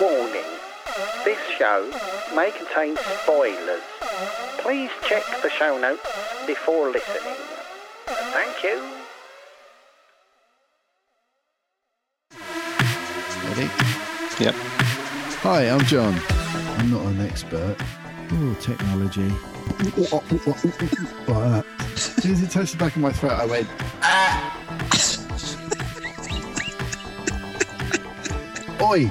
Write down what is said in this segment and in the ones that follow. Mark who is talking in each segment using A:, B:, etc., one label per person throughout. A: Warning This show may contain spoilers. Please check the show notes before listening. Thank you.
B: Ready?
C: Yep.
B: Hi, I'm John. I'm not an expert. Oh, technology. Like that. As soon as it touched the back of my throat, I went, ah! Oi!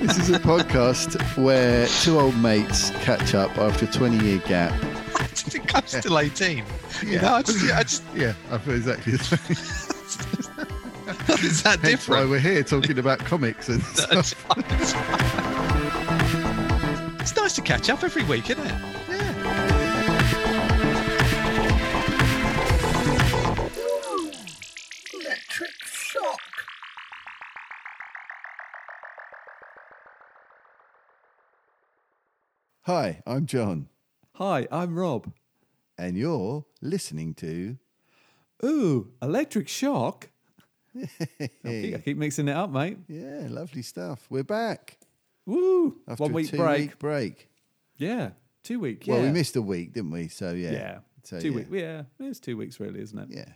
B: This is a podcast where two old mates catch up after a 20 year gap.
C: I think I'm still 18. You
B: Yeah.
C: know, I just, I just,
B: Yeah, I feel exactly the same.
C: it's that
B: That's why
C: different.
B: we're here talking about comics and stuff.
C: it's nice to catch up every week, isn't it?
B: Yeah.
A: Electric shock.
B: Hi, I'm John,
D: Hi, I'm Rob.
B: and you're listening to.
D: Ooh, electric shock. I keep- I keep mixing it up, mate.
B: Yeah, lovely stuff. We're back
D: Woo!
B: after
D: One week
B: a two
D: break.
B: week break.
D: Yeah, two week.
B: Well, we
D: yeah.
B: missed a week, didn't we? So yeah,
D: Yeah,
B: So,
D: two
B: yeah.
D: weeks. Yeah, it's two weeks really, isn't it?
B: Yeah,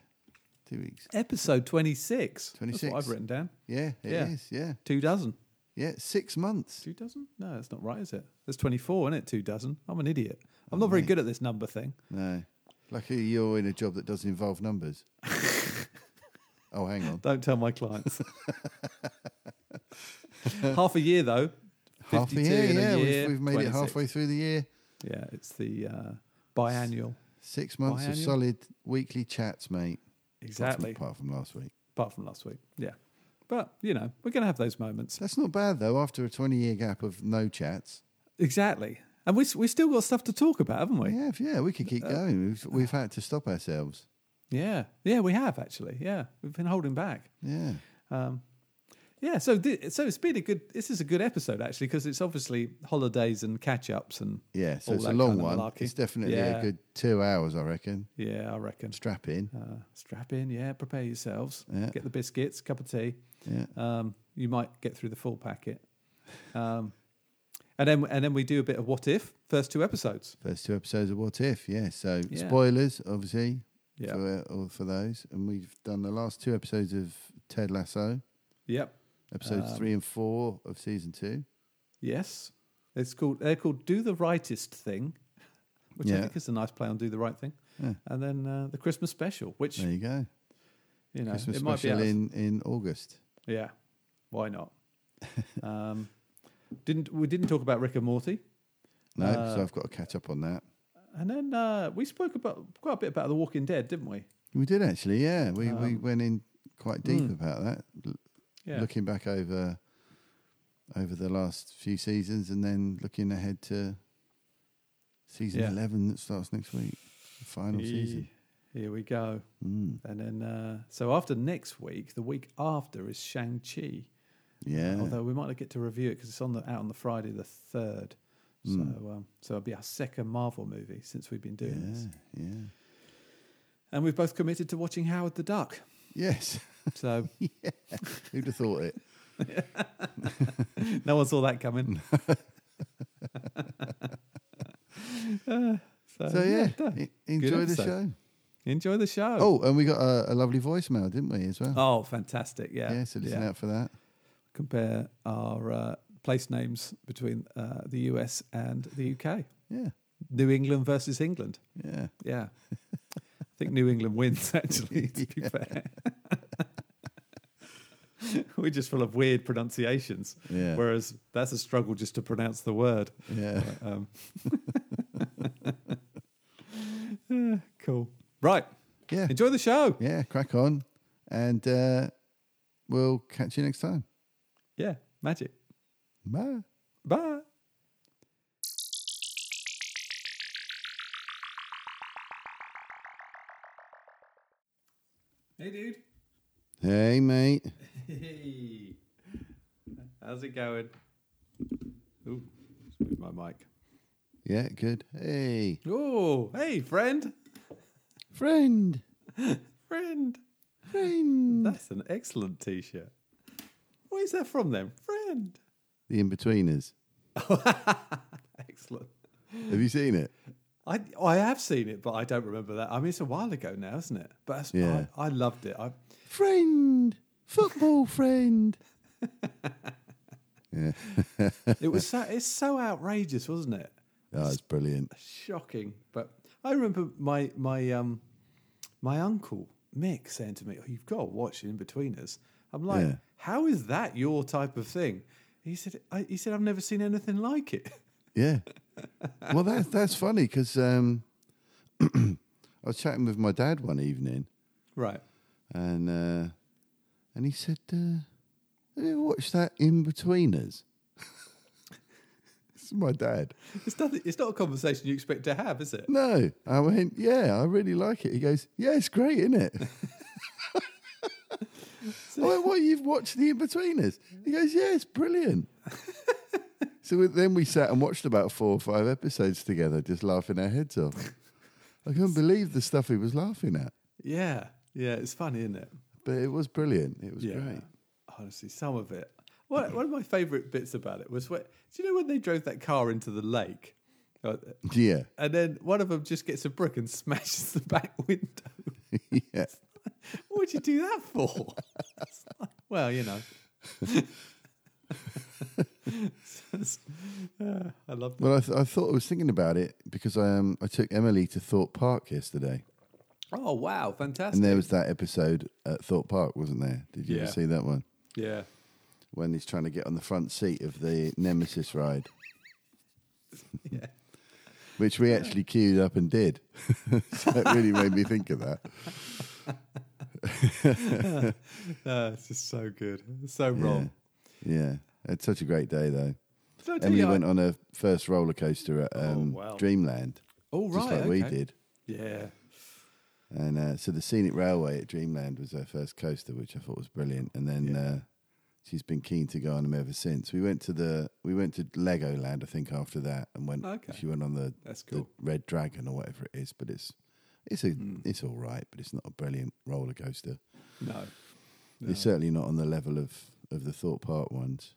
B: two weeks.
D: Episode twenty six.
B: 26.
D: That's what I've written down.
B: Yeah, it is.
D: Yeah.
B: Yeah,
D: Two dozen.
B: yeah, six months.
D: Two dozen? No, that's not right, is it? There's twenty four, isn't it? Two dozen. I'm an idiot. I'm
B: Oh,
D: not very good at this number thing.
B: No, lucky you're in a job that doesn't involve numbers. oh, hang on,
D: Don't tell my clients. half a year though.
B: half the
D: 52
B: year.
D: in a
B: Yeah,
D: year,
B: we've, we've made it
D: 26.
B: halfway through the year.
D: Yeah, it's the uh, biannual.
B: Six months of
D: Biannual?
B: solid weekly chats, mate. Apart from-
D: Exactly.
B: Apart from last week.
D: apart from last week. Yeah. But, you know, we're going to have those moments.
B: That's not bad though. After a twenty-year gap of no chats.
D: Exactly. And we, s- we still got stuff to talk about, haven't we?
B: Yeah, yeah, we could
D: Uh,
B: keep going. We've, we've had to stop ourselves.
D: Yeah. Yeah, we have actually. Yeah. We've been holding back.
B: Yeah.
D: Yeah. So, thi- so it's been a good, this is a good episode actually, because it's obviously holidays and catch ups and.
B: Yeah, so
D: all
B: it's a
D: that
B: long
D: kind of
B: one.
D: malarkey.
B: It's definitely
D: yeah.
B: a good two hours, I reckon.
D: Yeah, I reckon.
B: Strap in.
D: Uh, strap in. Yeah. Prepare yourselves.
B: Yeah.
D: Get the biscuits, cup of tea.
B: Yeah.
D: Um, you might get through the full packet. Um, and then, and then we do a bit of what if first two episodes.
B: First two episodes of What If, yeah. So
D: Yeah.
B: spoilers, obviously,
D: Yeah.
B: for uh, all for those, and we've done the last two episodes of Ted Lasso,
D: Yep.
B: episodes
D: Um.
B: three and four of season two.
D: Yes, it's called. They're called "Do the Rightest Thing," which
B: Yeah.
D: I think is a nice play on "Do the Right Thing,"
B: Yeah.
D: and then uh, the Christmas special, which
B: There you go.
D: you know
B: Christmas
D: it might be
B: special
D: out.
B: in in August.
D: yeah, why not? um, didn't we didn't talk about Rick and Morty,
B: No,
D: Uh.
B: so I've got to catch up on that.
D: and then uh, we spoke about quite a bit about The Walking Dead, didn't we?
B: We did actually, yeah. We we
D: Um.
B: went in quite deep
D: Hmm.
B: about that, l-
D: Yeah,
B: looking back over over the last few seasons, and then looking ahead to season
D: Yeah.
B: eleven that starts next week, the final season. Mm,
D: Here- Here we go. And then uh, so after next week, the week after is Shang Chi.
B: Yeah,
D: Although we might not get to review it because it's on the out on the Friday the third.
B: Hmm.
D: So um, so it'll be our second Marvel movie since we've been doing this,
B: yeah,
D: and we've both committed to watching Howard the Duck.
B: yes.
D: So
B: Who'd have thought it?
D: no one saw that coming. Uh, so,
B: So yeah,
D: duh.
B: e- enjoy the
D: episode.
B: show.
D: enjoy the show.
B: Oh, and we got a, a lovely voicemail, didn't we? As well.
D: Oh, fantastic! Yeah,
B: yeah. So listen out for that.
D: Compare our uh, place names between uh, the US and the UK.
B: Yeah,
D: New England versus England.
B: yeah.
D: Yeah. I think New England wins, actually, to be fair. We're just full of weird pronunciations.
B: Yeah.
D: Whereas that's a struggle just to pronounce the word.
B: Yeah,
D: Um, uh, cool. Right.
B: yeah,
D: Enjoy the show.
B: yeah. Crack on, and uh, we'll catch you next time.
D: Yeah. Magic.
B: Bye.
D: Bye. Hey, dude.
B: Hey, mate.
D: Hey. How's it going? Ooh, let's move my mic.
B: Yeah, good. Hey,
D: Oh, hey, friend.
B: friend.
D: Friend.
B: Friend.
D: That's an excellent t shirt. Where's that from then? Friend.
B: The In Betweeners.
D: Excellent.
B: Have you seen it?
D: I I have seen it, but I don't remember that. I mean, it's a while ago now, isn't it? But that's,
B: Yeah.
D: I, I loved it. I,
B: Friend. Football friend. yeah.
D: it was so, it's so outrageous, wasn't it?
B: Oh, That's brilliant.
D: Shocking. But I remember my my um my uncle Mick saying to me, oh, "You've got to watch In Between Us." I'm like,
B: Yeah.
D: "How is that your type of thing?" He said, I, "He said I've never seen anything like it."
B: Yeah. Well, that's that's funny because um, I was chatting with my dad one evening,
D: right.
B: and uh, and he said, uh, "Have you ever watched that In Betweeners?" this is my dad.
D: It's nothing. It's not a conversation you expect to have, is it?
B: No, I went, "Yeah, I really like it." He goes, "Yeah, it's great, isn't it?" I went, "What? You've watched the In Betweeners?" He goes, "Yeah, it's brilliant." so we- then we sat and watched about four or five episodes together, just laughing our heads off. I couldn't believe the stuff he was laughing at,
D: Yeah. Yeah. It's funny, isn't it?
B: but it was brilliant. It was
D: Yeah.
B: great.
D: Honestly, some of it. One, one of my favourite bits about it was when, do you know when they drove that car into the lake? Uh,
B: Yeah,
D: And then one of them just gets a brick and smashes the back window.
B: yeah.
D: what would you do that for? It's like, well, you know. Uh, I love that.
B: Well, I, th- I thought I was thinking about it because I um I took Emily to Thorpe Park yesterday,
D: Oh, wow. Fantastic.
B: and there was that episode at Thorpe Park, wasn't there? Did you
D: Yeah.
B: ever see that one?
D: yeah.
B: when he's trying to get on the front seat of the Nemesis ride,
D: Yeah.
B: which we actually queued up and did. so it really made me think of that.
D: Uh, it's just so good. It's so wrong.
B: Yeah, it's such a great day though.
D: Did I tell
B: Emily
D: you I- Oh,
B: went on her first roller coaster at um,
D: wow.
B: Dreamland,
D: oh, right.
B: just like we
D: okay.
B: did.
D: Yeah.
B: And uh, so the scenic railway at Dreamland was her first coaster, which I thought was brilliant. And then uh, she's been keen to go on them ever since. We went to the we went to Legoland, I think, after that, and went.
D: Okay.
B: She went on the
D: That's
B: the
D: cool. Hmm.
B: Red Dragon or whatever it is, but it's it's a it's all right, but it's not a brilliant roller coaster.
D: No.
B: It's certainly not on the level of of the Thought Park ones.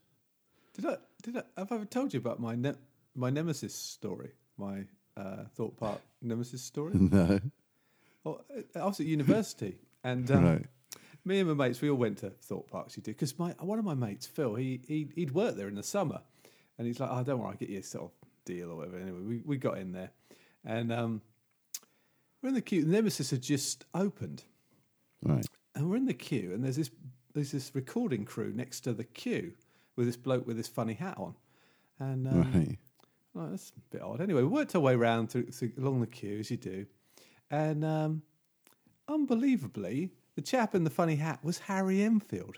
D: Did I did I have I ever told you about my ne- my nemesis story? My uh, thought part nemesis story.
B: No,
D: well, uh, I I was at university, and um,
B: Right.
D: me and my mates we all went to Thought Park. She did because my one of my mates, Phil, he, he he'd worked there in the summer, and he's like, "Oh, don't worry, I'll get you a sort of deal or whatever." Anyway, we, we got in there, and um, we're in the queue. The nemesis had just opened
B: right,
D: and we're in the queue, and there's this there's this recording crew next to the queue with this bloke with this funny hat on, and um,
B: right,
D: like, that's a bit odd. Anyway, we worked our way round through, through along the queue as you do, and um, unbelievably, the chap in the funny hat was Harry Enfield,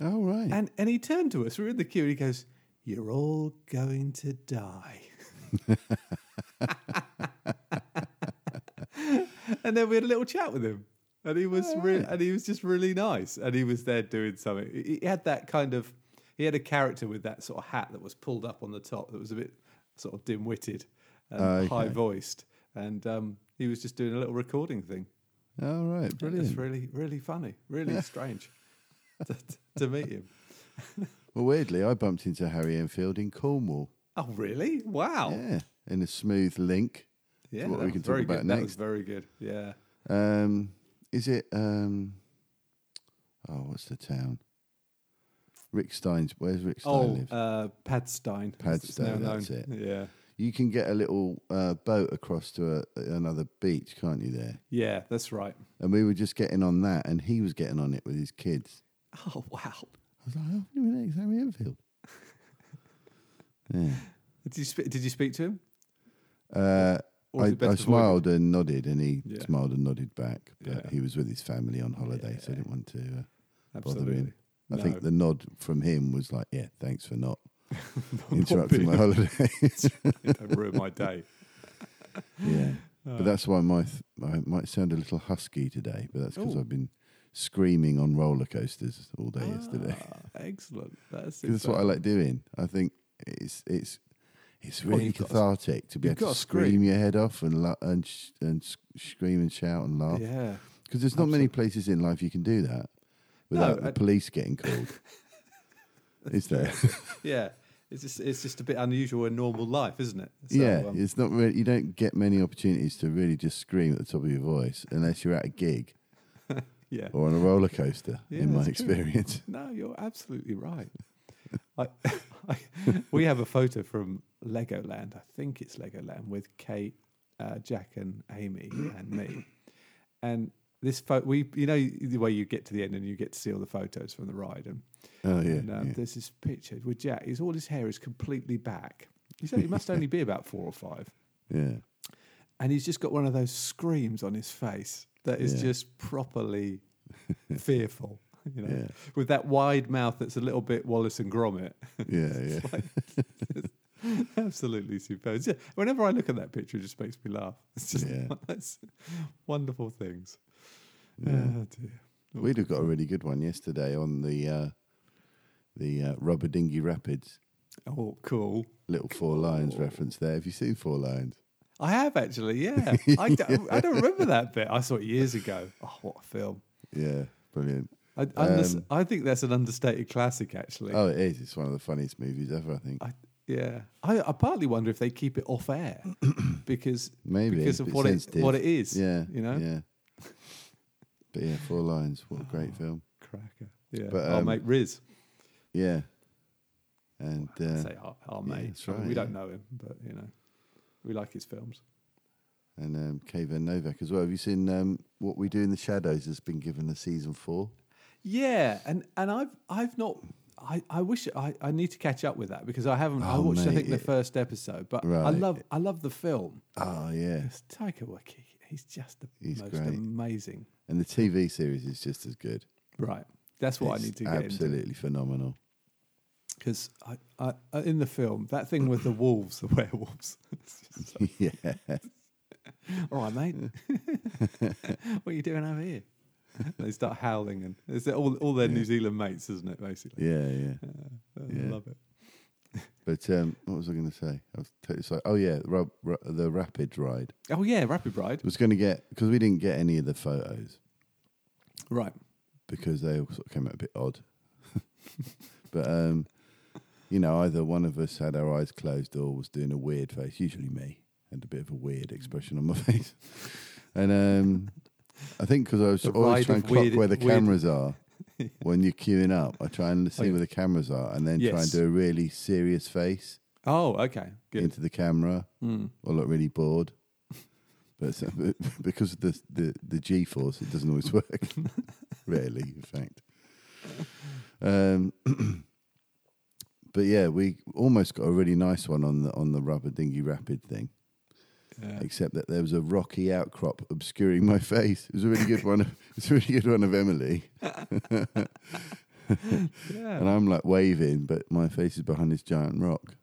B: all right.
D: and and he turned to us. We were in the queue, and he goes, "You're all going to die." and then we had a little chat with him, and he was really, and he was just really nice, and he was there doing something. He he had that kind of, he had a character with that sort of hat that was pulled up on the top, that was a bit sort of dim-witted, and
B: Okay.
D: high-voiced, and um, he was just doing a little recording thing.
B: all right, brilliant.
D: It's really, really funny, really strange to, to meet him.
B: well, weirdly, I bumped into Harry Enfield in Cornwall.
D: Oh, really? Wow.
B: Yeah, in a smooth link.
D: Yeah,
B: what
D: that
B: we
D: was
B: can talk
D: very
B: about
D: good. That was
B: next.
D: very good. Yeah.
B: Um, is it? Um, oh, what's the town? Rick Stein's. Where's Rick Stein
D: Oh,
B: live?
D: uh, Padstein. as it's
B: Padstow,
D: now
B: that's
D: known. Yeah.
B: you can get a little uh, boat across to a, another beach, can't you? There,
D: Yeah, that's right.
B: and we were just getting on that, and he was getting on it with his kids.
D: Oh, wow.
B: I was like, "Oh, you mean that's Harry Enfield?" yeah.
D: Did you, sp- did you speak to him?
B: Uh,
D: Or was
B: I,
D: it best
B: I
D: avoided?
B: smiled and nodded, and he
D: Yeah.
B: smiled and nodded back. But
D: Yeah.
B: he was with his family on holiday, so I didn't want to uh, bother him. I
D: No.
B: think the nod from him was like, "Yeah, thanks for not
D: being
B: interrupting my holiday."
D: Don't ruin my day.
B: yeah, but that's why my th- I might sound a little husky today, but that's because
D: Oh.
B: I've been screaming on roller coasters all day yesterday.
D: Ah, excellent. That's,
B: 'Cause That's what I like doing. I think it's it's it's
D: Well,
B: really
D: you've got to-
B: cathartic to be
D: you've
B: able
D: got
B: to
D: to scream.
B: scream your head off and la- and sh- and s- scream and shout and laugh.
D: Yeah.
B: Because there's not many places in life you can do that without the
D: I-
B: police getting called. Is there?
D: Yeah. It's just, it's just a bit unusual in normal life, isn't it? So,
B: yeah,
D: um,
B: it's not really. You don't get many opportunities to really just scream at the top of your voice unless you're at a gig
D: yeah.
B: or on a roller coaster.
D: Yeah,
B: in my
D: that's true.
B: experience,
D: No, you're absolutely right. I, I, we have a photo from Legoland. I think it's Legoland with Kate, uh, Jack, and Amy and me. And this photo, we, you know, the way you get to the end and you get to see all the photos from the ride. And,
B: oh yeah,
D: and um,
B: yeah.
D: there's this picture with Jack. His all his hair is completely back. He's only, he must only be about four or five,
B: yeah.
D: and he's just got one of those screams on his face that is
B: Yeah.
D: just properly fearful. You know,
B: Yeah.
D: with that wide mouth that's a little bit Wallace and Gromit.
B: yeah, yeah.
D: Absolutely superb. It's just- Whenever I look at that picture, it just makes me laugh. It's just
B: Yeah.
D: that's wonderful things. Oh dear.
B: We'd have got a really good one yesterday on the uh, the uh, rubber dinghy rapids.
D: Oh, cool.
B: Little Four Lions reference there. Have you seen Four Lions?
D: I have actually, yeah. I don't, I don't remember that bit. I saw it years ago. Oh, what a film.
B: Yeah, brilliant.
D: I, unders-
B: Um,
D: I think that's an understated classic, actually.
B: Oh, it is. It's one of the funniest movies ever. I think
D: I, yeah. I, I partly wonder if they keep it off air because
B: maybe
D: because of
B: bit
D: what it,
B: sensitive.
D: what it is.
B: Yeah,
D: You know?
B: Yeah. But yeah, Four Lions. What a great
D: Oh.
B: film.
D: Cracker. Yeah.
B: But,
D: I'll
B: um,
D: make Riz.
B: Yeah. And uh,
D: say our, our
B: yeah,
D: mate.
B: that's right,
D: we don't
B: yeah.
D: know him, but you know, we like his films.
B: and um, Kay Van Novak as well. Have you seen um, what we do in the shadows? Has been given a season four.
D: Yeah, and and I've I've not. I, I wish I, I need to catch up with that because I haven't. I
B: Oh,
D: watched I
B: mate,
D: think the
B: it-
D: first episode, but I
B: Right.
D: love I love the film.
B: Oh yeah,
D: It's Taika Waititi. He's just the
B: He's
D: most
B: great.
D: amazing.
B: and the TV series is just as good.
D: Right, that's what
B: It's
D: I need to get into
B: absolutely phenomenal.
D: because I, I uh, in the film that thing with the wolves, the werewolves. It's just like,
B: yeah,
D: All right, mate, what are you doing over here? And they start howling, and it's all all their New Zealand mates, isn't it? Basically,
B: yeah, yeah.
D: I
B: Yeah.
D: love it.
B: But um, what was I going to say? I was totally sorry. Oh yeah, ru- ru- the rapid ride.
D: Oh yeah, Rapid Ride.
B: It was going to get because we didn't get any of the photos
D: Right.
B: because they all sort of came out a bit odd. but um, you know, either one of us had our eyes closed or was doing a weird face. Usually me had a bit of a weird expression on my face, and um, I think because I was
D: The
B: always
D: ride
B: trying
D: of
B: to clock
D: weird-
B: where the
D: weird- Oh,
B: cameras are. When you're queuing up, I try and see
D: yeah.
B: where the cameras are, and then try
D: Yes.
B: and do a really serious face.
D: Oh, okay. Good. Hmm.
B: into the camera or look really bored. But so- but because of the, the, the G force, it doesn't always work. Rarely, in fact. Um, but yeah, we almost got a really nice one on the on the rubber dinghy rapid thing,
D: Yeah.
B: except that there was a rocky outcrop obscuring my face. It was a really good one. Of, it's a really good one of Emily,
D: Yeah.
B: and I'm like waving, but my face is behind this giant rock.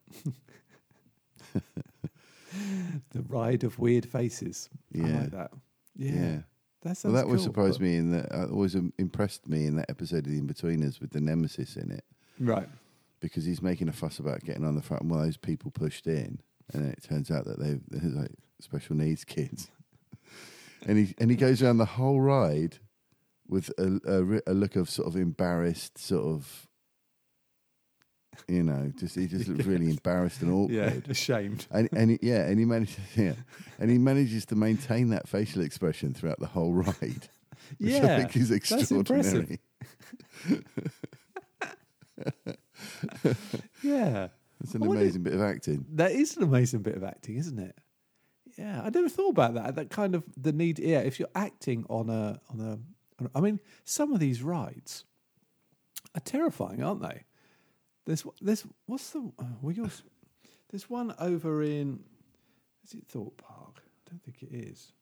D: The Ride of Weird Faces. I
B: Yeah.
D: like that. Yeah.
B: yeah.
D: That
B: Well,
D: sounds
B: that
D: cool,
B: always surprised
D: but-
B: me, and that uh, always um, impressed me in that episode of The Inbetweeners with the Nemesis in it,
D: Right.
B: because he's making a fuss about getting on the front. and Well, those people pushed in, and then it turns out that they they're like special needs kids, and he and he goes around the whole ride with a, a re- a look of sort of embarrassed, sort of, you know, just he just looks really embarrassed and awkward.
D: Yeah. Ashamed.
B: And, and he, yeah, and he manages yeah, and he manages to maintain that facial expression throughout the whole ride. Which I
D: Yeah.
B: think is
D: that's
B: extraordinary.
D: impressive. Yeah.
B: That's an
D: I wonder-
B: amazing bit of acting.
D: That is an amazing bit of acting, isn't it? Yeah, I never thought about that. That kind of the need. Yeah, if you're acting on a on a, on a- I mean, some of these rides are terrifying, aren't they? There's there's what's the uh, well, yours, there's one over in is it Thorpe Park? I don't think it is,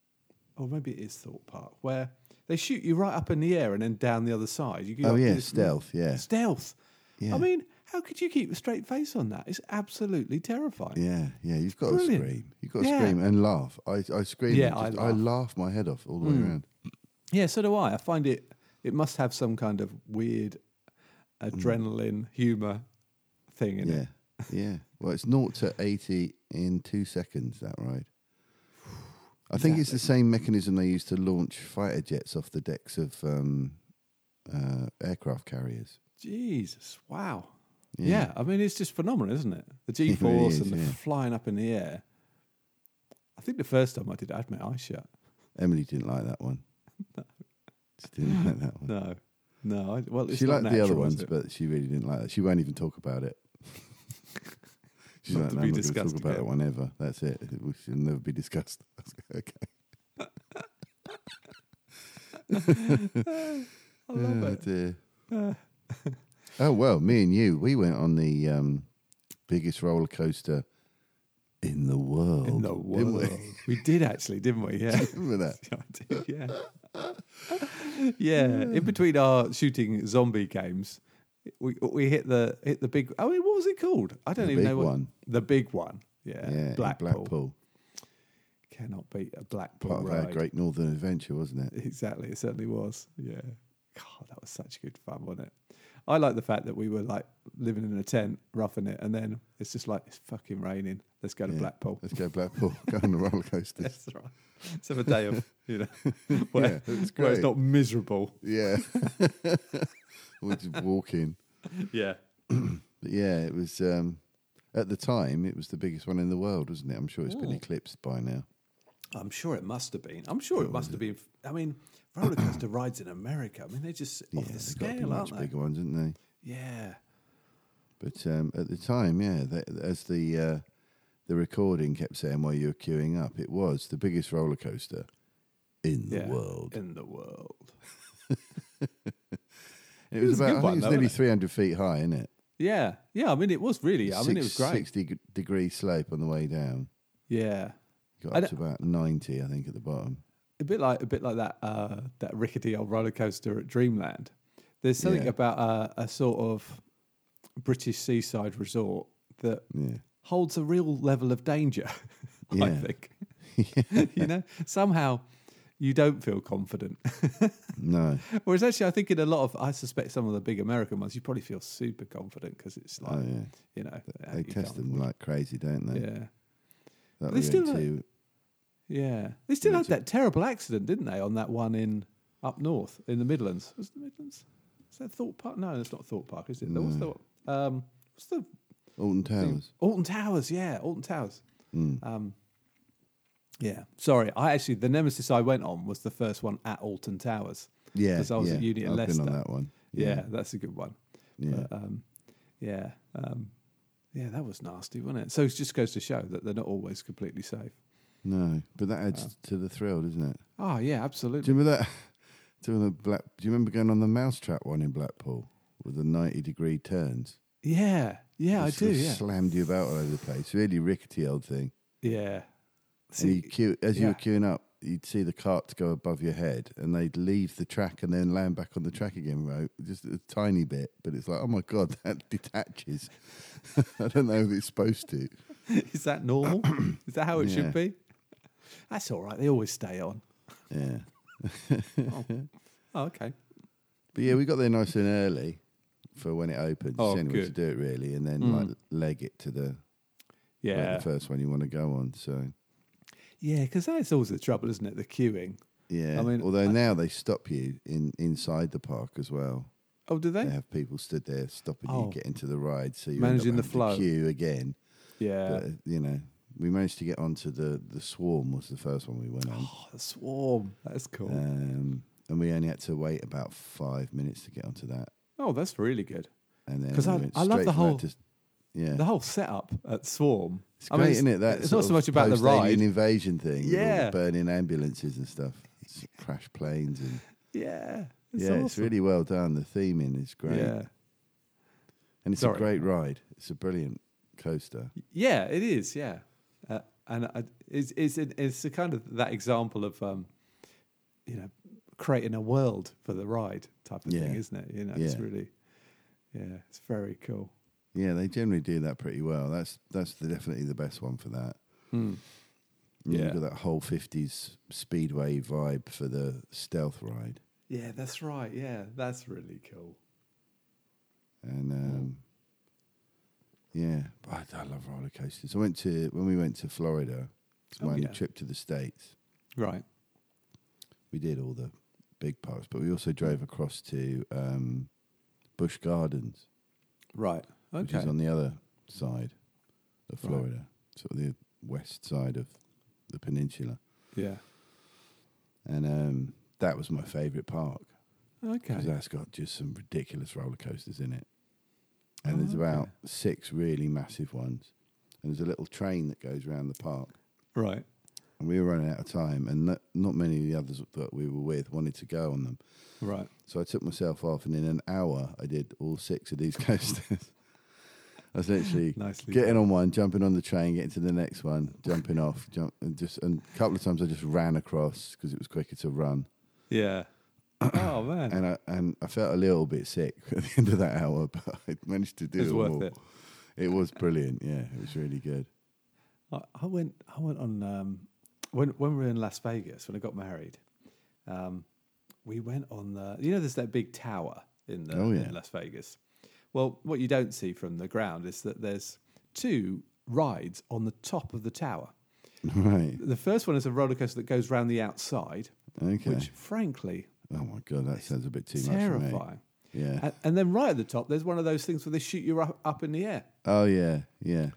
D: or maybe it is Thorpe Park where they shoot you right up in the air and then down the other side. You go
B: Oh
D: up to
B: yeah,
D: this-
B: stealth. Yeah,
D: stealth.
B: Yeah.
D: I mean, how could you keep a straight face on that? It's absolutely terrifying.
B: yeah, yeah. You've got
D: Brilliant.
B: to scream. You've got to
D: Yeah.
B: scream and laugh. I I scream.
D: Yeah,
B: and just-
D: I
B: I
D: laugh. Hmm.
B: laugh my head off all the way around.
D: Yeah, so do I. I find it It must have some kind of weird adrenaline humor thing in
B: Mm. Yeah.
D: it.
B: yeah. Well, it's 0 to 80 in two seconds, that ride. I think it's the same mechanism they use to launch fighter jets off the decks of um, uh, aircraft carriers.
D: Jesus, wow. Yeah.
B: Yeah.
D: I mean it's just phenomenal, isn't it? The G
B: really
D: force
B: is,
D: and the
B: yeah.
D: flying up in the air. I think the first time I did, I had my eyes shut.
B: Emily didn't like that one. She didn't like that one.
D: No, no. I, well, it's
B: she
D: not
B: liked the other
D: natural, is
B: ones,
D: it?
B: but she really didn't like that. She won't even talk about it. She's
D: Not
B: like,
D: to
B: no,
D: be
B: I'm not going to talk
D: discussed
B: about that
D: again."
B: one ever. That's it. It will- She'll never be discussed. I was like, okay.
D: I love
B: oh,
D: it.
B: dear.
D: uh,
B: oh well, me and you, we went on the um, biggest roller coaster in the world.
D: In the
B: Oh, didn't
D: world.
B: we?
D: we did actually, didn't we? Yeah.
B: Remember that?
D: Yeah, I did, yeah. yeah. In between our shooting zombie games, we we hit the hit the big. I mean, what was it called? I don't
B: The
D: even
B: big
D: know what
B: one.
D: the big one. Yeah,
B: Yeah, in
D: Blackpool.
B: Blackpool.
D: cannot beat a Blackpool
B: Part of our
D: ride.
B: Great Northern Adventure, wasn't it?
D: Exactly, it certainly was. Yeah, God, that was such good fun, wasn't it? I like the fact that we were like living in a tent, roughing it, and then it's just like it's fucking raining. Let's go to
B: Yeah.
D: Blackpool.
B: Let's go Blackpool. go on the roller coasters.
D: That's right. Let's have a day of you know, where,
B: it was
D: where it's
B: great.
D: not miserable.
B: Yeah. we're just walking.
D: Yeah.
B: But yeah, it was um, at the time it was the biggest one in the world, wasn't it? I'm sure it's been eclipsed by now.
D: I'm sure it must have been. I'm sure it must have been. I mean, roller coaster rides in America. I mean, they're just off the
B: they've got to be
D: scale,
B: much
D: aren't they?
B: bigger ones, didn't they?
D: Yeah.
B: But um, at the time, yeah, the, as the uh, the recording kept saying while you were queuing up, it was the biggest roller coaster in the
D: yeah.
B: world.
D: In the world.
B: And it was,
D: was a
B: about,
D: good
B: I think
D: one,
B: it was
D: though,
B: nearly
D: wasn't
B: 300 feet high, isn't it?
D: Yeah. Yeah. I mean, it was really. I mean, it was great.
B: 60 g- degree slope on the way down.
D: Yeah.
B: Got
D: I
B: up
D: don't-
B: to about 90, I think, at the bottom.
D: A bit like a bit like that uh, that rickety old roller coaster at Dreamland. There's something
B: Yeah.
D: about a, a sort of British seaside resort that
B: Yeah.
D: holds a real level of danger. I
B: Yeah.
D: think. you know, somehow you don't feel confident.
B: No.
D: Whereas actually, I think in a lot of, I suspect some of the big American ones, you probably feel super confident because it's like,
B: Oh, yeah.
D: you know,
B: They
D: you
B: test
D: can't-
B: them like crazy, don't they?
D: Yeah,
B: That
D: They
B: we
D: still
B: went
D: like-
B: to-
D: yeah. They still had that terrible accident, didn't they, on that one in up north in the Midlands? Was it the Midlands? Is that Thorpe Park? No, it's not Thorpe Park, is it? What's the um, what's the
B: Alton
D: thing?
B: Towers.
D: Alton Towers? Yeah, Alton Towers.
B: Hmm.
D: Um, yeah. Sorry, I actually the Nemesis I went on was the first one at Alton Towers.
B: Yeah,
D: because I was
B: yeah.
D: at uni at
B: I've
D: Leicester.
B: been on that one.
D: Yeah, that's a good one.
B: yeah.
D: But, um, yeah, um, yeah, that was nasty, wasn't it? So it just goes to show that they're not always completely safe.
B: No, but that adds
D: uh,
B: to the thrill, doesn't it?
D: Oh yeah,
B: Do
D: absolutely.
B: you remember that? Do you remember, Black, do you remember going on the mousetrap one in Blackpool with the ninety degree turns?
D: Yeah, yeah, I
B: Just
D: do.
B: sort of
D: Yeah,
B: Slammed you about all over the place. Really rickety old thing.
D: yeah.
B: and you
D: See,
B: queue, as you were
D: yeah.
B: queuing up, you'd see the carts go above your head, and they'd leave the track and then land back on the track again, right? Just a tiny bit, but it's like, oh my god, that detaches. I don't know if it's supposed to.
D: is that normal? is that how it
B: Yeah.
D: should be? That's all right. They always stay on.
B: Yeah.
D: Oh, okay.
B: But yeah, we got there nice and early for when it opened.
D: Oh,
B: it's the only way to
D: good. Hmm.
B: do it really, and then like leg it to the, like,
D: Yeah,
B: the first one you want to go on. So
D: yeah. Because that's always the trouble, isn't it? The queuing.
B: yeah,
D: I mean,
B: although now they stop you in inside the park as well.
D: Oh, do
B: They
D: they?
B: have people stood there stopping
D: Oh.
B: you getting to the ride, so you
D: Managing
B: end
D: the
B: up having to
D: flow.
B: queue again.
D: Yeah.
B: But, uh, you know, we managed to get onto the the swarm was the first one we went on,
D: Oh, the swarm. That's cool.
B: um, and we only had to wait about five minutes to get onto that,
D: oh, that's really good.
B: and then
D: 'Cause
B: we
D: I-
B: went
D: I love
B: straight
D: the
B: from that
D: whole-
B: to- yeah,
D: The whole setup at Swarm.
B: It's great, isn't it? That
D: it's
B: sort
D: not so
B: of
D: much about the
B: post-alien
D: ride.
B: invasion thing. with all the
D: Yeah.
B: burning ambulances and stuff, It's crash planes and
D: Yeah.
B: yeah, it's really well done. The theming is great,
D: Yeah.
B: and it's
D: Sorry.
B: a great ride. It's a brilliant coaster.
D: Yeah, it is. Yeah. Uh, and I, it's, it's, it's a kind of that example of, um, you know, creating a world for the ride type of thing,
B: Yeah.
D: isn't it? You know, it's
B: Yeah.
D: really, yeah, it's very cool.
B: Yeah, they generally do that pretty well. That's that's the, definitely the best one for that. Yeah,
D: Hmm. Yeah.
B: you've got that whole fifties speedway vibe for the stealth ride.
D: Yeah, that's right. Yeah, that's really cool.
B: And um, yeah, but I, I love roller coasters. I went to when we went to Florida. It's my
D: Oh,
B: only
D: yeah.
B: trip to the states.
D: Right.
B: We did all the big parks, but we also drove across to um, Busch Gardens,
D: Right.
B: which
D: Okay.
B: is on the other side of
D: Right.
B: Florida, sort of the west side of the peninsula.
D: yeah.
B: And um, that was my favourite park because
D: Okay.
B: that's got just some ridiculous roller coasters in it. And
D: Oh,
B: there's about
D: okay.
B: six really massive ones. And there's a little train that goes around the park.
D: Right.
B: and we were running out of time, and not, not many of the others that we were with wanted to go on them.
D: Right.
B: So I took myself off, and in an hour, I did all six of these coasters. I was literally
D: Nicely
B: getting on one, jumping on the train, getting to the next one, jumping off, jump, and just and a couple of times I just ran across because it was quicker to run,
D: Yeah. oh man,
B: and I and I felt a little bit sick at the end of that hour, but I managed to do
D: it's
B: them
D: worth
B: all.
D: it.
B: It was brilliant, yeah, it was really good.
D: I, I went. I went on um, when when we were in Las Vegas when I got married. Um, we went on the. You know, there's that big tower in the
B: Oh, yeah.
D: in Las Vegas. Well, what you don't see from the ground is that there's two rides on the top of the tower.
B: Right,
D: The first one is a roller coaster that goes round the outside,
B: okay.
D: which frankly
B: oh my god, that sounds a bit too much for me.
D: terrifying.
B: Yeah.
D: And, and then right at the top, there's one of those things where they shoot you up, up in the air.
B: Oh yeah, yeah.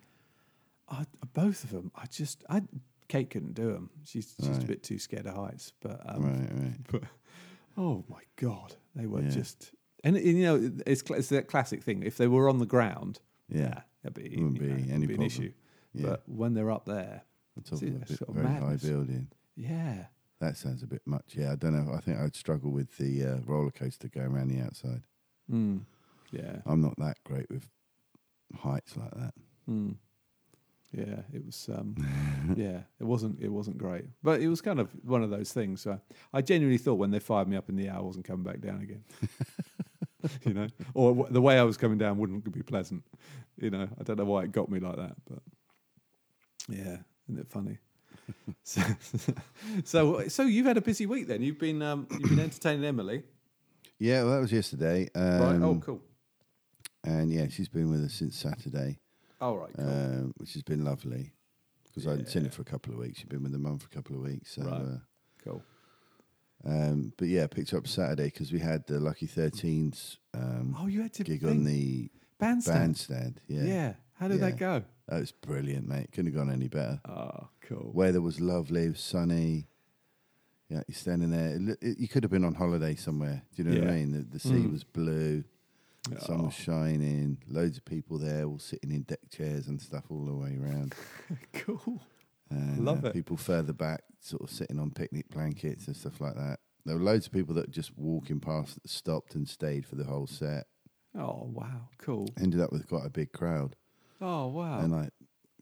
D: I, both of them, I just, I Kate couldn't do them. She's she's a
B: Right.
D: bit too scared of heights. But, um,
B: Right, right.
D: but oh my god, they were
B: Yeah.
D: just, and you know, it's cla- it's that classic thing. If they were on the ground,
B: Yeah.
D: that'd be,
B: Wouldn't
D: you know,
B: be
D: it'd
B: any
D: be an
B: problem.
D: issue.
B: Yeah.
D: But when they're up there,
B: On top
D: See,
B: of a
D: that's
B: bit,
D: sort of
B: very
D: madness.
B: high building.
D: yeah,
B: That sounds a bit much. Yeah, I don't know. I think I'd struggle with the uh, roller coaster going around the outside.
D: mm, yeah,
B: I'm not that great with heights like that.
D: mm, yeah. It was, um, yeah, it wasn't, it wasn't great, but it was kind of one of those things. So I genuinely thought when they fired me up in the air, I wasn't coming back down again. you know, or w- the way I was coming down wouldn't be pleasant. You know, I don't know why it got me like that, but yeah, isn't it funny? so, so, so you've had a busy week then. You've been, um, you've been entertaining Emily,
B: Yeah, well, that was yesterday. Um,
D: right? oh, cool.
B: And yeah, she's been with us since Saturday,
D: All right, cool.
B: um, which has been lovely because I hadn't seen her for a couple of weeks. She'd been with her mum for a couple of weeks. So,
D: Right.
B: uh,
D: cool.
B: um, but yeah, picked her up Saturday because we had the Lucky 13s um,
D: Oh, you had to
B: gig on
D: think-
B: the
D: bandstand.
B: bandstand. Yeah.
D: Yeah. How did that
B: Yeah.
D: go?
B: That was brilliant, mate. Couldn't have gone any better.
D: Oh, cool.
B: Weather was lovely, it was sunny. Yeah, you're standing there. It, loo- it- you could have been on holiday somewhere. Do you know what
D: Yeah.
B: I mean? The, the sea
D: Mm.
B: was blue, the sun
D: Oh.
B: was shining, loads of people there, all sitting in deck chairs and stuff all the way around.
D: cool.
B: And, uh,
D: Love it.
B: People further back, sort of sitting on picnic blankets and stuff like that. There were loads of people that just walking past that stopped and stayed for the whole set.
D: Oh, wow. Cool.
B: Ended up with quite a big crowd.
D: Oh, wow.
B: And like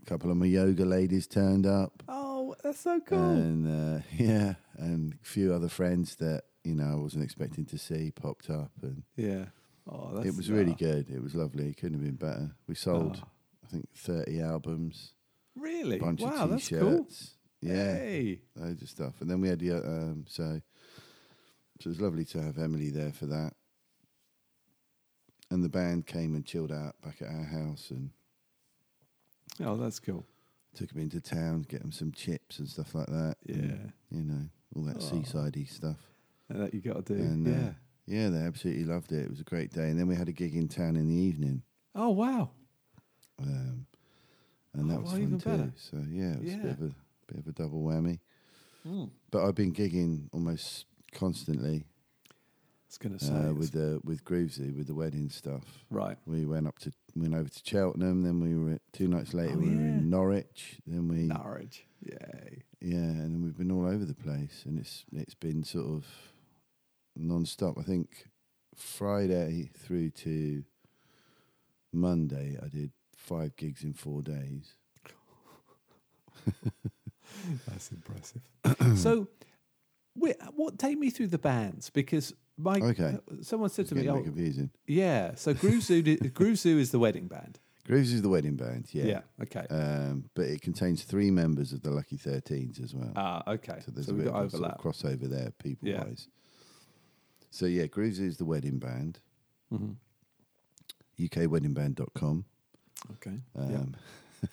B: a couple of my yoga ladies turned up.
D: oh, that's so cool.
B: And uh, yeah, and a few other friends that you know I wasn't expecting to see popped up, and
D: yeah. Oh, that's
B: it was really
D: ah,
B: good. It was lovely. It couldn't have been better. We sold,
D: Ah.
B: I think, thirty albums,
D: Really?
B: a bunch
D: wow,
B: of
D: that's cool.
B: t-shirts, yeah,
D: Hey.
B: loads of stuff. And then we had the uh, um, so, so it was lovely to have Emily there for that. And the band came and chilled out back at our house and
D: Oh, that's cool.
B: took them into town, get them some chips and stuff like that. and,
D: Yeah.
B: you know all that
D: Oh.
B: seasidey stuff.
D: And that you got to do.
B: And, uh,
D: yeah.
B: Yeah, they absolutely loved it. It was a great day. And then we had a gig in town in the evening.
D: oh, wow.
B: Um, and that
D: Oh,
B: was
D: well,
B: fun
D: even
B: too.
D: better.
B: So yeah, it was
D: Yeah.
B: a bit of a bit of a double whammy.
D: Hmm.
B: But I've been gigging almost constantly
D: I was going to say.
B: uh,
D: it's-
B: with the with Groovesy with the wedding stuff.
D: right.
B: We went up to went over to Cheltenham, then we were at, two nights later
D: Oh,
B: we were
D: yeah.
B: in Norwich, then we
D: Norwich. Yay.
B: yeah, and then we've been all over the place, and it's it's been sort of non-stop. I think Friday through to Monday, I did five gigs in four days.
D: That's impressive. so, wait, what? Take me through the bands because my
B: Okay.
D: someone said
B: It's
D: to me,
B: getting a
D: "Oh,
B: bit confusing.
D: yeah." So Groove Zoo, did, Groove Zoo is the wedding band.
B: Grooves is the wedding band, yeah.
D: Yeah. Okay.
B: Um, but it contains three members of the Lucky Thirteens as well.
D: Ah, okay.
B: so
D: So,
B: there's a
D: we've
B: bit
D: got
B: of a sort of
D: overlap.
B: crossover there, people wise. So yeah, Grooves is the wedding band.
D: Mm-hmm.
B: UKWeddingBand.com
C: Okay.
B: um,
C: yeah.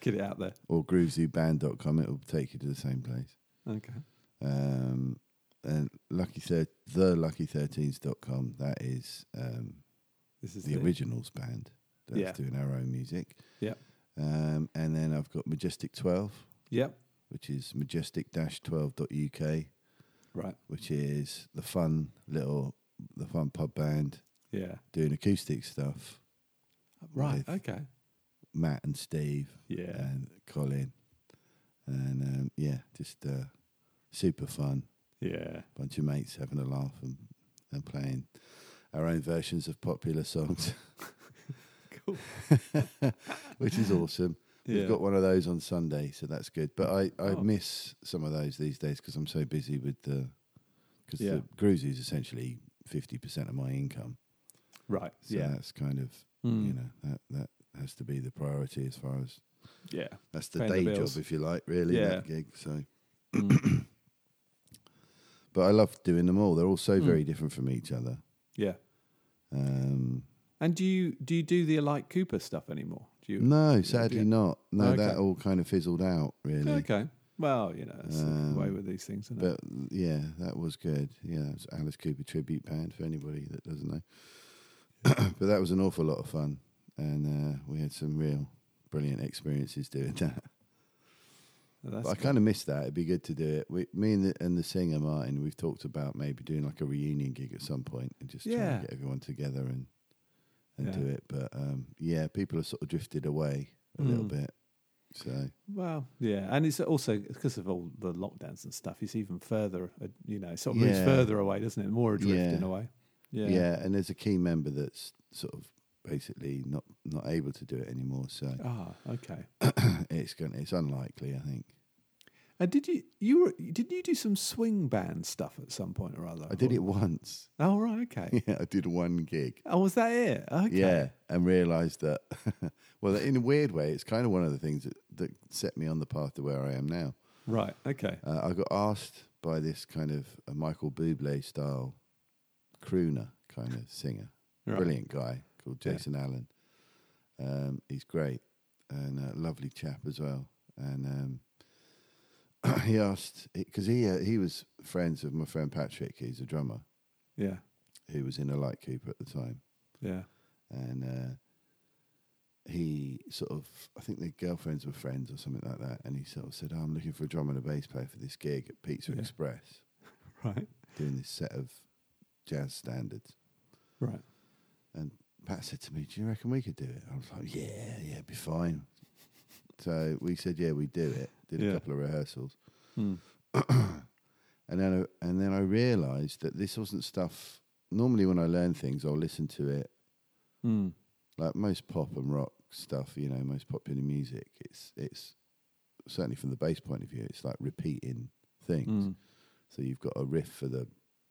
C: Get it out there.
B: or groovesyband.com. It'll take you to the same place.
C: Okay.
B: Um, and lucky thir- the lucky 13s.com. That is um,
C: This is
B: the
C: the
B: originals band that's
C: Yeah.
B: doing our own music.
C: Yep.
B: Um, and then I've got Majestic 12,
C: Yep.
B: which is majestic 12.uk,
C: Right.
B: which is the fun little, the fun pub band
C: Yeah.
B: doing acoustic stuff.
C: Right.
B: With
C: Okay.
B: Matt and Steve
C: Yeah.
B: and Colin. And um, yeah, just uh, super fun.
C: Yeah.
B: bunch of mates having a laugh and, and playing our own versions of popular songs,
C: Cool.
B: which is awesome.
C: Yeah.
B: We've got one of those on Sunday, so that's good. But I, I
C: Oh.
B: miss some of those these days because I'm so busy with the because
C: Yeah.
B: the cruise is essentially fifty percent of my income.
C: Right.
B: So
C: yeah.
B: that's kind of
C: Mm.
B: you know that that has to be the priority as far as
C: Yeah.
B: that's the
C: Paying the
B: day job,
C: bills.
B: if you like, really.
C: Yeah. Hmm.
B: That gig. So, but I love doing them all. They're all so
C: Hmm.
B: very different from each other.
C: Yeah.
B: Um,
C: And do you do you do the Alight Cooper stuff anymore? Do you?
B: no, sadly not. No,
C: Okay.
B: that all kind of fizzled out, really.
C: Oh, Okay. Well, you know, that's the way
B: Um,
C: with these things. Isn't it?
B: But yeah, that was good. Yeah, it was Alice Cooper tribute band for anybody that doesn't know. but that was an awful lot of fun, and uh, we had some real brilliant experiences doing that.
C: That's
B: But I
C: good.
B: kind of miss that. It'd be good to do it. We, me and the, and the singer Martin, we've talked about maybe doing like a reunion gig at some point and just trying
C: Yeah.
B: to get everyone together and and
C: Yeah.
B: do it. But um, yeah, people have sort of drifted away a little
C: Mm.
B: bit. So
C: Well, yeah, and it's also because of all the lockdowns and stuff. It's even further, uh, you know, it sort of moves
B: Yeah.
C: further away, doesn't it? More adrift
B: Yeah.
C: in a way. Yeah,
B: yeah. and there's a key member that's sort of basically not not able to do it anymore. So
C: Ah, okay.
B: it's going to it's unlikely, I think.
C: And did you you were didn't you do some swing band stuff at some point or other?
B: I did it once.
C: Oh right, okay.
B: yeah, I did one gig.
C: oh, was that it? Okay.
B: Yeah, and realised that. well, in a weird way, it's kind of one of the things that, that set me on the path to where I am now.
C: Right. Okay.
B: Uh, I got asked by this kind of a Michael Bublé style crooner kind of singer,
C: Right.
B: brilliant guy called
C: Yeah.
B: Jason Allen. Um, he's great and a lovely chap as well. And um, he asked because he uh, he was friends with my friend Patrick, he's a drummer
C: Yeah.
B: who was in a light Cooper at the time,
C: Yeah.
B: and uh, he sort of I think their girlfriends were friends or something like that, and he sort of said, oh, "I'm looking for a drummer and a bass player for this gig at Pizza
C: Yeah.
B: Express."
C: Right.
B: doing this set of jazz standards.
C: Right.
B: And Pat said to me, Do you reckon we could do it? I was like, Yeah, yeah, it'd be fine. So we said, Yeah, we do it. Did
C: Yeah.
B: a couple of rehearsals.
C: Hmm.
B: And then I, and then I realized that this wasn't stuff normally when I learn things I'll listen to it.
C: Hmm.
B: Like most pop and rock stuff, you know, most popular music, it's it's certainly from the bass point of view, it's like repeating things.
C: Hmm.
B: So you've got a riff for the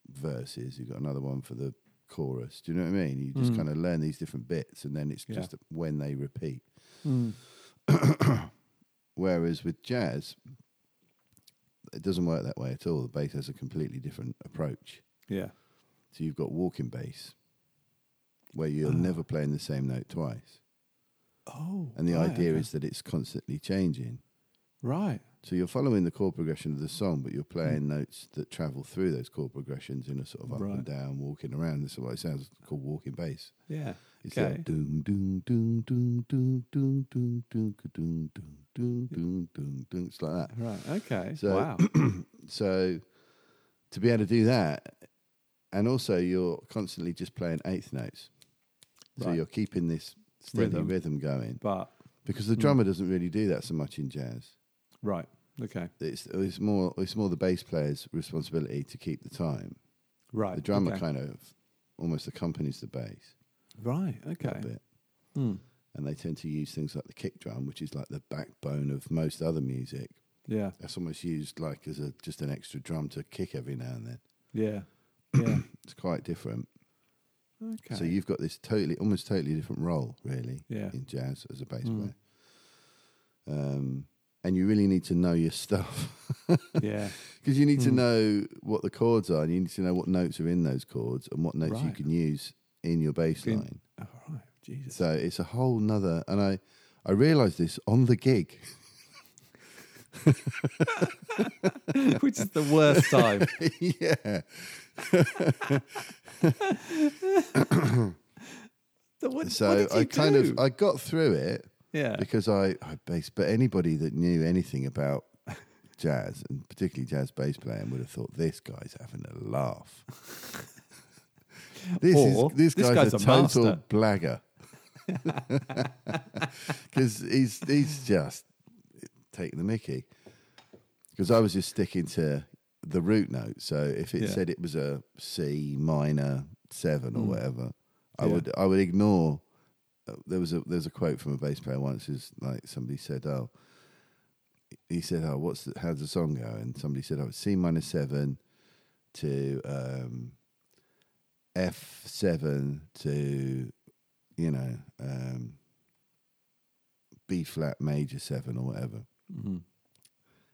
B: verses, you've got another one for the chorus. Do you know what I mean? You just
C: Mm.
B: kind of learn these different bits, and then it's
C: Yeah.
B: just when they repeat.
C: Hmm.
B: Whereas with jazz, it doesn't work that way at all. The bass has a completely different approach.
C: Yeah.
B: So you've got walking bass, where you're
C: Ah.
B: never playing the same note twice,
C: Oh.
B: and the
C: right,
B: idea
C: okay.
B: is that it's constantly changing.
C: right.
B: So you're following the chord progression of the song, but you're
C: Hmm.
B: playing notes that travel through those chord progressions in a sort of up
C: Right.
B: and down, walking around. This is what it sounds called walking bass.
C: Yeah.
B: It's
C: Okay.
B: like doom doom doom doom doom doom doom doom doom doom doom doom doom. It's like that.
C: Right. Okay.
B: So-
C: wow.
B: So to be able to do that, and also you're constantly just playing eighth notes, so
C: Right.
B: you're keeping this steady
C: Rhythm. Hmm.
B: rhythm, going
C: but
B: because the drummer doesn't really do that so much in jazz.
C: right. Okay.
B: It's it's more it's more the bass player's responsibility to keep the time.
C: Right.
B: The drummer
C: okay.
B: kind of almost accompanies the bass
C: Right.
B: a
C: Okay.
B: bit.
C: Hmm.
B: and they tend to use things like the kick drum, which is like the backbone of most other music.
C: Yeah.
B: That's almost used like as a just an extra drum to kick every now and then.
C: Yeah. Yeah.
B: It's quite different.
C: Okay.
B: So you've got this totally, almost totally different role, really,
C: Yeah.
B: in jazz as a bass player. Um, and you really need to know your stuff.
C: Yeah.
B: Because you need
C: Hmm.
B: to know what the chords are, and you need to know what notes are in those chords and what notes you
C: Right.
B: can use in your bass
C: Been-
B: line.
C: All right. Jesus.
B: So it's a whole nother, and I, I realised this on the gig.
C: Which is the worst time.
B: yeah,
C: So what, what
B: so
C: did you
B: I kind
C: do?
B: of I got through it
C: yeah.
B: because I I bass, but anybody that knew anything about jazz and particularly jazz bass playing would have thought this guy's having a laugh. this
C: Or,
B: is this
C: "This
B: guy's,
C: guy's
B: a,
C: a
B: total
C: master."
B: blagger because he's he's just taking the Mickey. Because I was just sticking to the root note, so if it
C: Yeah. Hmm.
B: said it was a C minor seven or whatever, I
C: Yeah.
B: would I would ignore. uh, There was a there's a quote from a bass player once is like somebody said, "Oh, he said, oh, what's the, how's the song go?" And somebody said, "Oh, it's C minor seven to um, F seven to you know um, B flat major seven or whatever."
C: Mm-hmm.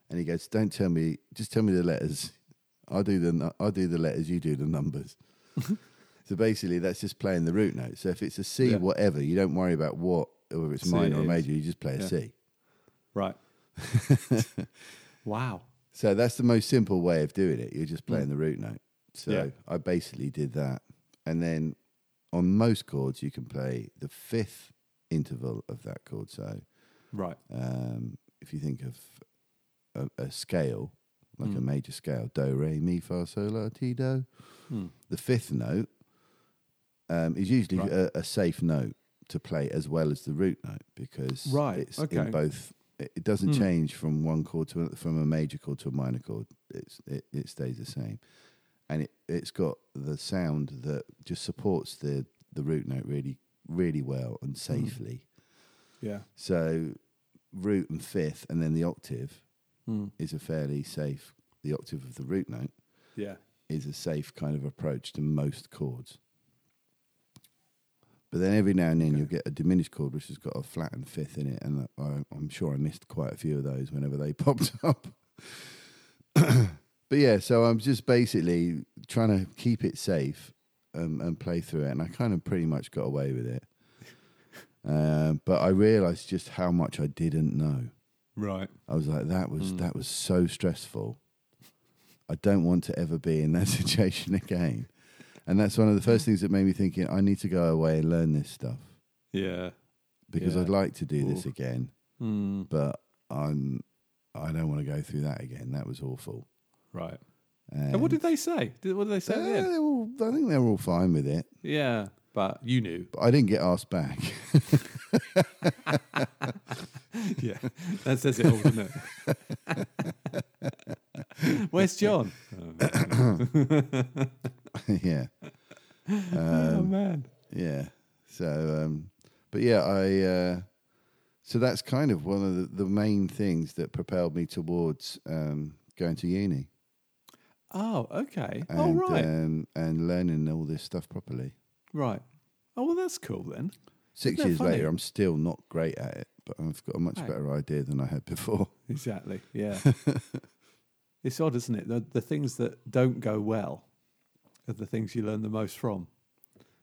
B: And he goes, "Don't tell me, just tell me the letters. I'll do the nu- I'll do the letters. You do the numbers." so basically, that's just playing the root note. So if it's a C,
C: Yeah.
B: whatever, you don't worry about what, whether it's
C: C
B: minor or
C: is.
B: major. You just play a
C: Yeah.
B: C.
C: Right. wow.
B: So that's the most simple way of doing it. You're just playing the root note. So
C: Yeah.
B: I basically did that. And then on most chords, you can play the fifth interval of that chord. So
C: Right.
B: um, if you think of a, a scale, like
C: Hmm.
B: a major scale, do, re, mi, fa, sol, la, ti, do,
C: Hmm.
B: the fifth note um, is usually
C: Right.
B: a, a safe note to play as well as the root note because
C: Right,
B: it's
C: okay. Hmm.
B: in both. It it doesn't change from one chord to a- from a major chord to a minor chord. It's, it, it stays the same, and it it's got the sound that just supports the the root note really really well and
C: Hmm.
B: safely.
C: Yeah.
B: So root and fifth, and then the octave is a fairly safe. The octave of the root note
C: Yeah.
B: is a safe kind of approach to most chords. But then every now and then you'll get a diminished chord which has got a flattened fifth in it, and I, I'm sure I missed quite a few of those whenever they popped up. but yeah, so I'm just basically trying to keep it safe um, and play through it, and I kind of pretty much got away with it. Um, but I realised just how much I didn't know.
C: Right.
B: I was like, that
C: Mm.
B: was that was so stressful. I don't want to ever be in that situation again. And that's one of the first things that made me thinking, I need to go away and learn this stuff
C: Yeah.
B: because
C: Yeah.
B: I'd like to do this
C: Ooh.
B: again,
C: Mm.
B: but I'm I don't want to go through that again. That was awful.
C: Right.
B: And,
C: And what did they say? Did, what did they say? at the
B: Uh,
C: end?
B: they were all- I think they were all fine with it,
C: Yeah. But you knew.
B: but I didn't get asked back.
C: yeah. That says it all, doesn't it? Where's John?
B: Um, yeah,
C: oh man.
B: yeah. So, um, but yeah, I. Uh, so that's kind of one of the, the main things that propelled me towards um, going to uni.
C: Oh, okay.
B: and,
C: oh, right.
B: um, and learning all this stuff properly.
C: right. Oh, well, that's cool then.
B: 6
C: Isn't that
B: years
C: funny?
B: later, I'm still not great at it, but I've got a much
C: Right.
B: better idea than I had before.
C: Exactly. Yeah. it's odd, isn't it? The, the things that don't go well are the things you learn the most from.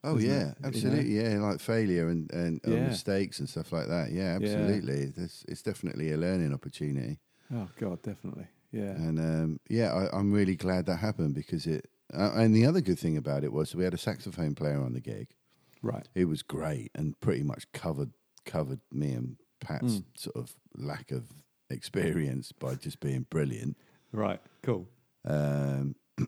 B: Oh
C: Isn't
B: yeah,
C: it? You know?
B: absolutely. Yeah, like failure and and, and
C: Yeah.
B: mistakes and stuff like that. Yeah,
C: Yeah.
B: absolutely. This it's definitely a learning opportunity.
C: Oh God, definitely. Yeah.
B: And um, yeah, I, I'm really glad that happened because it. Uh, and the other good thing about it was we had a saxophone player on the gig.
C: Right.
B: It was great and pretty much covered covered me and Pat's sort of lack of experience by just being brilliant.
C: Right. Cool.
B: Um,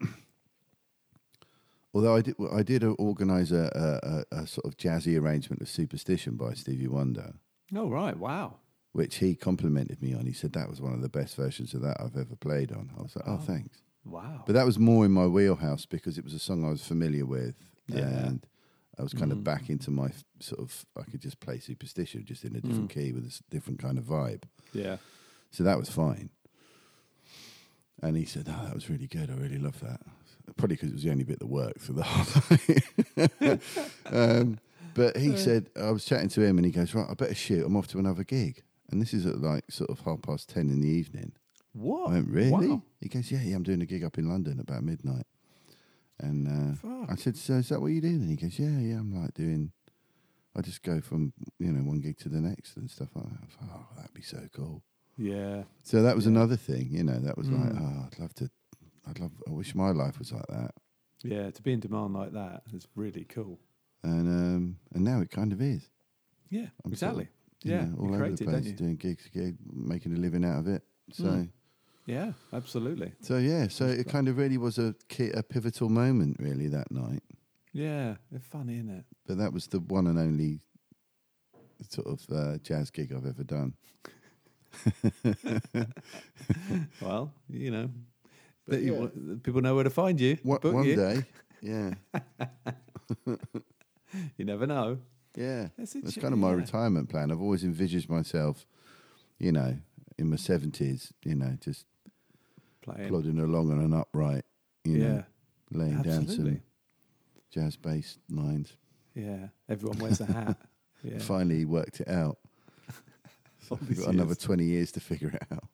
B: although I did, well, I did organise a, a, a, a sort of jazzy arrangement of Superstition by Stevie Wonder,
C: Oh right. Wow.
B: which he complimented me on. He said that was one of the best versions of that I've ever played on. I was like, oh, thanks.
C: Wow.
B: But that was more in my wheelhouse because it was a song I was familiar with,
C: Yeah.
B: and I was kind of back into my f- sort of. I could just play Superstition just in a different key with a s- different kind of vibe.
C: yeah.
B: So that was fine. And he said, "Oh, that was really good. I really love that." Probably because it was the only bit that worked for the whole night. um, but he said, I was chatting to him, and he goes, "Right, I better shoot. I'm off to another gig." And this is at like sort of half past 10 in the evening.
D: What?
B: I went, really?
D: Oh, Wow.
B: He goes, yeah, yeah, I'm doing a gig up in London about midnight. And uh, I said, so is that what you do? And he goes, yeah, yeah, I'm like doing, I just go from, you know, one gig to the next and stuff like that. I was like, oh, that'd be so cool.
D: Yeah. Mm.
B: So that was another thing, you know, that was like, oh, I'd love to, I'd love, I wish my life was like that.
D: Yeah. To be in demand like that is really cool.
B: And um, and now it kind of is.
D: Yeah.
B: I'm sort of,
D: exactly.
B: you
D: yeah.
B: know,
D: you
B: all over
D: create
B: the
D: it, don't
B: place,
D: you? Mm.
B: doing gigs, gig, making a living out of it. So,
D: Yeah. Absolutely.
B: so yeah, so it kind of really was a ki- a pivotal moment, really, that night.
D: Yeah. They're funny, isn't it?
B: But that was the one and only sort of uh, jazz gig I've ever done.
D: Well, you know, that you want- people know where to find you.
B: One,
D: book
B: one
D: you.
B: day, yeah,
D: You never know.
B: yeah,
D: That's
B: that's,
D: it,
B: kind of my
D: yeah.
B: retirement plan. I've always envisaged myself, you know, in my seventies, you know, just
D: Playing.
B: plodding along on an upright, you
D: yeah.
B: know, laying down
D: Absolutely.
B: some jazz bass lines.
D: Yeah. Everyone wears a hat. Yeah.
B: Finally worked it out.
D: All
B: We've
D: these
B: got another
D: years.
B: 20 years to figure it out.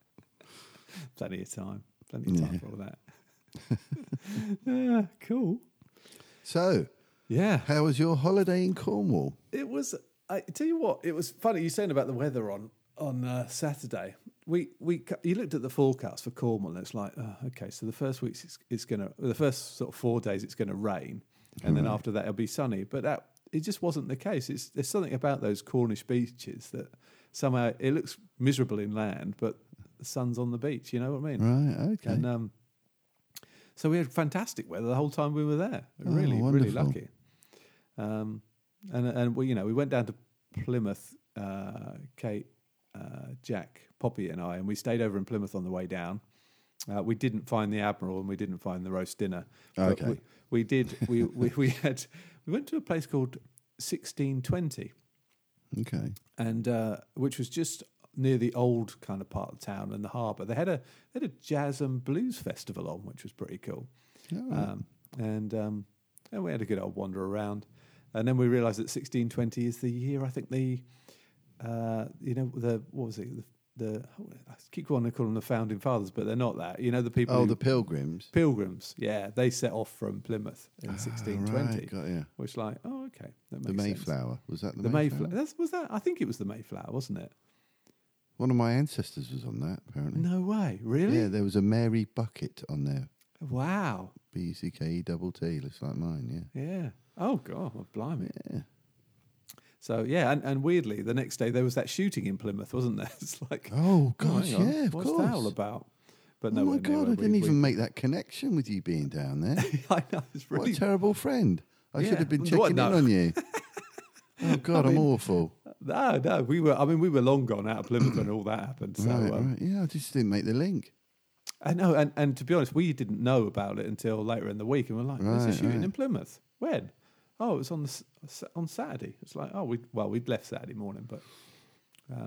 D: plenty of time. Plenty of time for all that. yeah, cool.
B: So,
D: Yeah.
B: how was your holiday in Cornwall?
D: It was. I tell you what, it was funny. You saying about the weather on on uh, Saturday. We we cu- you looked at the forecast for Cornwall, and it's like, oh, okay, so the first weeks it's, it's gonna, the first sort of four days it's gonna rain, and then after that it'll be sunny. But that it just wasn't the case. It's there's something about those Cornish beaches that somehow it looks miserable in land, but the sun's on the beach. You know what I mean?
B: Right, okay.
D: And um, so we had fantastic weather the whole time we were there.
B: Oh,
D: Really, really
B: wonderful.
D: lucky. Um, and and we, you know, we went down to Plymouth. Uh, Kate, uh, Jack, Poppy, and I, and we stayed over in Plymouth on the way down. Uh, we didn't find the Admiral, and we didn't find the roast dinner. but
B: Okay.
D: we, we did. We, we we had we went to a place called sixteen twenty
B: Okay.
D: and uh, which was just near the old kind of part of town and the harbour. They had a they had a jazz and blues festival on, which was pretty cool.
B: Oh,
D: Um, and um, and we had a good old wander around, and then we realised that sixteen twenty is the year I think the uh, you know the what was it the, the I keep wanting to call them the founding fathers, but they're not that. You know the people.
B: Oh,
D: who-
B: the pilgrims.
D: Pilgrims, yeah, they set off from Plymouth in
B: All
D: 1620.
B: Ah, right, got you.
D: Which, like, oh, okay, that makes
B: The
D: sense.
B: Mayflower. Was that the,
D: The
B: Mayflower?
D: Mayflower. That's, was that? I think it was the Mayflower, wasn't it?
B: One of my ancestors was on that, apparently.
D: No way, really?
B: Yeah, there was a Mary Bucket on there.
D: Wow.
B: B U C K E double T, looks like mine, yeah.
D: Yeah. Oh god, well, blimey.
B: Yeah.
D: So yeah, and, and weirdly, the next day there was that shooting in Plymouth, wasn't there? It's like,
B: Oh, gosh,
D: hang on,
B: yeah, of
D: what's
B: course.
D: that all about? But
B: oh,
D: no,
B: my
D: we're nowhere.
B: God, I
D: We-
B: didn't
D: we-
B: even make that connection with you being down there.
D: I know it's
B: What
D: really.
B: a terrible friend. I
D: Yeah.
B: should have been
D: What
B: checking in
D: no?
B: on you. oh, God, I'm awful.
D: no, no, we were. I mean, we were long gone out of Plymouth when all that happened. So
B: Right,
D: um,
B: right. Yeah, I just didn't make the link.
D: I know, and, and to be honest, we didn't know about it until later in the week, and we're like, "There's a
B: Right,
D: shooting
B: right.
D: in Plymouth. When? Oh, it was on the, s- s- on Saturday. It's like, oh, we well, we'd left Saturday morning, but um,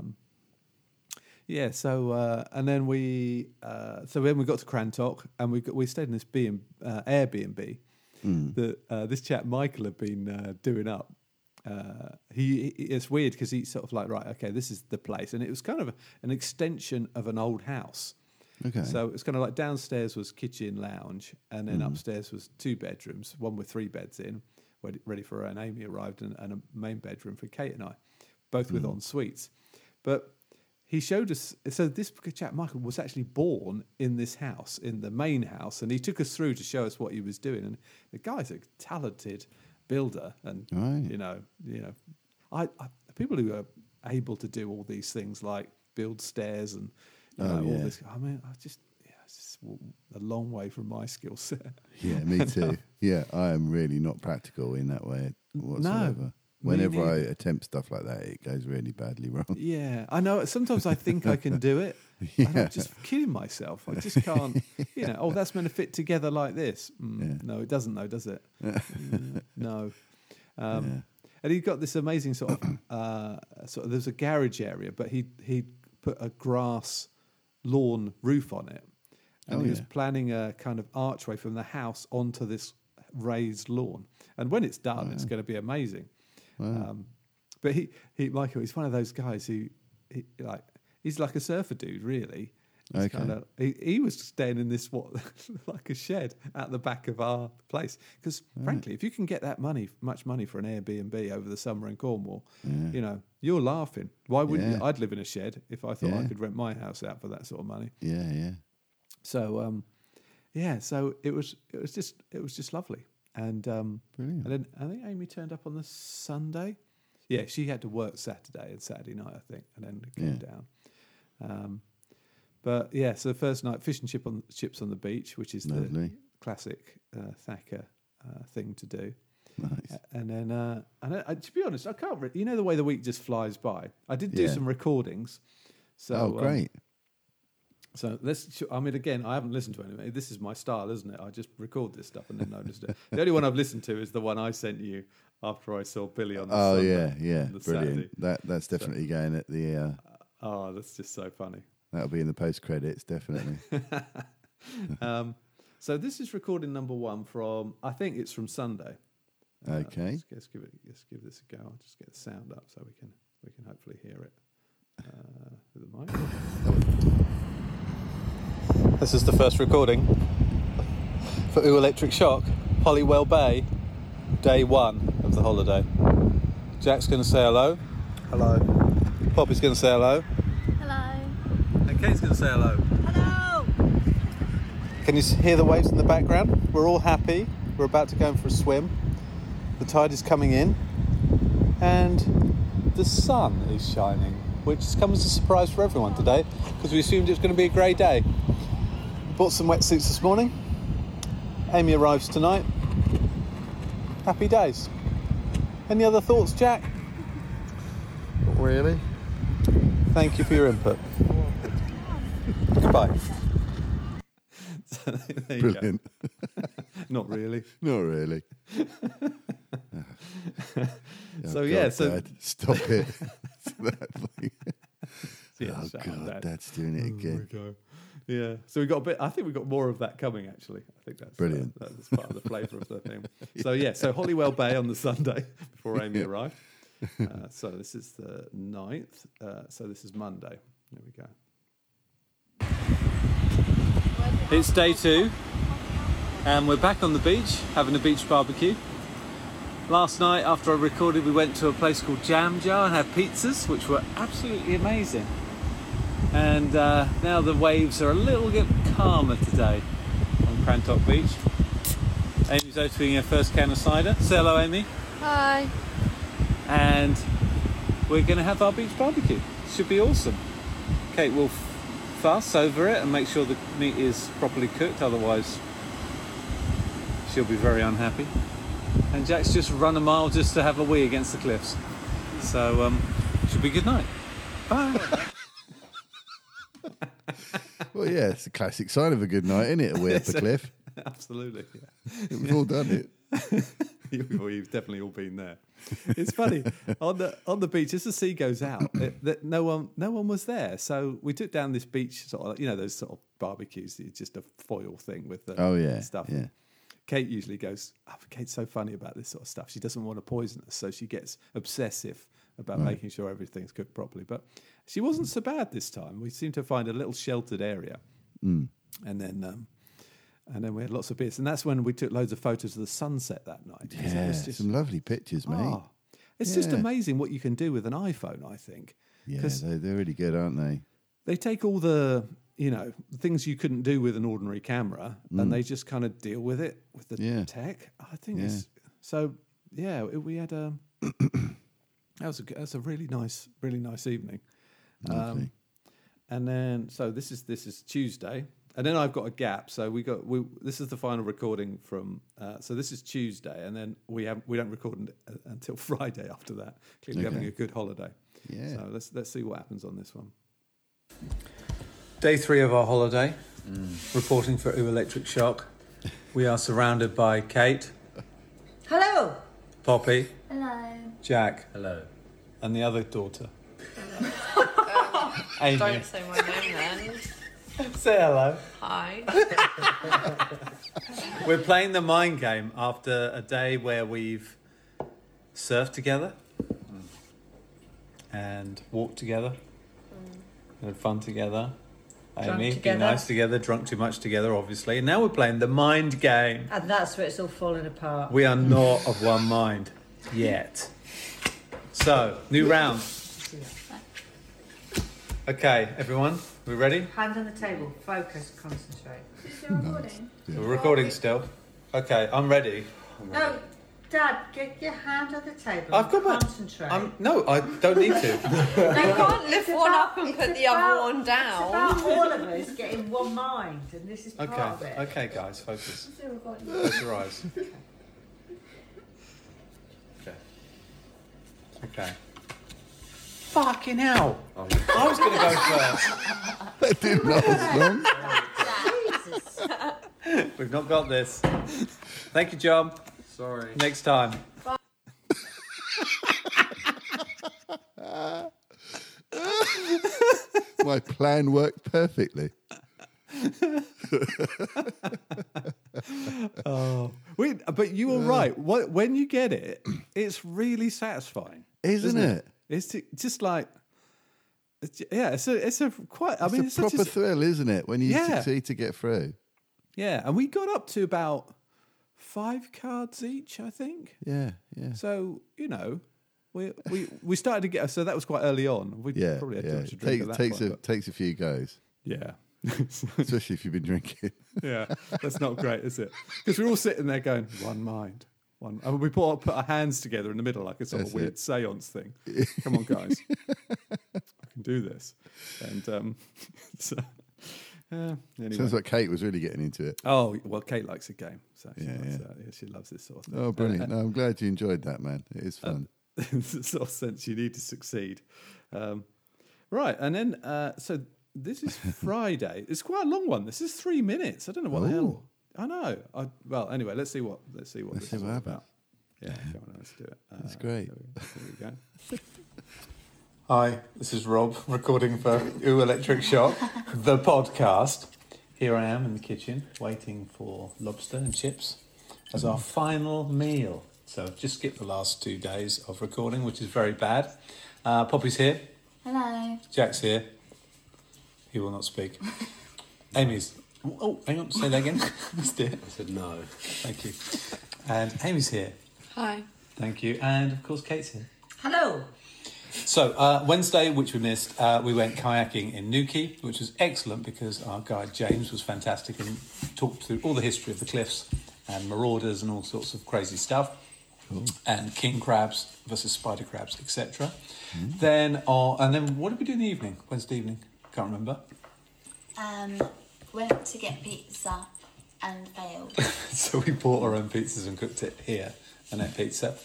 D: yeah. So uh, and then we uh, so then we got to Crantock, and we got, we stayed in this B and uh, Airbnb that uh, this chap Michael had been uh, doing up. Uh, he, he- it's weird because he's sort of like right, okay, this is the place, and it was kind of an extension of an old house.
B: Okay.
D: So it was kind of like downstairs was kitchen lounge, and then upstairs was two bedrooms, one with three beds in, ready- ready for her and Amy arrived, and, and a main bedroom for Kate and I, both with en suites. But he showed us. So this chap Michael was actually born in this house, in the main house, and he took us through to show us what he was doing. And the guy's a talented builder, and
B: Right.
D: you know, you know, I, I people who are able to do all these things like build stairs and you know, all
B: Oh, yeah.
D: this. I mean, I just yeah, it's just w- a long way from my skill set.
B: Yeah, me too. Yeah, I am really not practical in that way whatsoever.
D: me
B: Whenever I
D: neither.
B: attempt stuff like that, it goes really badly wrong.
D: yeah, I know. Sometimes I think I can do it. And
B: Yeah.
D: I'm just kidding myself. I just can't. You know, oh, that's meant to fit together like this. Mm,
B: Yeah.
D: No, it doesn't, though, does it? Mm, no. Um, And he got this amazing sort of uh, sort of there's a garage area, but he he put a grass lawn roof on it, and
B: Oh,
D: he was
B: yeah.
D: planning a kind of archway from the house onto this raised lawn. And when it's done, it's going to be amazing. Um, but he, he, Michael, he's one of those guys who, he, like, he's like a surfer dude, really. He's
B: Okay.
D: kinda- he, he was staying in this what like a shed at the back of our place because frankly, if you can get that money, much money for an Airbnb over the summer in Cornwall, you know, you're laughing. Why wouldn't
B: Yeah.
D: you? I'd live in a shed if I thought I
B: Yeah.
D: could rent my house out for that sort of money.
B: Yeah, yeah.
D: So um, yeah, so it was it was just it was just lovely. And um,
B: Brilliant.
D: And then I think Amy turned up on the Sunday. Yeah, she had to work Saturday and Saturday night, I think, and then came down. Um, but yeah, so the first night fish and chip on chips on the beach, which is the
B: Lovely.
D: classic uh, Thacker uh, thing to do.
B: Nice.
D: And then, uh, and I, I- to be honest, I can't. Re- you know the way the week just flies by. I did do
B: Yeah.
D: some recordings. So
B: oh,
D: um,
B: great.
D: so let's. I mean, again, I haven't listened to any. of it. This is my style, isn't it? I just record this stuff and then noticed it. The only one I've listened to is the one I sent you after I saw Billy on. the
B: oh,
D: Sunday,
B: yeah, yeah.
D: on the
B: Brilliant.
D: Saturday.
B: That That's definitely going at the, uh,
D: Oh, that's just so funny.
B: that'll be in the post credits, definitely.
D: Um, so this is recording number one from. I think it's from Sunday.
B: Okay.
D: Let's, let's give it. Let's give this a go. I'll just get the sound up so we can we can hopefully hear it. Uh, with the mic.
C: This is the first recording for Ooh Electric Shock, Hollywell Bay, day one of the holiday. Jack's going to say hello. Hello. Poppy's going to say hello.
E: Hello.
C: And Kate's going to say hello.
E: Hello.
C: Can you s- hear the waves in the background? We're all happy. We're about to go in for a swim. The tide is coming in, and the sun is shining, which has come as a surprise for everyone today because we assumed it was going to be a grey day. Bought some wetsuits this morning. Amy arrives tonight. Happy days. Any other thoughts, Jack?
B: Really?
C: Thank you for your input. Goodbye.
D: So there you go.
B: Brilliant.
D: Not really.
B: Not really. Oh,
D: so yeah.
B: God,
D: So
B: Dad, stop it. That thing.
D: yeah,
B: oh
D: shut up,
B: God,
D: Dad.
B: Dad's doing it again.
D: There we go. Oh Yeah. So we got a bit. I think we got more of that coming. Actually, I think that's uh,
B: Brilliant.
D: that- that's part of the flavour of the thing. So yeah. So Hollywell Bay on the Sunday before Amy arrived. Uh, so this is the 9th. Uh, so this is Monday. There we go.
C: It's day two, and we're back on the beach having a beach barbecue. Last night, after I recorded, we went to a place called Jam Jar and had pizzas, which were absolutely amazing. And uh, now the waves are a little bit calmer today on Crantock Beach. Amy's opening her first can of cider. Say hello, Amy.
E: Hi.
C: And we're going to have our beach barbecue. Should be awesome. Kate will f- fuss over it and make sure the meat is properly cooked, otherwise, she'll be very unhappy. And Jack's just run a mile just to have a wee against the cliffs. So, um, should be a good night.
B: Well, yeah, it's a classic sign of a good night, isn't it? Away up a cliff.
D: Absolutely. Yeah.
B: We've all done it.
D: you, well, you've definitely all been there. It's funny on the on the beach as the sea goes out it, that no one no one was there. So we took down this beach sort of you know those sort of barbecues. It's just a foil thing with the
B: Oh, yeah,
D: stuff.
B: yeah.
D: Kate usually goes. Oh, Kate's so funny about this sort of stuff. She doesn't want to poison us, so she gets obsessive about making sure everything's cooked properly. But she wasn't so bad this time. We seemed to find a little sheltered area, and then. Um, and then we had lots of beers, and that's when we took loads of photos of the sunset that night. 'cause that
B: Yeah,
D: was just-
B: some lovely pictures, mate.
D: Oh, it's just
B: Yeah.
D: amazing what you can do with an iPhone, I think.
B: yeah,
D: 'Cause
B: they, they're really good, aren't they?
D: they take all the, you know, things you couldn't do with an ordinary camera and they just kind of deal with it with the
B: Mm. Yeah.
D: tech. I think it's so yeah, it- we had a that was a g- that's a really nice really nice evening. Um, and then so this is this is Tuesday. And then I've got a gap, so we got we. This is the final recording from. Uh, so this is Tuesday, and then we have we don't record un- uh, until Friday after that. Clearly having a good holiday.
B: Yeah.
D: So let's let's see what happens on this one.
C: Day three of our holiday, reporting for Ooh Electric Shock. We are surrounded by Kate,
E: Hello.
C: Poppy,
E: Hello.
C: Jack. Hello. And the other daughter.
F: Don't say my name then.
C: Say hello.
F: Hi.
C: We're playing the mind game after a day where we've Mm. surfed together and walked together
G: had fun together.
H: Mm. Drunk
G: Amy,
H: together.
G: be nice together, drunk too much together, obviously. And now we're playing the mind game.
H: And that's where it's all falling apart.
G: We are not of one mind yet. So, new round. Okay, everyone, we ready?
H: Hand on the table, focus, concentrate.
E: Is there recording?
G: We're recording still. Okay, I'm ready.
H: No, Dad, get your hand on the table.
G: I've got my.
H: Concentrate.
G: I'm, no, I don't need to.
I: You can't lift
H: It's
I: one
H: about-
I: up and
H: it's
I: put the other
H: about-
I: one
H: It's
I: down.
H: about all of us getting one mind, and this is part
G: Okay,
H: of it.
G: okay, guys,
E: Is
G: focus.
E: there recording?
G: Close your eyes. Okay. Okay. Fucking hell! I was gonna go first.
B: That didn't last long.
H: Jesus.
G: We've not got this. Thank you, John. Sorry. Next time.
B: My plan worked perfectly.
D: We, but you
B: Uh.
D: were right. What, when you get it, it's really satisfying,
B: Isn't, it?
D: It's t- just like, it's, yeah, it's a, it's a quite. I mean,
B: It's
D: it's
B: a
D: such
B: proper
D: a,
B: thrill, isn't it? When you
D: Yeah.
B: succeed to get through.
D: yeah. And we got up to about five cards each, I think.
B: Yeah, yeah.
D: So you know, we we we started to get. So that was quite early on. We
B: Yeah,
D: probably had too
B: yeah.
D: much to drink
B: Take-
D: at that
B: takes
D: point,
B: a
D: but-
B: takes a few goes,
D: yeah.
B: especially if you've been drinking.
D: yeah, that's not great, is it? Because we're all sitting there going, one mind, one. And we put our, put our hands together in the middle like a sort
B: That's
D: of weird
B: it.
D: seance thing. Come on, guys, I can do this. And um, so, uh, anyway.
B: Sounds like Kate was really getting into it.
D: oh well, Kate likes a game, so she,
B: Yeah,
D: likes
B: yeah.
D: That. Yeah, she loves this sort of thing.
B: Oh, brilliant! No, I'm glad you enjoyed that, man. It is fun.
D: It's the sort of sense you need to succeed. Um, right, and then uh, so this is Friday. it's quite a long one. This is three minutes. I don't know what the hell. I know. I, well, anyway, let's see what let's see what
B: Let's
D: this
B: see
D: is
B: what
D: all
B: happens.
D: about. Yeah, come on, let's do it. Uh,
B: That's great.
D: there we go.
G: Hi, this is Rob, recording for Ooh Electric Shock, the podcast. Here I am in the kitchen, waiting for lobster and chips as our final meal. So I've just skipped the last two days of recording, which is very bad. Uh, Poppy's here.
E: Hello.
G: Jack's here. He will not speak. Amy's. Oh, hang on, say that again. Missed it. I said no. Thank you. And Amy's here.
I: Hi.
G: Thank you. And of course, Kate's here.
H: Hello.
G: So, uh, Wednesday, which we missed, uh, we went kayaking in Nuki, which was excellent because our guide James was fantastic and talked through all the history of the cliffs and marauders and all sorts of crazy stuff. And king crabs versus spider crabs, etc. Then, uh, and then, what did we do in the evening? Wednesday evening, can't remember.
E: Um, went to get pizza and failed.
G: so we bought our own pizzas and cooked it here and ate pizza.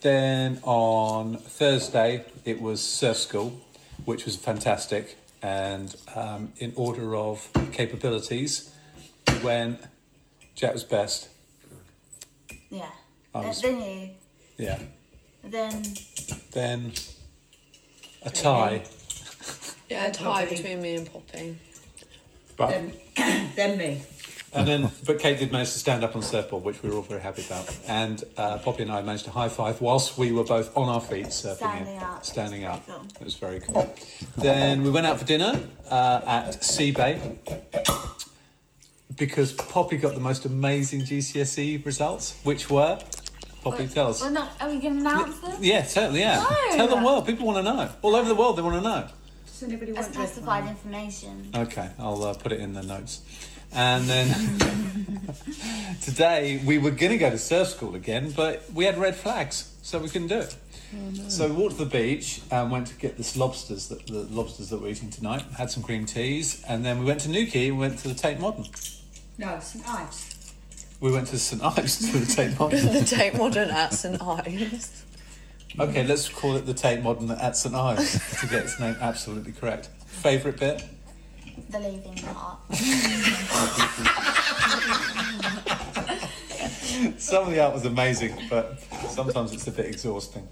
G: Then on Thursday it was surf school, which was fantastic. And um, in order of capabilities, when Jack was best,
E: Yeah.
G: I
E: Uh,
G: was-
E: Then you.
G: yeah.
E: Then
G: Then a tie,
I: Yeah, a tie between me and Poppy.
G: but
H: Then, then me.
G: And then, but Kate did manage to stand up on the surfboard, which we were all very happy about. And uh, Poppy and I managed to high five whilst we were both on our feet surfing,
E: Standing
G: in,
E: up.
G: standing up.
E: Cool.
G: It was very cool. then we went out for dinner uh, at Sea Bay because Poppy got the most amazing GCSE E results, which were Poppy tells.
E: Well, not, are we going to announce them?
G: Yeah, certainly. Yeah,
E: No.
G: tell the world. People want to know. All over the world, they want to know.
H: Does anybody
E: That's
H: want this?
E: classified information.
G: Okay, I'll uh, put it in the notes. And then today we were going to go to surf school again, but we had red flags, so we couldn't do it. So we walked to the beach and went to get this lobsters that the lobsters that we're eating tonight. Had some cream teas, and then we went to Newquay and went to the Tate Modern.
H: No, St Ives.
G: We went to St Ives to the Tate Modern.
I: the Tate Modern at St Ives.
G: Okay, let's call it the Tate Modern at St Ives to get its name absolutely correct. Favorite bit?
E: The leaving part.
G: Some of the art was amazing, but sometimes it's a bit exhausting.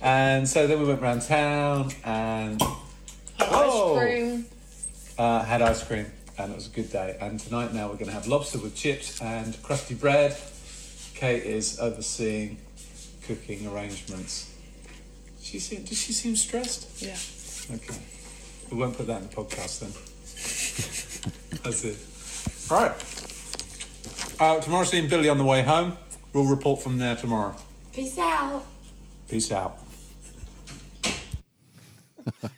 G: And so then we went round town and Oh!
I: Ice cream.
G: uh, had ice cream, and it was a good day. And tonight now we're going to have lobster with chips and crusty bread. Kate is overseeing cooking arrangements. She seem, does she seem stressed?
I: Yeah.
G: Okay. We won't put that in the podcast then. That's it. Right. Uh, tomorrow, seeing Billy on the way home. We'll report from there tomorrow.
E: Peace out.
G: Peace out.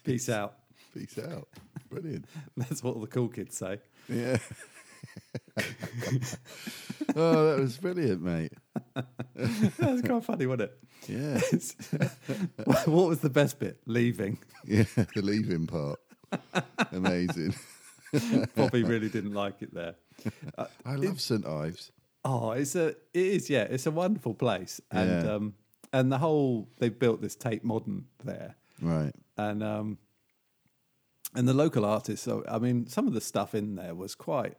C: Peace out.
B: Peace out. Brilliant.
C: That's what all the cool kids say.
B: Yeah. oh, that was brilliant, mate.
C: That was quite funny, wasn't it?
B: Yeah.
C: what what was the best bit? Leaving.
B: Yeah. The leaving part. Amazing.
C: Bobby really didn't like it there.
B: I love St. Ives.
C: Oh, it's a it is yeah, it's a wonderful place, and
B: Yeah.
C: um and the whole they built this Tate Modern there,
B: Right.
C: and um and the local artists. So I mean, some of the stuff in there was quite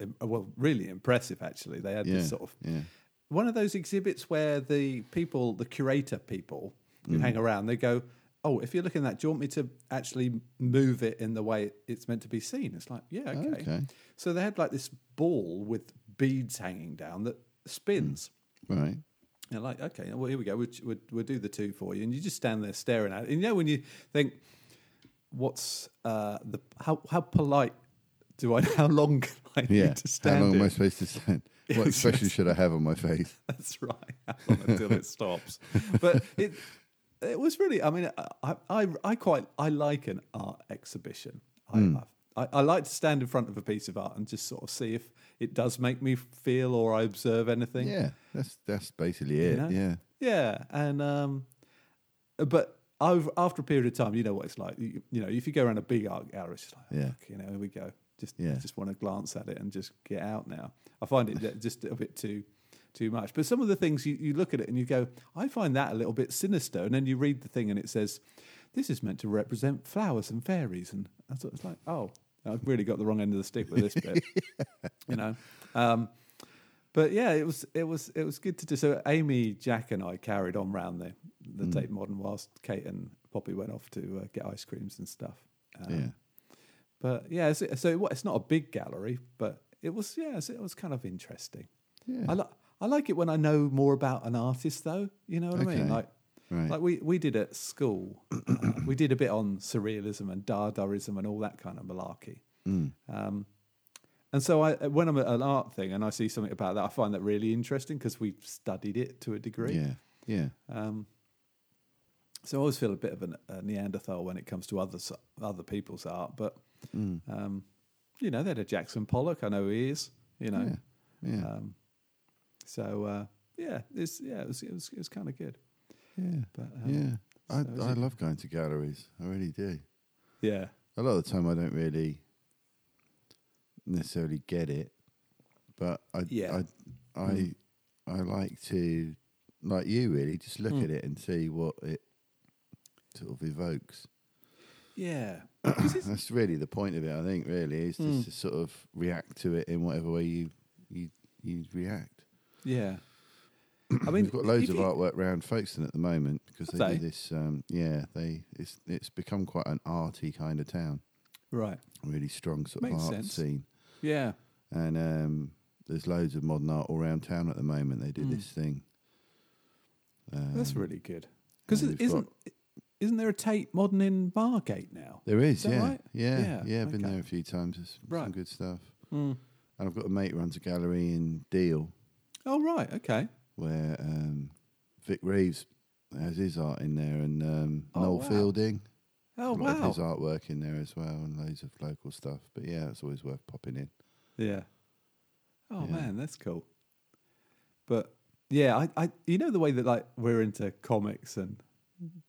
C: im- well, really impressive. Actually, they had
B: Yeah.
C: this sort of
B: Yeah.
C: one of those exhibits where the people, the curator people
B: Mm.
C: who hang around, they go, "Oh, if you're looking at that, do you want me to actually move it in the way it's meant to be seen?" It's like, "Yeah, okay."
B: Okay.
C: So they had like this ball with beads hanging down that spins.
B: Right.
C: And like, okay, well, here we go. We'll, we'll, we'll do the two for you, and you just stand there staring at it. And you know when you think, "What's uh, the how how polite do I? How long can I
B: Yeah.
C: need to
B: How
C: stand?"
B: long am I
C: in?"
B: supposed to stand? What expression should I have on my face?
C: That's right. How long until it stops? But it it was really. I mean, I I, I quite I like an art exhibition. I,
B: Hmm.
C: I I like to stand in front of a piece of art and just sort of see if it does make me feel or I observe anything.
B: Yeah. That's that's basically it.
C: know?
B: Yeah.
C: Yeah, and um, but over, after a period of time, you know what it's like. You, you know, if you go around a big art gallery, it's just like,
B: Yeah.
C: yeah, you know, here we go. Just,
B: Yeah.
C: just want to glance at it and just get out now. I find it that- just a bit too, too much. But some of the things you, you look at it and you go, I find that a little bit sinister. And then you read the thing and it says, this is meant to represent flowers and fairies. And I thought it's like, oh, I've really got the wrong end of the stick with this bit. You know. Um, but yeah, it was it was it was good to do. So Amy, Jack, and I carried on round the the Tate Modern whilst Kate and Poppy went off to uh, get ice creams and stuff. Um,
B: Yeah.
C: But yeah, so, so it, wa- it's not a big gallery, but it was yeah, so it was kind of interesting.
B: Yeah.
C: I like I like it when I know more about an artist, though. You know what I mean?
B: Okay.
C: Like
B: Right.
C: like we we did at school, uh, we did a bit on surrealism and Dadaism and all that kind of malarkey.
B: Mm.
C: Um, And so I, when I'm at an art thing and I see something about that, I find that really interesting because we've studied it to a degree.
B: Yeah. Yeah.
C: So I always feel a bit of an, a Neanderthal when it comes to other s- other people's art. But
B: Mm.
C: um, you know, they had a Jackson Pollock. I know he is. You know,
B: Yeah.
C: um, so uh, yeah, it's yeah, it was it was, it was kind of good.
B: yeah.
C: But um,
B: Yeah. I,
C: so is
B: I
C: it-
B: love going to galleries. I really do.
C: yeah,
B: a lot of the time I don't really necessarily get it, but I
C: Yeah. Mm.
B: I I, I like to like you really just look at it and see what it sort of evokes.
C: yeah,
B: That's really the point of it, I think. Really, is
C: Mm.
B: just to sort of react to it in whatever way you you you react.
C: yeah. I
B: We've
C: mean,
B: got loads
C: if
B: of
C: you-
B: artwork round Folkestone at the moment because they,
C: Have
B: do
C: they?
B: this. Um, yeah, they it's it's become quite an arty kind of town.
C: right?
B: Really strong sort
C: Makes
B: of art
C: sense.
B: scene.
C: Yeah,
B: and um, there's loads of modern art all around town at the moment. They do this thing.
C: Hmm.
B: Um,
C: that's really good because
B: and we've
C: isn't isn't there a Tate Modern in Margate now?
B: There is,
C: Is that
B: yeah,
C: right?
B: yeah, yeah,
C: Yeah,
B: I've been
C: okay.
B: there a few times. There's some
C: Right. Hmm.
B: good stuff. And I've got a mate who runs a gallery in Deal
C: Oh right, okay.
B: where um, Vic Reeves has his art in there, and um,
C: Oh,
B: Noel
C: wow.
B: Fielding. a
C: Oh
B: lot of
C: wow.
B: his artwork in there as well, and loads of local stuff. But yeah, it's always worth popping in.
C: Yeah. Oh man, that's cool. But yeah, I, I you know the way that like we're into comics and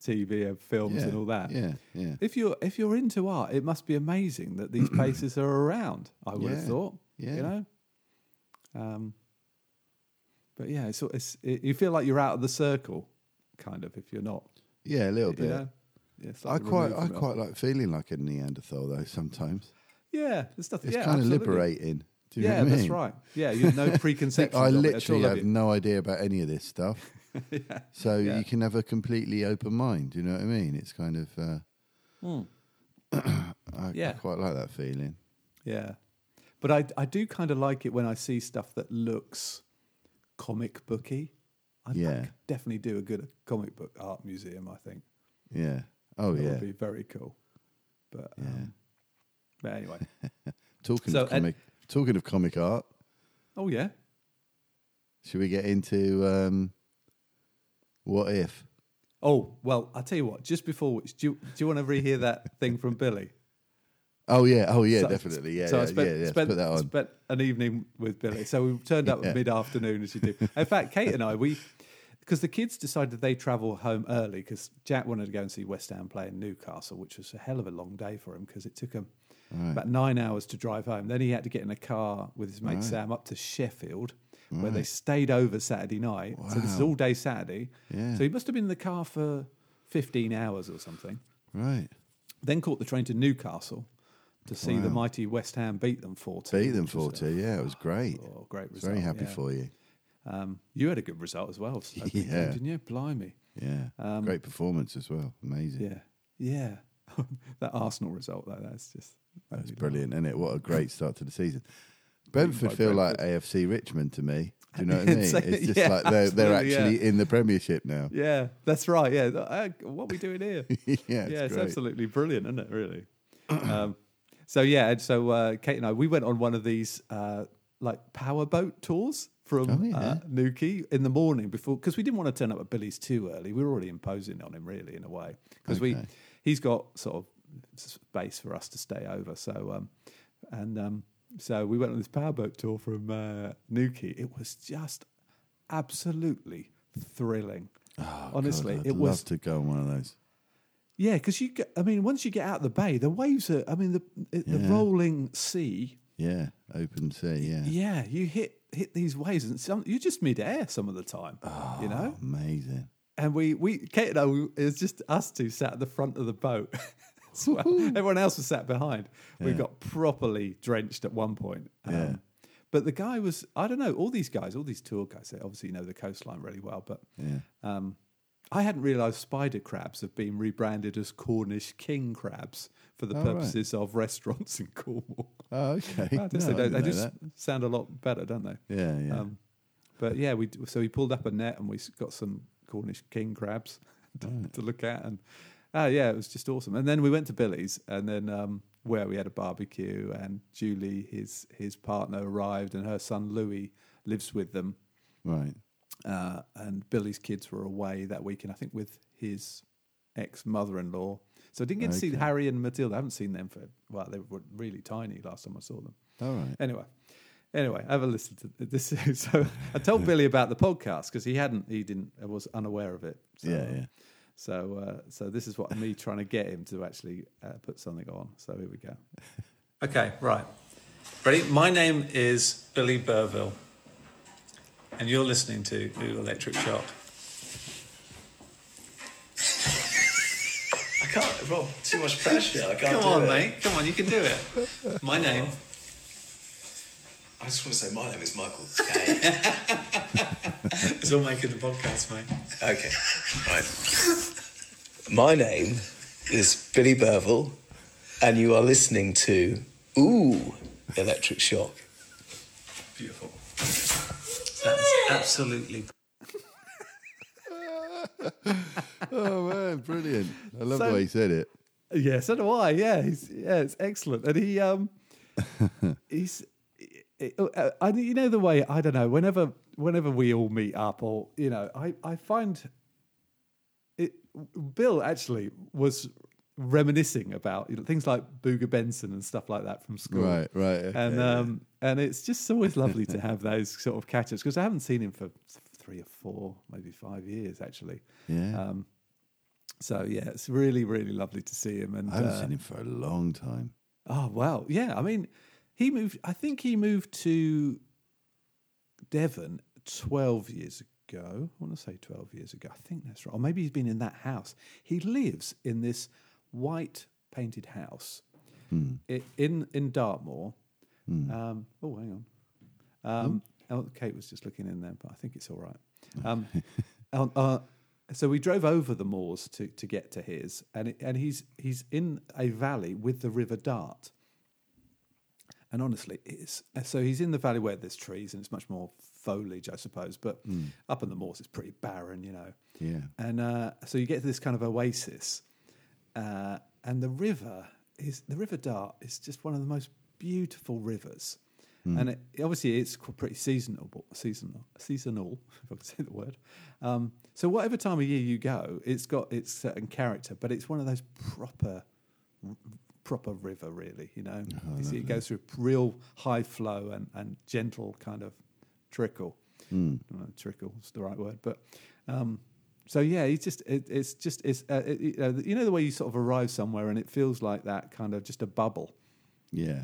C: TV and films
B: Yeah,
C: and all that.
B: yeah, yeah,
C: If you're if you're into art, it must be amazing that these places are around. I would
B: Yeah,
C: have thought.
B: yeah.
C: You know. Um. But yeah, it's, it's it, you feel like you're out of the circle, kind of. If you're not,
B: yeah, a little
C: you
B: bit.
C: know. Yeah, it's
B: I
C: like
B: quite,
C: removed
B: I
C: from it.
B: quite like feeling like a Neanderthal though. Sometimes
C: Yeah, there's nothing.
B: it's
C: yeah,
B: kind
C: absolutely.
B: of liberating. Do you know
C: Yeah,
B: what I
C: that's
B: mean?
C: right. Yeah, you have no preconceptions.
B: I
C: of it at all,
B: literally
C: have
B: have
C: you?
B: no idea about any of this stuff. So
C: yeah.
B: you can have a completely open mind. You know what I mean? It's kind of. Uh, I, I
C: Hmm. Yeah.
B: quite like that feeling.
C: Yeah. But I, I do kind of like it when I see stuff that looks comic booky. I, I
B: Yeah.
C: could definitely do a good comic book art museum, I think.
B: Yeah. Oh
C: That
B: yeah.
C: would be very cool. But um, but anyway,
B: Talking
C: So,
B: of
C: and-
B: comic, talking of comic art,
C: oh yeah,
B: should we get into um, what if?
C: oh well. I tell you what. Just before which, do you, do you want to rehear that thing from Billy?
B: Oh yeah, oh yeah,
C: So-
B: definitely, yeah,
C: so I
B: yeah,
C: spent,
B: yeah, yeah.
C: spent-
B: Put that on.
C: spent an evening with Billy. So we turned up
B: Yeah.
C: mid afternoon as you do. In fact, Kate and I, we because the kids decided they travel home early because Jack wanted to go and see West Ham play in Newcastle, which was a hell of a long day for him because it took him about nine hours to drive home. Then he had to get in a car with his mate Sam up to Sheffield. Where they stayed over Saturday night, so this is all day Saturday.
B: Yeah.
C: So he must have been in the car for fifteen hours or something
B: right,
C: then caught the train to Newcastle to see the mighty West Ham beat them 40.
B: beat them four two. Yeah, it was great.
C: Oh, great result.
B: Very happy
C: yeah.
B: for you.
C: Um, you had a good result as well. so-
B: Yeah.
C: Didn't you? Blimey.
B: Yeah, great performance as well. Amazing.
C: Um, Yeah. Yeah. that Arsenal result, though, that's just.
B: That's brilliant, isn't it? What a great start to the season. Brentford feel like AFC Richmond to me. Do you know what I mean?
C: It's like-
B: It's just
C: yeah,
B: like they're, they're
C: absolutely, yeah.
B: actually in the Premiership now.
C: Yeah, that's right. Yeah. Uh, what are we doing here?
B: Yeah, it's
C: yeah, it's
B: great.
C: absolutely brilliant, isn't it? Really. um, so yeah, and so uh, Kate and I, we went on one of these uh, like powerboat tours from
B: Oh, yeah.
C: uh, Nuki in the morning before because we didn't want to turn up at Billy's too early. We were already imposing on him really in a way because we
B: Okay.
C: he's got sort of space for us to stay over. So um, and um, so we went on this powerboat tour from uh, Nuki. It was just absolutely thrilling. Honestly,
B: Oh, God, I'd
C: it was
B: love to go on one of those.
C: yeah, because you. Get, I mean, once you get out of the bay, the waves are. I mean, the it- the
B: Yeah.
C: rolling sea.
B: Yeah, open sea. Yeah,
C: Yeah, you hit hit these waves, and some you're just mid air some of the time.
B: Ah.
C: you know,
B: amazing.
C: and we we Kate and I we, it was just us two sat at the front of the boat. as well. Everyone else was sat behind. We got properly drenched at one point. Um,
B: Yeah.
C: But the guy was, I don't know, all these guys, all these tour guys, they obviously know the coastline really well. But
B: Yeah.
C: um, I hadn't realised spider crabs have been rebranded as Cornish king crabs for the
B: Oh, right.
C: purposes of restaurants in Cornwall.
B: Oh, okay.
C: I guess
B: No,
C: they,
B: I
C: don't, they
B: didn't know
C: just
B: that.
C: sound a lot better, don't they?
B: Yeah, yeah.
C: Um, but yeah, we so we pulled up a net and we s- got some Cornish king crabs to, to look at, and ah, yeah, it was just awesome. And then we went to Billy's, and then um, where we had a barbecue, and Julie, his his partner, arrived, and her son Louis lives with them,
B: right.
C: uh, and Billy's kids were away that weekend, I think, with his ex mother in law. So I didn't get to see Harry and Matilda. I haven't seen them for well, they were really tiny last time I saw them.
B: All right.
C: Anyway, anyway, have a listen to this. So I told Billy about the podcast because he hadn't, he didn't, I was unaware of it. So,
B: Yeah, yeah.
C: So, uh, so this is what me trying to get him to actually uh, put something on. So here we go.
J: Okay, right. Ready? My name is Billy Burville, and you're listening to Ooh, Electric Shock. I can't,
K: Oh,
J: Rob, too much pressure. I can't Come on, mate. Come on, you can do it. My name.
K: I just want to say my name is Michael K.
J: It's all making the podcast, mate.
K: okay. Right. My name is Billy Burville, and you are listening to Ooh Electric Shock.
J: Beautiful. That's absolutely
B: Oh man, brilliant! I love
C: So-
B: the way he said it.
C: Yeah, so do I. Yeah, he's, yeah, it's excellent. And he, um, he's, it, uh, I, you know, the way I don't know. Whenever, whenever we all meet up, or you know, I, I find it. Bill actually was reminiscing about you know, things like Booger Benson and stuff like that from school.
B: Right, right.
C: And
B: okay,
C: um, and it's just always lovely to have those sort of catch ups because I haven't seen him for three or four, maybe five years actually.
B: yeah.
C: Um, so yeah, it's really, really lovely to see him. And
B: I haven't
C: uh,
B: seen him for a long time.
C: oh wow, yeah. I mean, he moved. I think he moved to Devon twelve years ago. I want to say twelve years ago. I think that's right. Or maybe he's been in that house. He lives in this white painted house
B: Hmm.
C: i in in Dartmoor. Um, oh, hang on. Um, oh, Kate was just looking in there, but I think it's all
B: Oh,
C: right. Um, on- uh, so we drove over the moors to, to get to his, and it, and he's he's in a valley with the River Dart. And honestly, it's so he's in the valley where there's trees and it's much more foliage, I suppose. But up in the moors, it's pretty barren, you know.
B: Yeah.
C: And uh, so you get to this kind of oasis, uh, and the river is the River Dart is just one of the most beautiful rivers, and it, obviously it's qu- pretty seasonable, seasonal, seasonal, if I can say the word. Um, so whatever time of year you go, it's got its certain character, but it's one of those proper, r- proper river, really. You know, you see, it goes through real high flow and, and gentle kind of trickle. Don't know if trickle's the right word, but um, so yeah, it's just it, it's just it's uh, it, you, know, you know the way you sort of arrive somewhere and it feels like that kind of just a bubble
B: Yeah.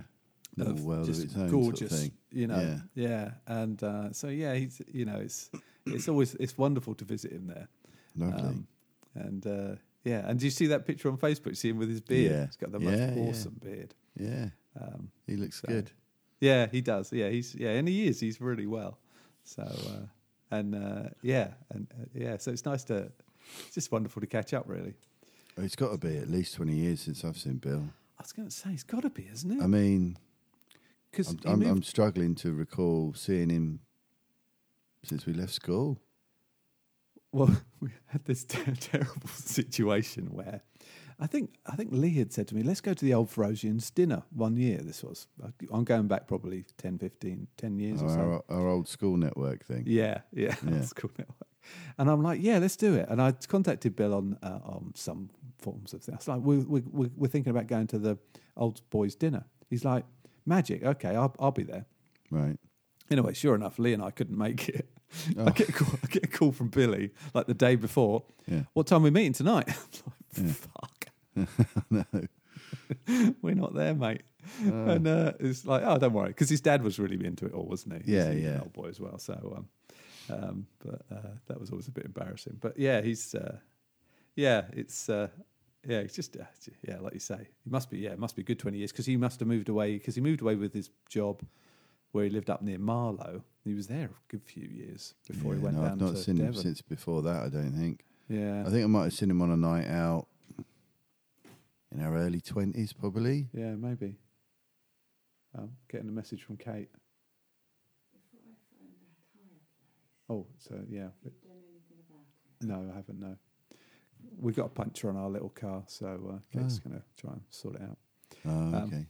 B: Little
C: of
B: world of
C: just
B: its own.
C: gorgeous,
B: Sort of thing.
C: you know,
B: Yeah.
C: yeah, and uh, so yeah, he's you know it's it's always it's wonderful to visit him there,
B: Lovely.
C: um, and uh, yeah, and do you see that picture on Facebook? You see him with his beard.
B: Yeah.
C: He's got the
B: Yeah,
C: most
B: yeah.
C: awesome beard.
B: yeah.
C: um,
B: he looks good.
C: Yeah, he does. Yeah, he's yeah, and he is. He's really well. So uh, and uh, yeah, and uh, yeah, so it's nice to. It's just wonderful to catch up, really.
B: It's Oh, got to be at least 20 years since I've seen Bill.
C: I was going to say, it's got to be, isn't
B: I
C: it?
B: mean,
C: Because
B: I'm, I'm, I'm struggling to recall seeing him since we left school.
C: well, we had this ter- terrible situation where I think I think Lee had said to me, "Let's go to the old Frosians dinner one year." This was I'm going back probably 10, 15, 10 years or so.
B: Our, our old school network thing.
C: Yeah, yeah, that's cool network. And I'm like, yeah, let's do it. And I contacted Bill on uh, on some forms of things. Like, we're, we're, we're thinking about going to the old boys' dinner. He's like, magic. Okay, I'll, I'll be there.
B: Right.
C: Anyway, sure enough, Lee and I couldn't make it.
B: Oh.
C: I, get a call, I get a call from Billy like the day before.
B: Yeah.
C: What time are we meeting tonight? I'm like, fuck. We're not there, mate.
B: Oh.
C: and uh, it's like, oh, don't worry, because his dad was really into it all, wasn't he? He's-
B: Yeah,
C: he's
B: yeah.
C: An old boy as well. So, um, um, but uh, that was always a bit embarrassing. But yeah, he's, uh, yeah, it's, uh, yeah, it's just, uh, j- yeah, like you say, it must be, yeah, it must be a good twenty years because he must have moved away because he moved away with his job where he lived up near Marlow. He was there a good few years before he
B: Yeah,
C: went
B: no,
C: down
B: I've not
C: to
B: seen
C: Devon.
B: him since before that, I don't think.
C: Yeah,
B: I think I might have seen him on a night out in our early 20s, probably.
C: yeah, maybe. Um, getting a message from Kate. Oh, so yeah. but- No, I haven't. No, we got a puncture on our little car, so uh, Kate's going to try and sort it out.
B: Oh, okay.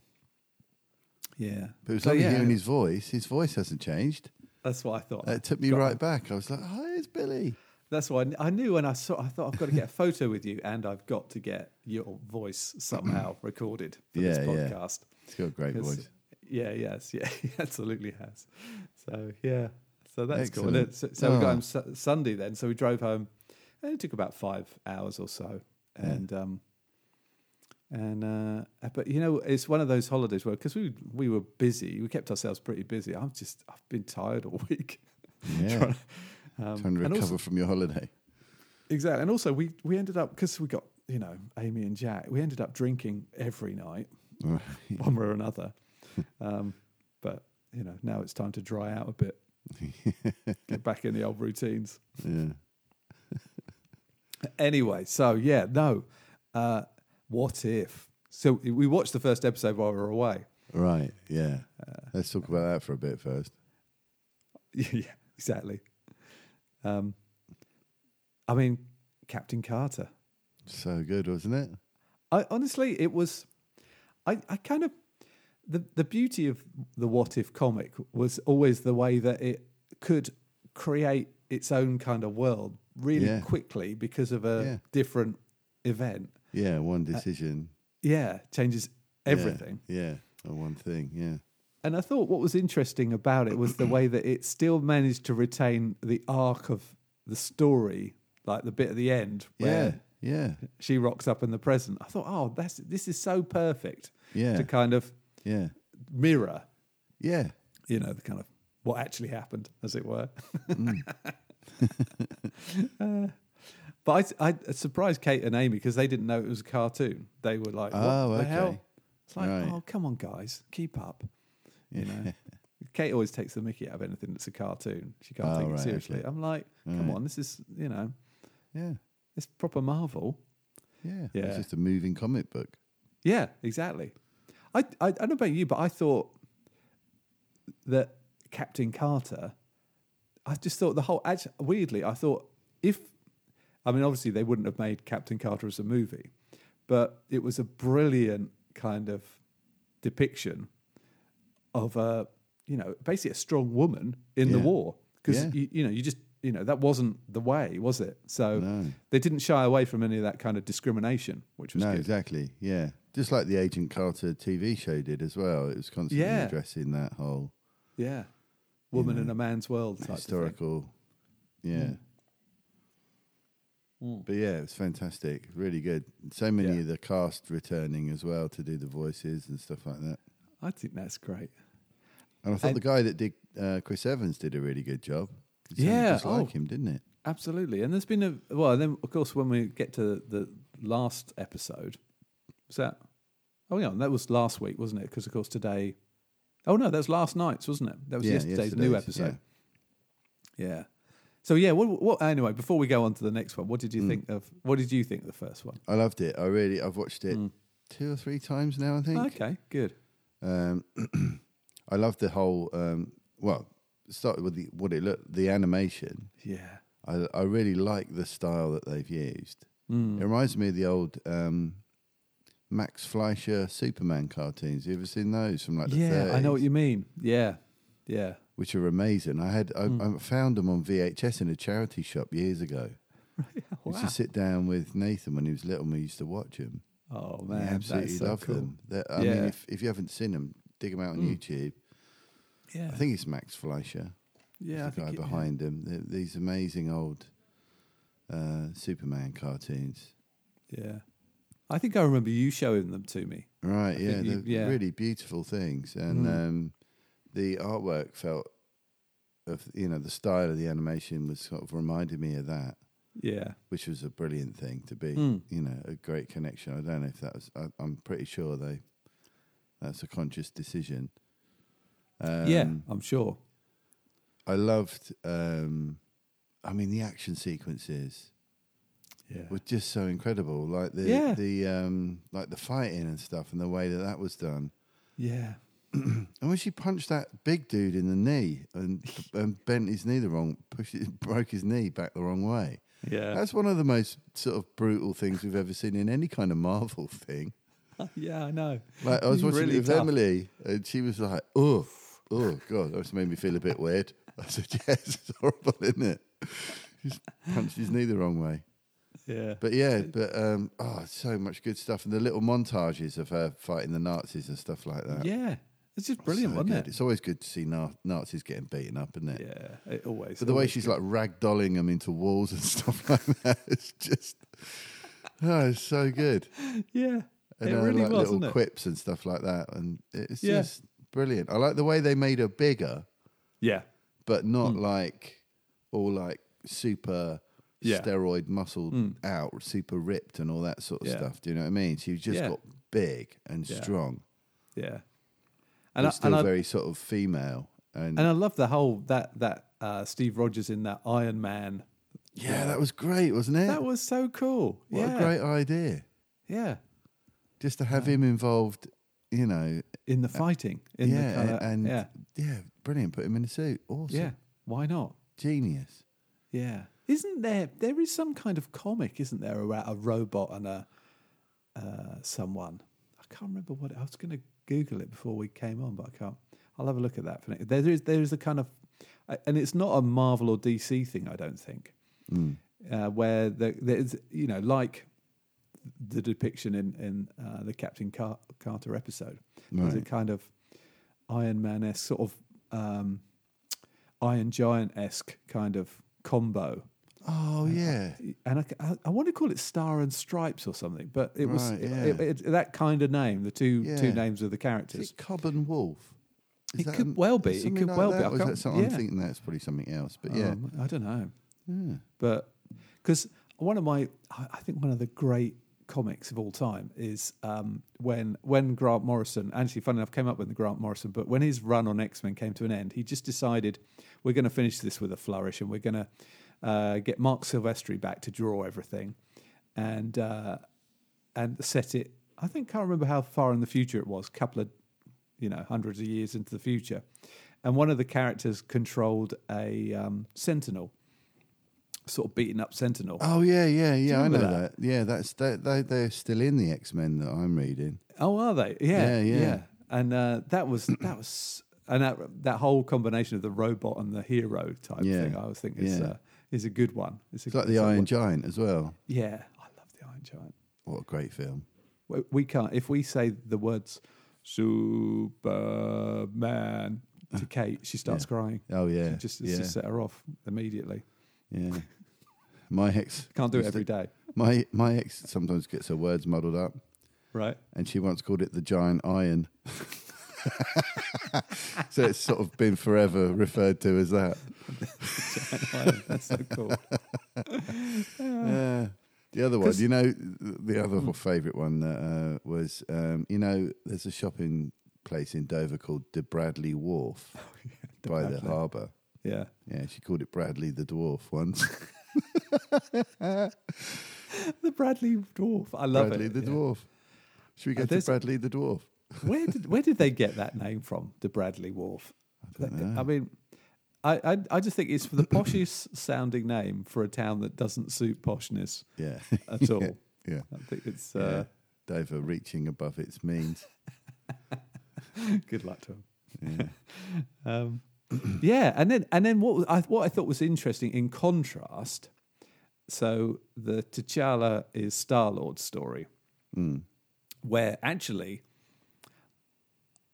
C: Yeah,
B: But it was
C: Um, So,
B: lovely
C: yeah,
B: hearing his voice. His voice hasn't changed.
C: That's what I thought.
B: It took me
C: Got-
B: right back. I was like, "Hi, it's Billy."
C: That's why I, kn- I knew when I saw. I thought I've got to get a photo with you, and I've got to get your voice somehow recorded for this
B: Yeah, yeah.
C: podcast.
B: He's got a great
C: 'Cause-
B: voice.
C: Yeah, yes, yeah, he absolutely has. So yeah, so that's cool.
B: Excellent.
C: And So, so we
B: Oh.
C: got home su- Sunday then. So we drove home, and it took about five hours or so. And um, and uh, but you know, it's one of those holidays where because we we were busy, we kept ourselves pretty busy. I'm just I've been tired all week.
B: Yeah, trying, to
C: um, and
B: recover
C: also-
B: from your holiday.
C: Exactly. And also, we, we ended up, because we got, you know, Amy and Jack, we ended up drinking every night, one way or another. Um, but, you know, now it's time to dry out a bit, get back in the old routines.
B: Yeah,
C: Anyway, so yeah, no. Uh, what if? So we watched the first episode while we were away.
B: right. Yeah, Uh, let's talk about that for a bit first.
C: yeah, exactly. Um, I mean, Captain Carter.
B: So good, wasn't it?
C: I honestly, it was. I, I kind of the the beauty of the what if comic was always the way that it could create its own kind of world really
B: Yeah.
C: quickly because of a
B: Yeah.
C: different event.
B: Yeah, one decision.
C: Yeah, changes
B: Yeah,
C: Uh, everything.
B: Yeah, or one thing. Yeah,
C: And I thought what was interesting about it was the way that it still managed to retain the arc of the story, like the bit at the end where
B: yeah, yeah,
C: she rocks up in the present. I thought, oh, that's this is so perfect
B: Yeah.
C: to kind of
B: yeah,
C: mirror
B: yeah.
C: you know, the kind of what actually happened, as it were. Uh, but I, I surprised Kate and Amy because they didn't know it was a cartoon. They were like, "What
B: Oh,
C: the
B: okay.
C: hell?" It's like,
B: Right.
C: "Oh, come on, guys, keep up." You know, Kate always takes the Mickey out of anything that's a cartoon. She can't
B: Oh,
C: take
B: right,
C: it seriously.
B: okay.
C: I'm like, "Come on, this is you know,
B: Yeah,
C: it's proper Marvel."
B: yeah. It's
C: Yeah.
B: just a moving comic book.
C: Yeah, exactly. I, I, I don't know about you, but I thought that Captain Carter. I just thought the whole. Actually, weirdly, I thought if, I mean, obviously they wouldn't have made Captain Carter as a movie, but it was a brilliant kind of depiction of a you know basically a strong woman in the
B: Yeah.
C: war because
B: Yeah.
C: you, you know you just you know that wasn't the way was it so they didn't shy away from any of that kind of discrimination which was
B: No,
C: good.
B: exactly. Yeah. Just like the Agent Carter TV show did as well. It was constantly
C: Yeah.
B: addressing that whole
C: yeah woman in a man's world type of thing.
B: historical. Yeah.
C: Hmm.
B: But yeah, it was fantastic. Really good. So many of the cast returning as well to do the voices and stuff like that.
C: i think that's great
B: And I thought
C: And-
B: the guy that did uh, Chris Evans did a really good job. It sounded
C: Yeah,
B: just like
C: oh.
B: him, didn't it?
C: Absolutely. And there's been a well, and then of course when we get to the last episode, was that Oh yeah, that was last week, wasn't it? Because of course today Oh no, that was last night's, wasn't it? That was
B: Yeah,
C: yesterday's, new
B: yesterday's,
C: episode. Yeah. So yeah, what, what anyway, before we go on to the next one, what did
B: Mm.
C: you think of what did you think of the first one?
B: I loved it. I really, I've watched it two or three times now. I think.
C: Hmm. Okay, good.
B: Um, I love the whole. Um, well, it started with the, what it looked, the animation.
C: Yeah.
B: I, I really like the style that they've used.
C: Mm.
B: It reminds me of the old um, Max Fleischer Superman cartoons. You ever seen those from like the
C: yeah,
B: 30s?
C: I know what you mean. Yeah. Yeah.
B: Which are amazing. I had I,
C: Mm.
B: I found them on VHS in a charity shop years ago. I used
C: Wow.
B: to sit down with Nathan when he was little and we used to watch him.
C: Oh
B: I
C: man,
B: absolutely
C: that's so
B: love
C: cool.
B: them. They're- I mean,
C: Yeah. Mm.
B: if, if you haven't seen them, dig them out on YouTube.
C: Yeah.
B: I think it's Max Fleischer,
C: yeah, I
B: the guy
C: think it-
B: behind them. They're- these amazing old uh, Superman cartoons.
C: Yeah. I think I remember you showing them to me.
B: Right, yeah,
C: think you-
B: they're
C: yeah. Mm.
B: really beautiful things, and um, the artwork felt of you know the style of the animation was sort of reminded me of that,
C: Yeah.
B: which was a brilliant thing to be,
C: Mm.
B: you know, a great connection. I don't know if that was, I, I'm pretty sure they, that's a conscious decision. Um,
C: yeah, I'm sure.
B: I loved. Um, I mean, the action sequences
C: Yeah.
B: were just so incredible, like the
C: Yeah.
B: the um, like the fighting and stuff, and the way that that was done.
C: Yeah.
B: And when she punched that big dude in the knee and, and bent his knee the wrong, pushed it, broke his knee back the wrong way.
C: Yeah.
B: That's one of the most sort of brutal things we've ever seen in any kind of Marvel thing.
C: yeah, I know.
B: Like I was watching
C: Really
B: it with
C: tough.
B: Emily, and she was like, "Oh, oh, god, that's made me feel a bit weird." I said, "Yes, it's horrible, isn't it?" He's punched his knee the wrong way.
C: Yeah.
B: But yeah, but um, oh, so much good stuff, and the little montages of her fighting the Nazis and stuff like that.
C: yeah. It's just brilliant,
B: So
C: wasn't
B: good.
C: it?
B: It's always good to see Na- Nazis getting beaten up, isn't it?
C: Yeah. It always.
B: But the way
C: always-
B: she's like ragdolling them into walls and stuff like that, it's just, oh, it's so good.
C: Yeah.
B: And
C: it
B: her,
C: really
B: like
C: was,
B: little
C: wasn't it?
B: quips and stuff like that. And it's
C: Yeah.
B: just brilliant. I like the way they made her bigger,
C: Yeah.
B: but
C: Mm.
B: not like all like super
C: Yeah. Mm.
B: steroid muscled out, super ripped and all that sort of
C: Yeah.
B: stuff. Do you know what I mean? She just
C: Yeah.
B: got big and
C: Yeah.
B: strong,
C: Yeah.
B: and
C: And I,
B: but still
C: and, I,
B: very sort of female. And,
C: and I love the whole that that uh, Steve Rogers in that Iron Man.
B: yeah, that was great, wasn't it?
C: That was so cool.
B: What
C: yeah.
B: a great idea.
C: Yeah.
B: Just to have him involved, you know.
C: In the fighting. In
B: yeah,
C: the kind of,
B: and
C: yeah.
B: yeah. brilliant. Put him in a suit. Awesome.
C: Yeah. Why not?
B: Genius.
C: Yeah. Isn't there there is some kind of comic, isn't there, about a robot and a uh, someone? I can't remember what it, I was going to Google it before we came on, but I can't. I'll have a look at that for next. There is there is a kind of, uh, and it's not a Marvel or DC thing, I don't think, uh, where the, there's you know like the depiction in in uh, the Captain Car- Carter episode. There's a kind of Iron Man esque sort of um, Iron Giant esque kind of combo
B: Oh yeah.
C: and uh, I, I, I want to call it Star and Stripes or something, but it was
B: Right,
C: it-
B: yeah.
C: it, it- that kind of name, the two
B: Yeah.
C: two names of the
B: Is
C: characters.
B: it Cobb and Wolf?
C: It could well be. It
B: something
C: could well
B: that?
C: be. I
B: Or is
C: can't-
B: that something?
C: yeah.
B: I'm thinking that's probably something else. But yeah,
C: Um, I don't know, but because one of my, I I think one of the great comics of all time is um, when when Grant Morrison. Actually, funny enough, came up with the Grant Morrison, but when his run on X Men came to an end, he just decided we're going to finish this with a flourish, and we're going to uh, get Mark Silvestri back to draw everything, and. Uh, and set it. I think can't remember how far in the future it was. Couple of, you know, hundreds of years into the future, and one of the characters controlled a um, sentinel. sort of beating up Sentinel.
B: Oh yeah, yeah, yeah. I know
C: remember
B: that? Yeah, that's they, they. They're still in the X Men that I'm reading.
C: Oh, are they?
B: Yeah,
C: Yeah,
B: yeah.
C: And uh, that was that was and that that whole combination of the robot and the hero type
B: Yeah,
C: thing. I was thinking is
B: yeah.
C: uh, is a good one. It's, a,
B: It's like the
C: it's a-
B: Iron Giant as well.
C: Yeah, I love the Iron Giant.
B: What a great film.
C: We, we can't if we say the words Superman to Kate, she starts crying.
B: Oh Uh-huh. yeah,
C: It just, it's
B: yeah,
C: just set her off immediately.
B: yeah. My ex
C: Can't do it
B: used to-
C: every day,
B: My my ex sometimes gets her words muddled up,
C: right?
B: and she once called it the giant iron. so it's sort of been forever referred to as that.
C: That's so cool.
B: Yeah. The other one, you know, the other favourite one uh, was, um, you know, there's a shopping place in Dover called De Bradley Wharf
C: Oh,
B: by the harbour.
C: Yeah.
B: Yeah, she called it Bradley the Dwarf once.
C: The Bradley Dwarf. I love
B: Bradley
C: it.
B: the
C: yeah.
B: Dwarf. Should we go
C: Uh,
B: to
C: there's-
B: Bradley the Dwarf?
C: where did where did they get that name from? The Bradley Wharf. I, mean, I, I I just think it's for the poshest sounding name for a town that doesn't suit poshness
B: Yeah.
C: at all.
B: yeah.
C: I think it's
B: yeah.
C: uh,
B: Dover reaching above its means.
C: good luck to them. Yeah. um, yeah, and then and then what was- I what I thought was interesting in contrast. So the T'Challa is Star Lord story,
B: Hmm.
C: where actually,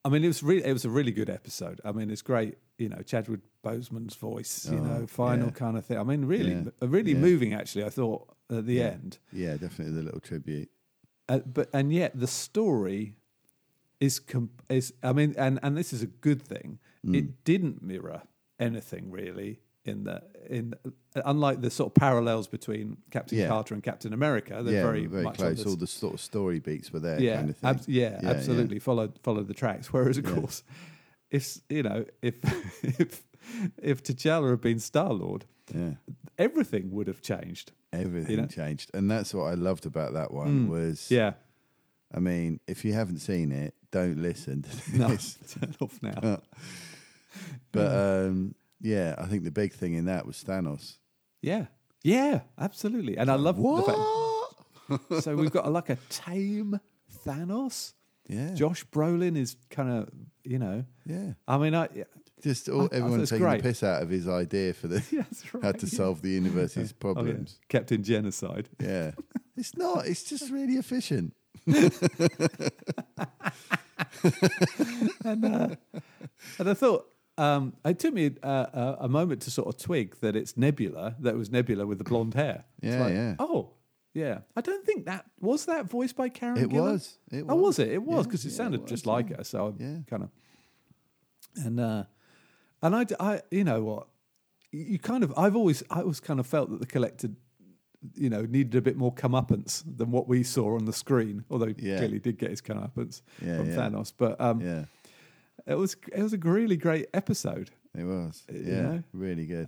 C: I mean, it was really it was a really good episode. I mean, it's great, you know, Chadwick Boseman's voice, you know, final
B: Oh, yeah.
C: kind of thing. I mean, really,
B: Yeah,
C: really
B: yeah.
C: moving. Actually, I thought at the end.
B: Yeah, definitely the little tribute.
C: Uh, but and yet the story is com- is I mean, and and this is a good thing.
B: Hmm.
C: It didn't mirror anything really in the in unlike the sort of parallels between Captain
B: Yeah.
C: Carter and Captain America. They're
B: yeah,
C: very
B: very
C: much on
B: close.
C: this-
B: All the sort of story beats were there,
C: yeah,
B: kind of thing.
C: abs- yeah,
B: yeah.
C: absolutely. Followed followed the tracks. Whereas of course, if you know if if if T'Challa had been Star Lord,
B: Yeah.
C: everything would have changed.
B: Everything
C: know? Mm,
B: changed, and that's what I loved about that one. Was
C: Yeah,
B: I mean, if you haven't seen it, don't listen to
C: no,
B: this.
C: turn off now.
B: Uh, But um, yeah, I think the big thing in that was Thanos.
C: Yeah. Yeah, absolutely. And I love the fact So we've got a, like a tame Thanos.
B: Yeah,
C: Josh Brolin is kind of, you know.
B: yeah.
C: I mean, I yeah,
B: Just all,
C: I- I thought
B: everyone
C: it's
B: taking
C: Oh, great.
B: the piss out of his idea for the
C: Yes,
B: how
C: right,
B: to
C: yeah.
B: solve the universe's
C: oh, yeah,
B: problems.
C: Captain Genocide.
B: yeah. it's not. It's just really efficient.
C: And I thought um, it took me a, a, a moment to sort of twig that it's Nebula, that it was Nebula with the blonde hair. It's
B: Yeah,
C: like,
B: yeah.
C: Oh, yeah. I don't think that was that voiced by Karen
B: It
C: Gillan?
B: was, it
C: Oh,
B: was.
C: was it? It was
B: Yeah,
C: because it
B: yeah, it
C: sounded
B: was,
C: just like her. So I
B: Yeah.
C: kind of and uh, and I, d- I- you know what you you kind of I've always I always kind of felt that the collector you know needed a bit more comeuppance than what we saw on the screen although he
B: Yeah.
C: clearly did get his comeuppance
B: Yeah,
C: from
B: yeah.
C: Thanos but um,
B: Yeah,
C: it was it was a really great episode
B: it was. Yeah,
C: Uh, know? Oh,
B: really good.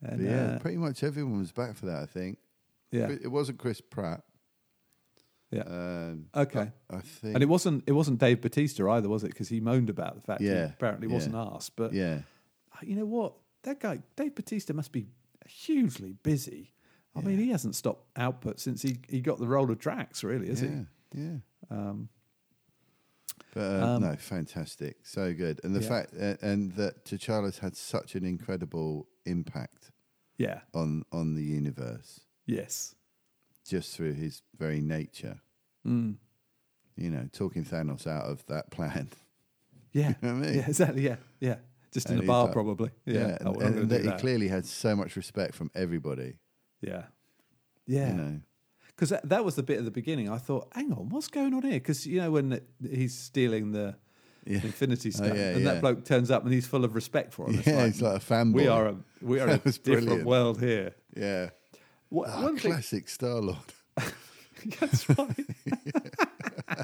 B: But
C: and
B: yeah,
C: uh,
B: pretty much everyone was back for that. I think.
C: yeah
B: It wasn't Chris Pratt.
C: yeah
B: Um,
C: okay
B: I think.
C: and it wasn't it wasn't Dave Batista either was it because he moaned about the fact
B: Yeah,
C: he apparently
B: yeah.
C: wasn't asked but uh,
B: Yeah.
C: you know what? That guy, Dave Batista, must be hugely busy. I mean, he hasn't stopped output since he, he got the role of Drax, really, has
B: Yeah. Yeah.
C: Um,
B: but uh, no, fantastic, so good, and the
C: Yeah.
B: fact uh, and that T'Challa's had such an incredible impact
C: he? Yeah.
B: on on the universe
C: Yes.
B: just through his very nature.
C: Mm.
B: You know, talking Thanos out of that plan.
C: Yeah.
B: know what I mean?
C: Yeah, exactly. Yeah. Yeah. Just in
B: And
C: a
B: he's
C: bar,
B: like-
C: probably. Yeah.
B: and,
C: Oh, we're not
B: and
C: gonna do
B: that he
C: that.
B: clearly had so much respect from everybody.
C: Yeah. Yeah.
B: You know,
C: because that, that was the bit at the beginning. I thought, hang on, what's going on here? Because you know when he's stealing the Infinity Stone,
B: yeah,
C: and
B: yeah.
C: that bloke turns up and he's full of respect for him. It's
B: Yeah,
C: like,
B: he's like a fanboy.
C: We are a we are in a
B: That was
C: different
B: brilliant.
C: world here.
B: yeah,
C: What,
B: Ah,
C: one thing-
B: classic Star Lord.
C: That's right. um,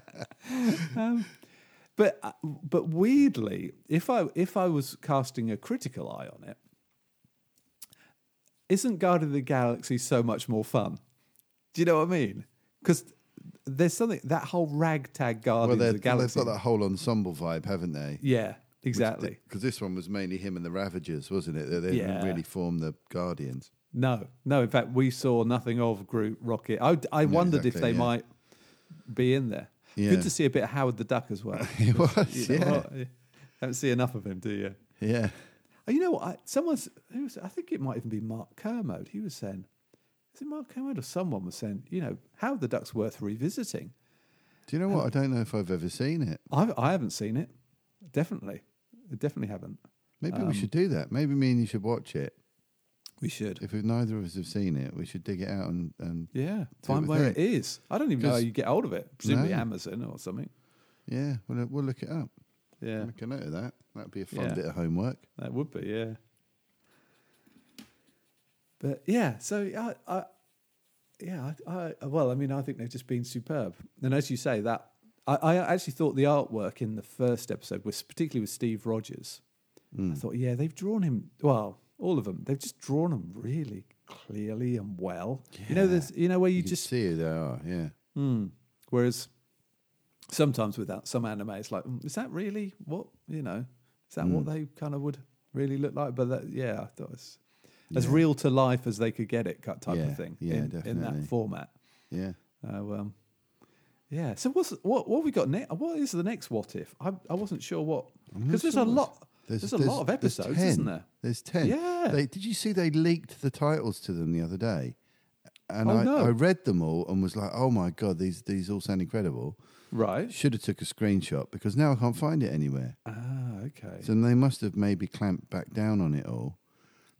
C: but uh, but weirdly, if I if I was casting a critical eye on it, isn't Guardian of the Galaxy so much more fun? Do you know what I mean? Because there's something that whole ragtag
B: Well,
C: Guardians
B: they're-
C: of the Galaxy.
B: they've got that whole ensemble vibe, haven't they?
C: yeah, exactly.
B: Because this one was mainly him and the Ravagers, wasn't it? They, they didn't
C: Yeah.
B: really form the Guardians.
C: No, no. In fact, we saw nothing of Groot, Rocket. I, I
B: No,
C: wondered if
B: exactly,
C: they
B: yeah.
C: might be in there.
B: Yeah.
C: Good to see a bit of Howard the Duck as well.
B: It was,
C: You know
B: yeah.
C: what? You Don't see enough of him, do you?
B: Yeah.
C: Oh, You know what? I, someone's. Who was, I think it might even be Mark Kermode. He was saying, is it Mark Kermode or someone was saying, you know, Howard the Duck's worth revisiting.
B: Do you know what? I don't know if I've ever seen it.
C: I I haven't seen it. Definitely, I definitely haven't.
B: Maybe
C: Um,
B: we should do that. Maybe me and you should watch it.
C: We should.
B: If we've, neither of us have seen it, we should dig it out and, and
C: Yeah,
B: do
C: find
B: a thing.
C: where it is. I don't even know how
B: 'Cause-
C: you get hold of it. Presumably
B: No.
C: Amazon or something.
B: yeah, we'll, we'll look it up.
C: Yeah,
B: Make a note of that. That'd be a fun
C: Yeah.
B: bit of homework.
C: that would be yeah. But yeah, so I, I yeah, I, I well, I mean, I think they've just been superb. And as you say, that I, I actually thought the artwork in the first episode was particularly with Steve Rogers. I thought, yeah, they've drawn him. Well, all of them, they've just drawn him really clearly and well. You know, there's you know where you
B: You
C: just
B: just see who they are. Yeah,
C: Whereas sometimes with that, some anime, it's like, "Mm, is that really what you know? Is that
B: Mm.
C: what they kind of would really look like? But that, yeah, I thought it's as real to life as they could get it, kind- type
B: Yeah,
C: of thing.
B: yeah,
C: in, in
B: definitely.
C: that format.
B: yeah.
C: So, um, yeah. So what's what what have we got next? What is the next what if? I I wasn't sure what because there's a lot. There's, a lot of
B: there's
C: episodes,
B: 10.
C: isn't there?
B: There's ten.
C: Yeah.
B: They, did you see they leaked the titles to them the other day? And
C: Oh,
B: I,
C: no.
B: I read them all and was like, oh my god, these these all sound incredible.
C: Right.
B: Should have took a screenshot because now I can't find it anywhere.
C: Ah, okay.
B: So they must have maybe clamped back down on it all.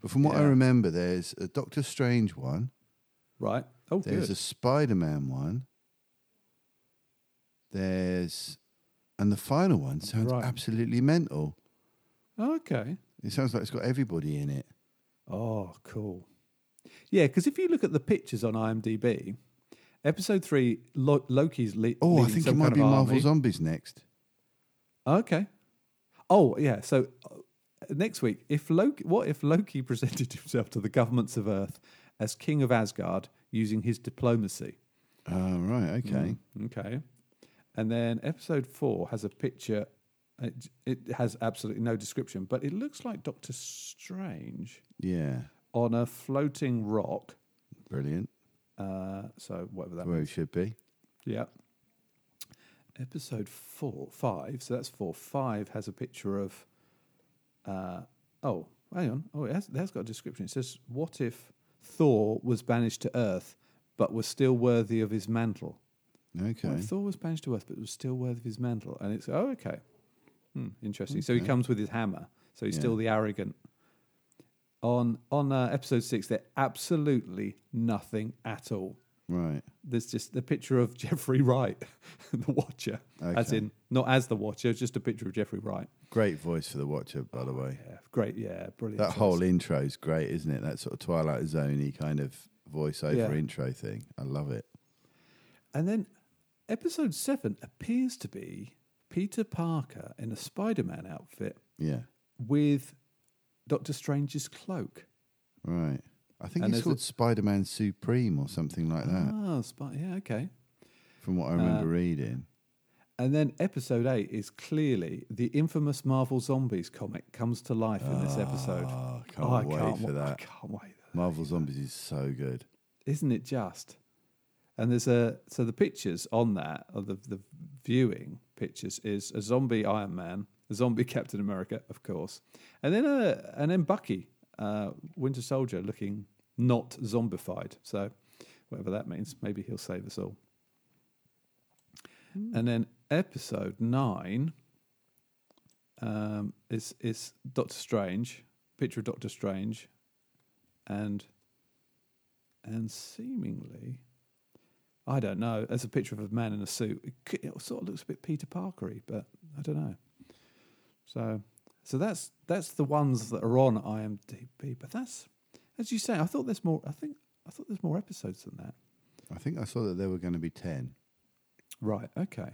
B: But from what I
C: Yeah.
B: remember, there's a Doctor Strange one.
C: right. Oh,
B: There's
C: good.
B: a Spider Man one. There's, and the final one sounds
C: Right.
B: absolutely mental.
C: okay.
B: It sounds like it's got everybody in it.
C: Oh, cool. Yeah, because if you look at the pictures on IMDb, episode three, Lo- Loki's le-
B: Oh, I
C: leading
B: think it
C: some
B: might
C: kind
B: be
C: of
B: Marvel
C: army.
B: Zombies next.
C: Okay. Oh, yeah. So uh, next week, if Loki, what if Loki presented himself to the governments of Earth as king of Asgard using his diplomacy? Ah,
B: Oh, right.
C: hmm.
B: Okay.
C: Okay. And then episode four has a picture. It, it has absolutely no description, but it looks like Doctor Strange
B: Yeah.
C: on a floating rock.
B: Brilliant.
C: Uh, so whatever that
B: Where it should be.
C: Yeah. Episode four, five. So that's four. Five has a picture of. Uh, oh, hang on. Oh, it has, that's got a description. It says, "What if Thor was banished to Earth, but was still worthy of his mantle?"
B: Okay.
C: What if Thor was banished to Earth, but was still worthy of his mantle? And it's oh, okay, hmm, interesting. So he comes with his hammer. So he's still the arrogant. On on uh, episode six, they're absolutely nothing at all
B: Right.
C: there's just the picture of Jeffrey Wright, the Watcher, as
B: Okay.
C: in not as the Watcher, just a picture of Jeffrey Wright.
B: Great voice for the Watcher, by the way.
C: Yeah, great, yeah, brilliant.
B: That
C: choice.
B: whole intro is great, isn't it? That sort of Twilight Zoney kind of voiceover
C: Yeah.
B: intro thing. I love it.
C: and then episode seven appears to be Peter Parker in a Spider-Man outfit
B: Yeah.
C: with Doctor Strange's cloak.
B: Right. I think
C: And
B: it's
C: there's a-
B: called Spider Man Supreme or something like that,
C: Ah, Sp- yeah, okay.
B: from what I remember
C: Uh,
B: reading.
C: And then episode eight is clearly the infamous Marvel Zombies comic comes to life in this episode.
B: Oh, I can't wait for
C: wa- I
B: that.
C: can't wait.
B: Marvel Zombies is so good.
C: isn't it just? And there's a so the pictures on that of the the viewing pictures is a zombie Iron Man, a zombie Captain America, of course, and then a and then Bucky, uh, Winter Soldier, looking not zombified. So whatever that means, maybe he'll save us all. And then episode nine um, is is Doctor Strange, picture of Doctor Strange, and and seemingly, I don't know. There's a picture of a man in a suit. It, c- it sort of looks a bit Peter Parkery, but I don't know. So, so that's that's the ones that are on IMDb. But that's, as you say, I thought there's more. I think I thought there's more episodes than that.
B: I think I saw that there were going to be 10.
C: Right. Okay.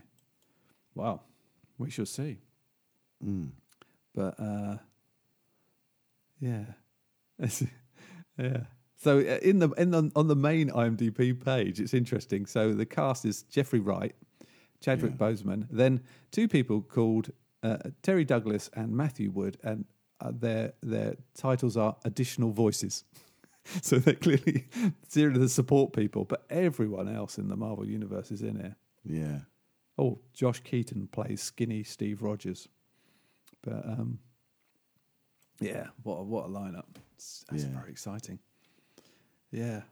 C: Wow. We shall see. But uh, yeah, It's- yeah. So uh, in the in the, on the main IMDb page, it's interesting. So the cast is Jeffrey Wright, Chadwick Boseman, then two people called uh, Terry Douglas and Matthew Wood, and uh, their their titles are additional voices. so they're clearly zero to the support people, but everyone else in the Marvel universe is in here.
B: Yeah.
C: Oh, Josh Keaton plays skinny Steve Rogers, but um, yeah, what a, what a lineup! It's, that's
B: Yeah.
C: very exciting. Yeah,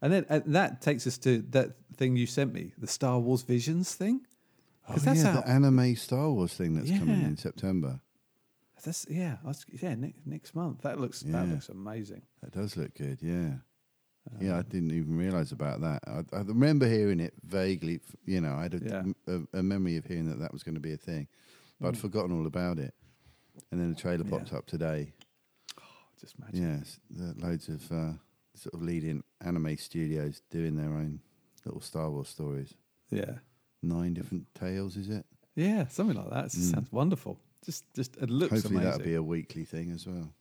C: and then and that takes us to that thing you sent me, the Star Wars Visions thing, because that's
B: Oh, yeah,
C: out.
B: the anime Star Wars thing that's coming
C: Yeah.
B: in September.
C: That's yeah, that's, yeah. Next, next month, that looks that
B: Yeah.
C: looks amazing.
B: That does look good, yeah. yeah,
C: Um,
B: I didn't even realise about that. I, I remember hearing it vaguely. f- You know, I had a,
C: Yeah.
B: a, a memory of hearing that that was going to be a thing, but
C: Hmm.
B: I'd forgotten all about it. And then the trailer popped up today.
C: Oh, Just magic.
B: Yes, the loads of uh, sort of leading anime studios doing their own little Star Wars stories.
C: Yeah.
B: Nine different tales, is it?
C: Yeah, something like that. It Sounds wonderful. Just, just it looks
B: Mm. Hopefully
C: amazing.
B: that'll be a weekly thing as well.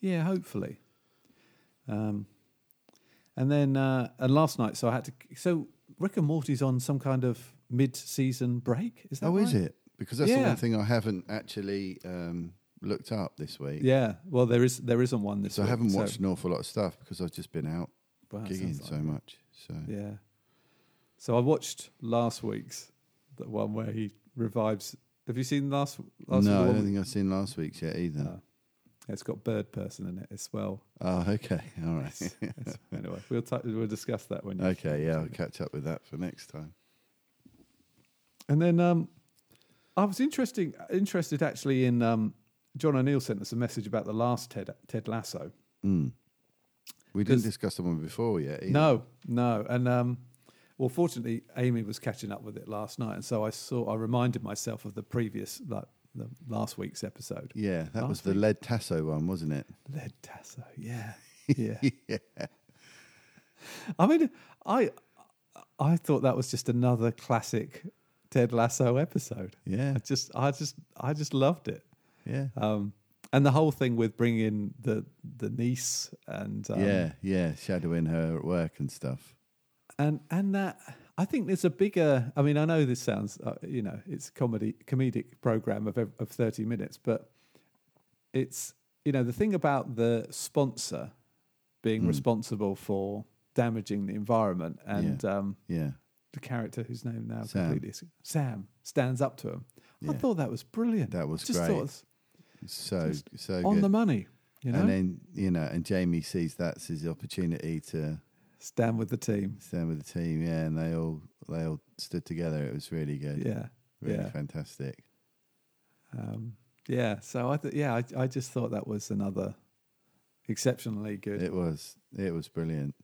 C: yeah, hopefully. Um, and then uh, and last night, so I had to. So Rick and Morty's on some kind of mid-season break. Is that?
B: oh, is
C: right?
B: it? Because that's the
C: Yeah.
B: one thing I haven't actually um, looked up this week.
C: Yeah. Well, there is there isn't one this.
B: So I
C: week,
B: haven't watched an awful lot of stuff because I've just been out
C: Wow, that
B: gigging
C: sounds
B: so
C: like-
B: much. So
C: Yeah. So I watched last week's the one where he revives. Have you seen last? last
B: no, I
C: one?
B: don't think I've seen last week's yet either.
C: it's got Bird Person in it as well.
B: Oh, okay, all right.
C: It's- anyway, we'll t- we'll discuss that when you
B: okay, yeah, I'll catch up with that for next time.
C: And then um, I was interesting interested actually in um, John O'Neill sent us a message about the last Ted Ted Lasso.
B: We didn't discuss the one before yet. Either.
C: No, no, and um, well, fortunately, Amy was catching up with it last night, and so I saw I reminded myself of the previous like the last week's episode.
B: Yeah, that was
C: Last
B: the lead tasso one, wasn't it?
C: Led Tasso, yeah, yeah. I mean, I I thought that was just another classic Ted Lasso episode.
B: Yeah.
C: I just I just I just loved it.
B: Yeah.
C: Um, and the whole thing with bringing in the the niece and um,
B: yeah, yeah, shadowing her at work and stuff.
C: and and that I think there's a bigger. I mean, I know this sounds uh, you know it's a comedy comedic program of ev- of thirty minutes, but it's you know the thing about the sponsor being
B: Hmm.
C: responsible for damaging the environment and um,
B: Yeah.
C: the character whose name now
B: Sam.
C: completely is- Sam stands up to him. I
B: Yeah.
C: thought that was brilliant.
B: That was
C: Just
B: great.
C: thought it was
B: So so
C: on
B: good.
C: the money. You know,
B: And then you know, and Jamie sees that's his opportunity to
C: stand with the team.
B: stand with the team. Yeah, and they all they all stood together. It was really good.
C: Yeah.
B: really
C: yeah.
B: fantastic.
C: Um, yeah. So I th- yeah, I, I just thought that was another exceptionally good.
B: It was it was brilliant.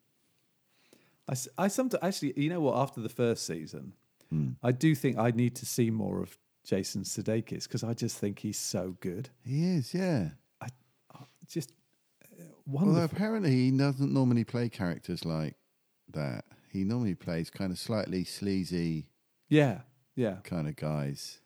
C: I, s- I sometimes actually, you know what? After the first season,
B: Hmm.
C: I do think I need to see more of Jason Sudeikis because I just think he's so good.
B: He is, yeah.
C: Just uh,
B: Although
C: wonderful.
B: apparently he doesn't normally play characters like that. He normally plays kind of slightly sleazy
C: yeah. Yeah.
B: kind of guys.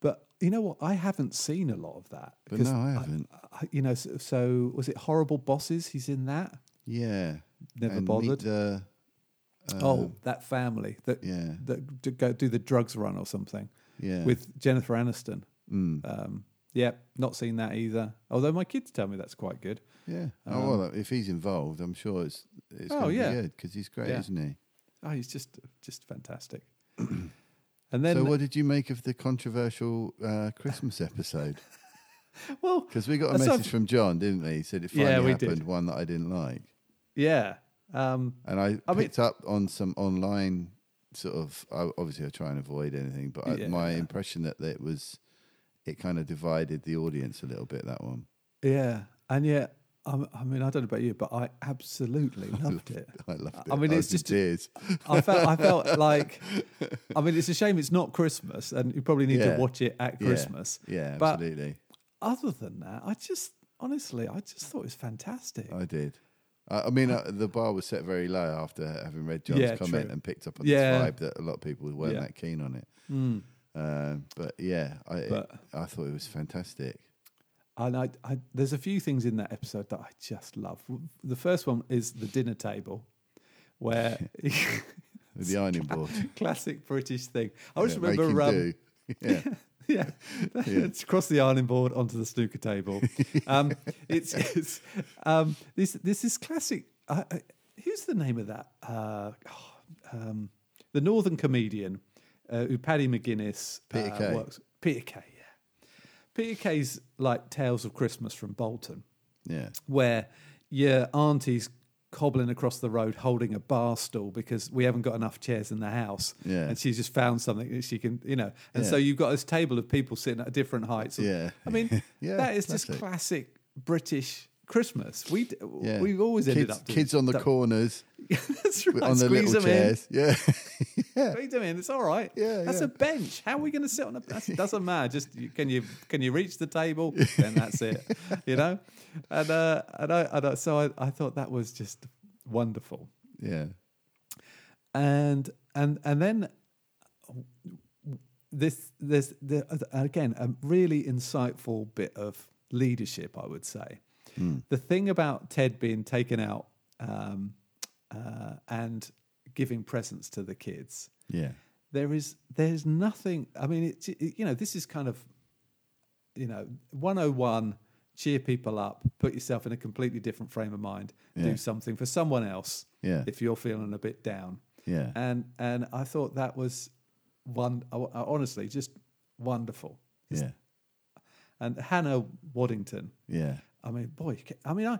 C: But you know what? I haven't seen a lot of that.
B: But
C: 'cause
B: no, I haven't.
C: I- you know, so, so was it Horrible Bosses? He's in that.
B: yeah,
C: Never
B: And meet
C: bothered.
B: the-
C: oh, that family that
B: Uh, yeah.
C: that d- go do the drugs run or something.
B: Yeah. Hmm.
C: with Jennifer Aniston. Um, yeah, not seen that either. Although my kids tell me that's quite good.
B: yeah. oh well, if he's involved, I'm sure it's it's
C: um, Oh,
B: going to
C: yeah.
B: be good because he's great,
C: Yeah.
B: isn't he?
C: Oh, he's just just fantastic. and then,
B: so, what did you make of the controversial uh, Christmas episode?
C: well,
B: Because we got a
C: aside
B: message from John, didn't we? He said it finally
C: Yeah, we did.
B: happened. One that I didn't like.
C: yeah, um,
B: And I,
C: I mean-
B: picked up on some online sort of. I, obviously, I try and avoid anything, but I,
C: Yeah.
B: my impression that it was, it kind of divided the audience a little bit. That one,
C: yeah, and yet, I, I mean, I don't know about you, but I absolutely loved it.
B: I loved it.
C: I mean,
B: I was in
C: it's just
B: tears.
C: I felt I felt like I mean it's a shame it's not Christmas and you probably need
B: Yeah.
C: to watch it at
B: Yeah.
C: Christmas.
B: Yeah,
C: but
B: absolutely.
C: other than that, I just honestly I just thought it was fantastic.
B: I did. I, I mean, uh, the bar was set very low after having read John's
C: Yeah,
B: comment
C: true.
B: and picked up on
C: Yeah.
B: this vibe that a lot of people weren't
C: Yeah. Hmm.
B: that keen on it. Um, but yeah, I
C: But-
B: I thought it was fantastic.
C: and I, I there's a few things in that episode that I just love. The first one is the dinner table, where
B: The ironing board.
C: classic British thing. I just
B: Yeah,
C: remember
B: making
C: um,
B: do. Yeah.
C: yeah. it's across the ironing board onto the snooker table. Um, it's it's um, this this is classic. Uh, uh, who's the name of that? Uh, oh, um, the Northern comedian uh, who Paddy McGuinness uh,
B: Peter Kay.
C: works. Peter Kay, yeah. Peter Kay's like Tales of Christmas from Bolton
B: Yeah.
C: where your auntie's cobbling across the road holding a bar stool because we haven't got enough chairs in the house
B: Yeah.
C: and she's just found something that she can you know and so
B: Yeah.
C: you've got this table of people sitting at different heights
B: Yeah.
C: i mean
B: Yeah,
C: that is just
B: classic.
C: classic british christmas we d
B: Yeah.
C: we've always
B: kids,
C: ended up doing
B: kids on the
C: that-
B: corners,
C: that's right
B: on the
C: squeeze
B: little
C: them in
B: chairs. Yeah. yeah.
C: squeeze them in it's all right
B: Yeah,
C: that's
B: yeah.
C: a bench how are we going to sit on a that doesn't matter just you- can you can you reach the table then that's it you know and uh and i, and I so I, I thought that was just wonderful
B: Yeah.
C: and and and then this there's the, again a really insightful bit of leadership i would say
B: Hmm.
C: the thing about ted being taken out um, uh, and giving presents to the kids
B: Yeah.
C: there is there's nothing i mean it's it, you know this is kind of you know 101 cheer people up put yourself in a completely different frame of mind
B: Yeah.
C: do something for someone else
B: Yeah.
C: if you're feeling a bit down
B: Yeah.
C: and and i thought that was one I- I- honestly just wonderful
B: Yeah.
C: and hannah waddington
B: Yeah.
C: i mean boy you ca- i mean i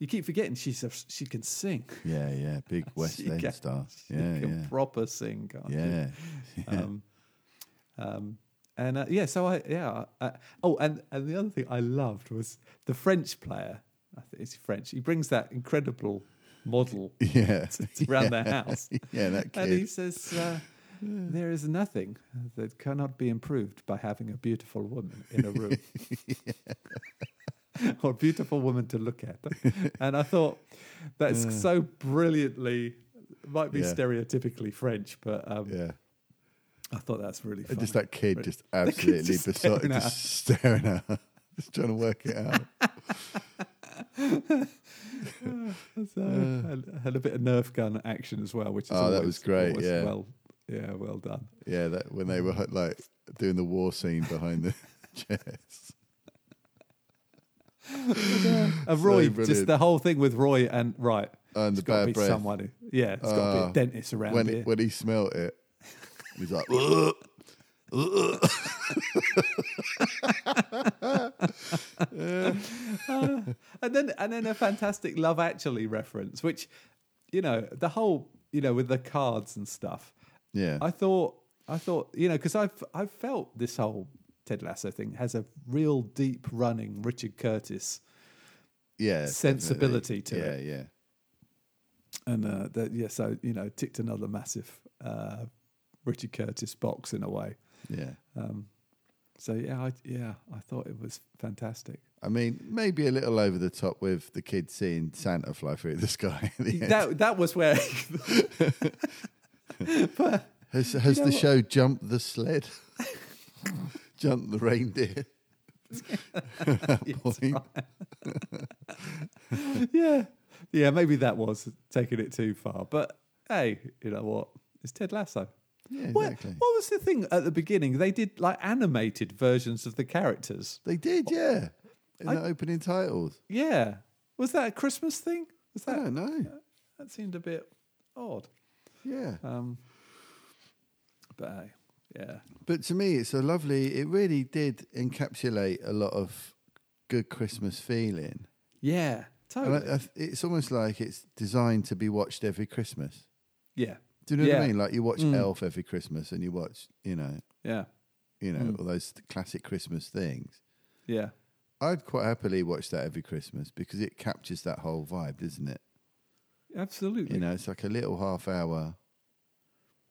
C: you keep forgetting she's a, she can sing
B: Yeah. Yeah. Big West
C: She
B: End
C: can-
B: star.
C: she
B: Yeah.
C: can
B: Yeah.
C: proper sing can't she?
B: Yeah. Yeah.
C: um, um, and uh, yeah, so I yeah. Uh, oh, and and the other thing I loved was the French player. I think it's French. He brings that incredible model
B: Yeah.
C: around their house,
B: Yeah, that
C: and he
B: kid.
C: says. Uh, There is nothing that cannot be improved by having a beautiful woman in a room, or a beautiful woman to look at. And I thought that's so brilliantly, might be
B: Yeah.
C: stereotypically French, but um,
B: Yeah.
C: I thought that's really funny.
B: And just that kid just
C: kid's
B: absolutely
C: just
B: besotted,
C: staring at
B: just staring at her, just trying to work it out.
C: So, and, and a bit of nerf gun action as well, which is
B: Oh, that
C: always-
B: was great,
C: always
B: yeah.
C: well, yeah, well done.
B: Yeah, that when they were like doing the war scene behind the chairs.
C: And Roy, just
B: brilliant.
C: the whole thing with Roy and right,
B: And
C: it's
B: the
C: got to
B: bad
C: be
B: breath.
C: someone. Who, yeah, it's got to be
B: Oh,
C: a dentist around
B: when
C: here.
B: he, when he smelt it, he was like, "Ugh, ugh."
C: and then and then a fantastic Love Actually reference, which you know the whole you know with the cards and stuff.
B: yeah,
C: I thought I thought you know because I've I've felt this whole Ted Lasso thing has a real deep running Richard Curtis
B: yeah,
C: sensibility to
B: definitely.
C: it.
B: yeah, yeah,
C: and uh, that yeah, so you know, ticked another massive uh, Richard Curtis box in a way.
B: yeah.
C: So yeah, I, yeah, I thought it was fantastic.
B: I mean, maybe a little over the top with the kid seeing Santa fly through the sky. At the end.
C: That that was where
B: has has
C: know
B: the
C: what?
B: show jumped the sled, jumped the reindeer? At that point.
C: yeah, yeah, maybe that was taking it too far. But hey, you know what? It's Ted Lasso.
B: Yeah,
C: What,
B: exactly.
C: what was the thing at the beginning? They did like animated versions of the characters.
B: They did, yeah. In the opening titles.
C: Yeah, was that a Christmas thing? Was
B: I
C: that
B: don't know.
C: uh, that seemed a bit odd?
B: Yeah.
C: Um, but hey, yeah.
B: But to me, it's a lovely, it really did encapsulate a lot of good Christmas feeling.
C: Oh, Yeah,
B: And
C: totally.
B: I, I, it's almost like it's designed to be watched every Christmas.
C: yeah,
B: Do you know what
C: Yeah.
B: I mean? Like you watch Elf every Christmas and you watch, you know,
C: yeah,
B: you know, all those classic Christmas things.
C: yeah,
B: I'd quite happily watch that every Christmas because it captures that whole vibe, doesn't it?
C: absolutely.
B: You know, it's like a little half hour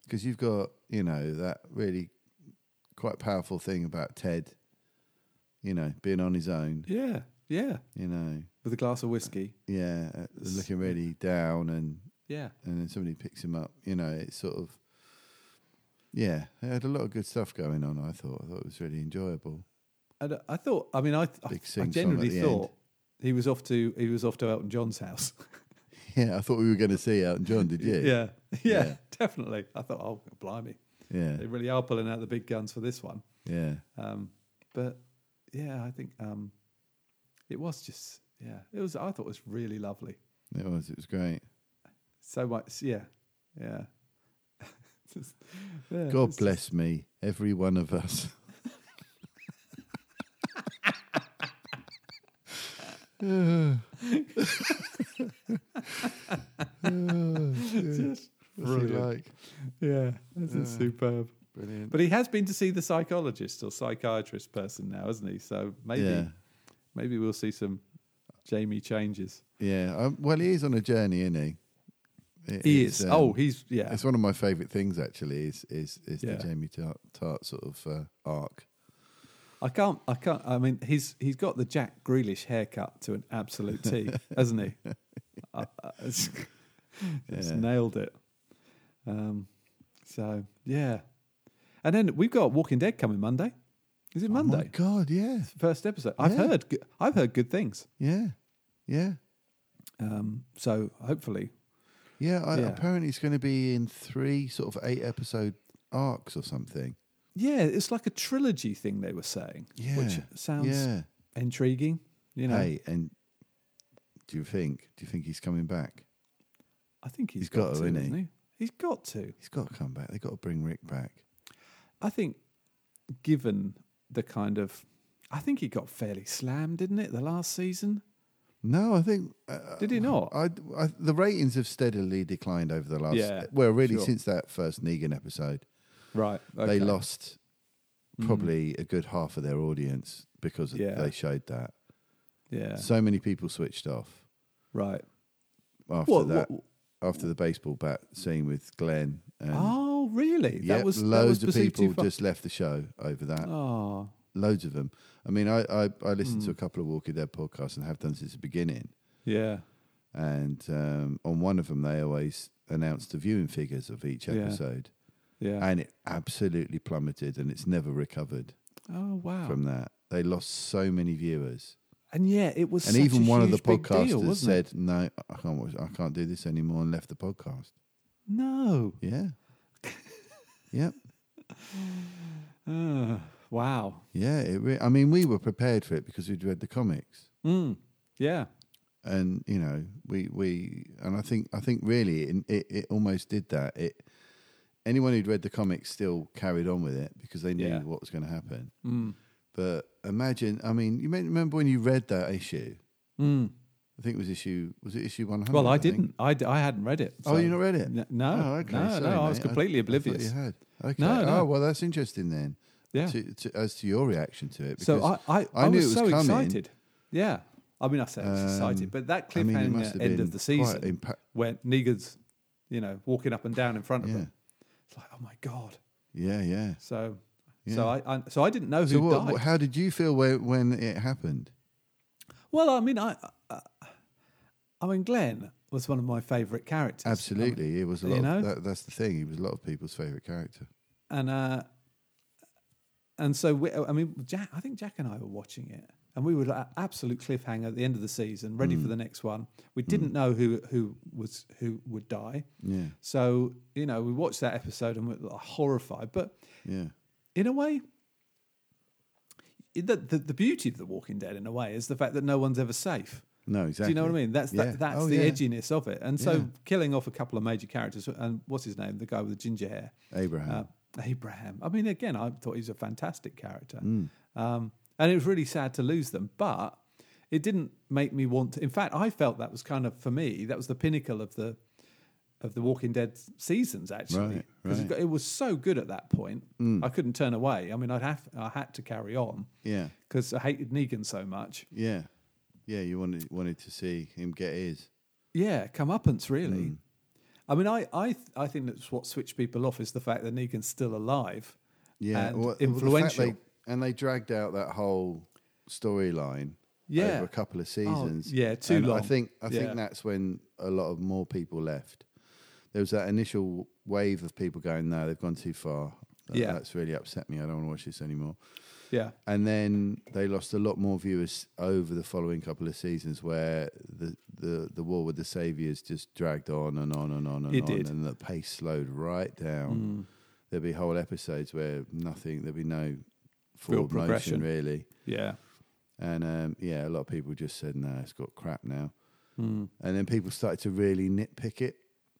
B: because you've got, you know, that really quite powerful thing about Ted, you know, being on his own,
C: Yeah, yeah,
B: you know,
C: with a glass of whiskey.
B: yeah, uh, looking really down and
C: Yeah,
B: and then somebody picks him up, you know, it's sort of yeah, they had a lot of good stuff going on, I thought. I thought it was really enjoyable.
C: and I thought. I mean, I I,
B: Big
C: I
B: sing-song
C: generally
B: at the
C: thought
B: end.
C: he was off to he was off to Elton John's house.
B: Yeah, I thought we were going to see Elton John, did you?
C: yeah, yeah,
B: Yeah.
C: definitely. I thought, oh blimey,
B: Yeah.
C: they really are pulling out the big guns for this one.
B: Yeah.
C: Um, but yeah, I think um, it was just yeah, it was. I thought it was really lovely.
B: It was. It was great.
C: So much, yeah, yeah. Just- yeah,
B: God
C: it's-
B: bless me, every one of us. Yeah. Oh, dear.
C: Just
B: What's he
C: brilliant.
B: like?
C: Yeah, that's
B: Yeah.
C: superb.
B: Brilliant.
C: But he has been to see the psychologist or psychiatrist person now, hasn't he? So maybe
B: Yeah.
C: maybe we'll see some Jamie changes.
B: Yeah. Um, well, he is on a journey, isn't he? It-
C: He
B: it's,
C: is.
B: um,
C: oh, he's yeah.
B: It's one of my favourite things, actually, is is is
C: Yeah.
B: the Jamie Tart, Tart sort of uh, arc.
C: I can't. I can't. I mean, he's he's got the Jack Grealish haircut to an absolute T, hasn't he? I, I, it's, it's
B: Yeah.
C: nailed it. Um. So yeah, and then we've got Walking Dead coming Monday. Is it
B: Oh my
C: Monday?
B: God, yeah,
C: First episode. I've
B: Yeah.
C: heard. good- I've heard good things.
B: yeah, yeah,
C: Um. So hopefully,
B: yeah. I,
C: Yeah.
B: Apparently, it's going to be in three sort of eight episode arcs or something.
C: yeah, it's like a trilogy thing they were saying,
B: Yeah,
C: which sounds
B: yeah.
C: intriguing. You know,
B: Hey, and do you think? Do you think he's coming back?
C: I think
B: he's
C: he's
B: got
C: got,
B: to,
C: to,
B: hasn't
C: hasn't
B: he?
C: he? He's got to.
B: He's got to come back. They have got to bring Rick back.
C: I think, given the kind of, I think he got fairly slammed, didn't it, the last season?
B: No, I think uh,
C: Did he not?
B: I, I, the ratings have steadily declined over the last.
C: Yeah,
B: well, really,
C: sure.
B: since that first Negan episode,
C: right.
B: they lost probably a good half of their audience because of-
C: Hmm. Yeah.
B: they showed that.
C: Yeah.
B: So many people switched off
C: right.
B: after
C: What-
B: that.
C: what-
B: after the baseball bat scene with Glenn, and
C: Oh, really?
B: um, yeah,
C: that was
B: loads
C: that was
B: of people
C: perceived too far-
B: just left the show over that.
C: Oh,
B: Loads of them. I mean, I I, I listened
C: Hmm.
B: to a couple of Walking Dead podcasts and have done since the beginning.
C: yeah.
B: and um, on one of them they always announced the viewing figures of each
C: Yeah.
B: episode
C: Yeah.
B: and it absolutely plummeted and it's never recovered
C: oh, wow.
B: from that they lost so many viewers
C: and yeah, it was.
B: and
C: such
B: even
C: a
B: one of the
C: huge big
B: podcasters
C: deal, wasn't
B: said
C: it?
B: no i can't watch, i can't do this anymore and left the podcast
C: "No."
B: yeah yep
C: Uh, wow.
B: yeah it re- i mean we were prepared for it because we'd read the comics
C: Mm. Yeah.
B: and you know we we and i think i think really it, it, it almost did that it anyone who'd read the comics still carried on with it because they knew
C: Yeah. Mm.
B: what was going to happen but imagine i mean you may remember when you read that issue
C: Mm.
B: i think it was issue was it issue 100
C: Well, I
B: think?
C: didn't. I, d- I hadn't read it.
B: oh
C: so-
B: you not read it
C: N- no.
B: oh, okay.
C: No,
B: Sorry,
C: no. I
B: mate.
C: was completely
B: I thought
C: oblivious.
B: you had okay
C: No, no.
B: oh well that's interesting then
C: Yeah.
B: to, to, as to your reaction to it because
C: So I, I, I,
B: knew
C: was,
B: it
C: so
B: was coming
C: excited. Yeah. I mean, I said I was
B: Um,
C: excited, but that
B: I mean,
C: cliffhanger
B: it must have
C: end
B: been
C: of the season
B: quite impact-
C: when Negan's, you know, walking up and down in front of
B: Yeah.
C: them, it's like, oh my god.
B: yeah yeah
C: So,
B: Yeah.
C: so I, I, so I didn't know who
B: so what,
C: died.
B: what- how did you feel when, when it happened
C: well, I mean, I, I, I mean, Glenn was one of my favourite characters. I mean,
B: Absolutely, he was a lot.
C: um, you know?
B: of, that, that's the thing. He was a lot of people's favorite character.
C: and uh, and so we, I mean, Jack. I think Jack and I were watching it, and we were like absolute cliffhanger at the end of the season, ready
B: Mm.
C: for the next one. We didn't know who who was who would die.
B: Yeah,
C: So you know, we watched that episode and we were like, horrified. But
B: yeah,
C: in a way, the, the the beauty of The Walking Dead, in a way, is the fact that no one's ever safe.
B: no, exactly.
C: Do you know what I mean? That's that,
B: Yeah.
C: that's
B: Oh,
C: the
B: yeah.
C: edginess of it. And so
B: Yeah.
C: killing off a couple of major characters and what's his name, the guy with the ginger hair,
B: Abraham.
C: uh, Abraham. I mean, again, I thought he was a fantastic character,
B: Hmm.
C: um, and it was really sad to lose them. But it didn't make me want. to... In fact, I felt that was kind of for me that was the pinnacle of the of the Walking Dead seasons actually
B: Right,
C: because
B: right. Hmm.
C: it, got- it was so good at that point. I couldn't turn away. I mean, I'd have I had to carry on
B: yeah,
C: because I hated Negan so much.
B: yeah, yeah. You wanted wanted to see him get his.
C: Yeah, comeuppance really.
B: Hmm.
C: I mean, I I th- I think that's what switched people off is the fact that Negan's still alive.
B: Yeah,
C: and
B: well, well, the fact
C: influential.
B: they, and they dragged out that whole storyline.
C: Yeah. Oh,
B: over a couple of seasons.
C: yeah, too
B: and I
C: long.
B: think I
C: Yeah.
B: think that's when a lot of more people left. There was that initial wave of people going, "No, they've gone too far." That-
C: Yeah.
B: that's really upset me. I don't want to watch this anymore.
C: yeah,
B: and then they lost a lot more viewers over the following couple of seasons where the the, the war with the saviors just dragged on and on and on and
C: It
B: on
C: did. Hmm.
B: and the pace slowed right down there'd be whole episodes where nothing there'd be no
C: Real
B: forward motion,
C: progression.
B: really.
C: Yeah.
B: And um, yeah, a lot of people just said, no, it's got crap now.
C: Hmm.
B: And then people started to really nitpick it.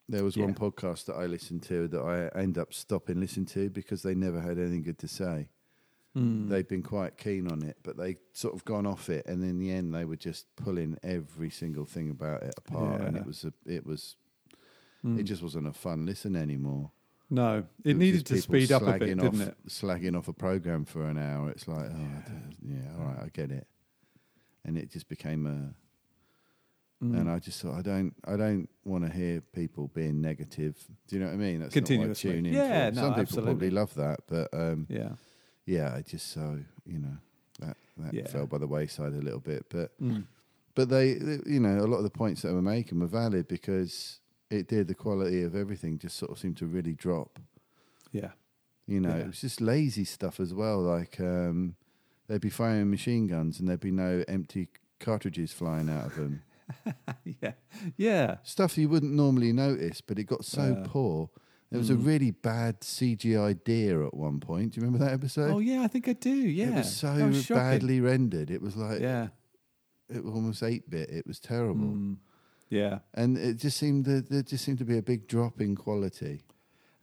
B: There was one
C: Yeah.
B: podcast that I listened to that I end up stopping listening to because they never had anything good to say.
C: Hmm.
B: They've been quite keen on it, but they sort of gone off it, and in the end, they were just pulling every single thing about it apart, and it
C: Yeah. Hmm.
B: was a, it was it just wasn't a fun listen anymore.
C: No,
B: was
C: it, needed
B: just
C: to
B: people
C: speed up a bit,
B: slagging off-
C: didn't it?
B: Slagging off a program for an hour, it's like, oh, I don't- yeah, all right, I get it. And it just became a,
C: Mm.
B: and I just thought, I don't, I don't want to hear people being negative. Do you know what I mean? That's not what I
C: Continuously.
B: tune in
C: Yeah,
B: for.
C: no,
B: Some people probably
C: absolutely.
B: love that, but um,
C: Yeah.
B: yeah, I just so you know that that
C: Yeah. Mm.
B: fell by the wayside a little bit, but but they, they- you know, a lot of the points that they were making were valid because it did the quality of everything just sort of seemed to really drop.
C: Yeah.
B: You know,
C: Yeah.
B: it was just lazy stuff as well. Like um, they'd be firing machine guns and there'd be no empty cartridges flying out of them.
C: Yeah. Yeah.
B: stuff you wouldn't normally notice, but it got so poor. There was a
C: Mm.
B: really bad CGI deer at one point. Do you remember that episode?
C: Oh, yeah, I think I do. Yeah.
B: It was so
C: That was shocking.
B: badly rendered. It was like
C: Yeah. Hmm.
B: it was almost eight bit. It was terrible,
C: Yeah.
B: and it just seemed that there just seemed to be a big drop in quality.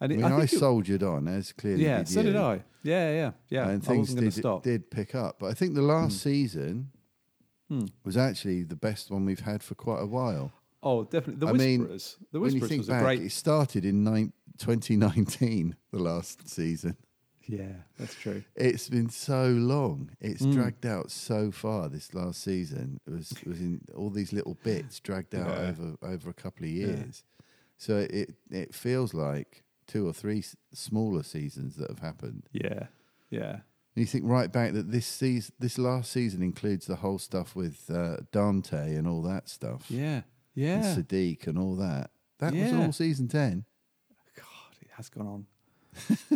C: And
B: I
C: it-
B: mean, I,
C: think it-
B: soldiered on as clearly.
C: Yeah,
B: did
C: so
B: you,
C: did I. Yeah, yeah, yeah.
B: And
C: I
B: things
C: wasn't going
B: did,
C: to stop. Hmm.
B: did pick up, but I think the last season was actually the best one we've had for quite a while.
C: Oh, definitely.
B: I
C: The
B: mean,
C: Whisperers. the
B: when you
C: Whisperers
B: think
C: was
B: back,
C: a great.
B: it started in nine, 2019, the last season.
C: Yeah, that's true.
B: It's been so long. It's
C: Mm.
B: dragged out so far. This last season it was was in all these little bits dragged out over over a couple of years. So it it feels like two or three s- smaller seasons that have happened.
C: Yeah, yeah.
B: And you think right back that this season, this last season includes the whole stuff with uh, Dante and all that stuff.
C: Yeah,
B: and
C: yeah.
B: Sadiq and all that. That was
C: Yeah.
B: all season ten.
C: God, it has gone on.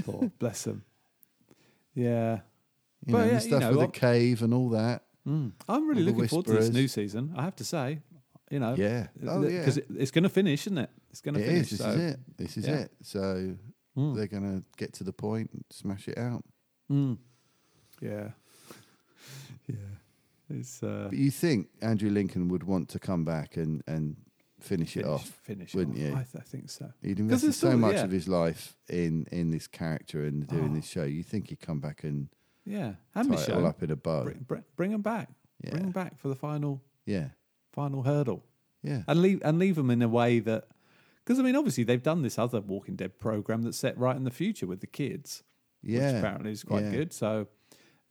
C: Lord, bless them. Yeah.
B: You
C: But
B: know,
C: yeah,
B: the
C: you
B: stuff
C: know,
B: with
C: I'm-
B: the cave and all that.
C: I'm really
B: All the
C: looking forward to this
B: Whisperers.
C: new season, I have to say. You know,
B: Yeah. Oh, yeah.
C: Because it's going to finish, isn't it? It's going to
B: It
C: finish.
B: is. This
C: so-
B: is it. This is
C: yeah. Hmm.
B: it. So they're going to get to the point and smash it out. Hmm.
C: Yeah. yeah. It's uh,
B: But you think Andrew Lincoln would want to come back and, and finish it
C: finish,
B: off,
C: finish
B: wouldn't
C: off.
B: you?
C: I, th- I think so.
B: He'd
C: 'Cause
B: invested
C: there's
B: so
C: still-
B: much
C: yeah,
B: of his life in, in this character and doing this show. You think he'd come back and
C: Yeah. And
B: tie it all
C: Michelle.
B: up in a bow?
C: Bring, br- bring them back. Bring
B: Yeah.
C: them back for the final
B: Yeah,
C: final hurdle.
B: yeah,
C: and leave and leave them in a way that because I mean obviously they've done this other Walking Dead program that's set right in the future with the kids,
B: yeah.
C: which apparently is quite
B: yeah.
C: good. So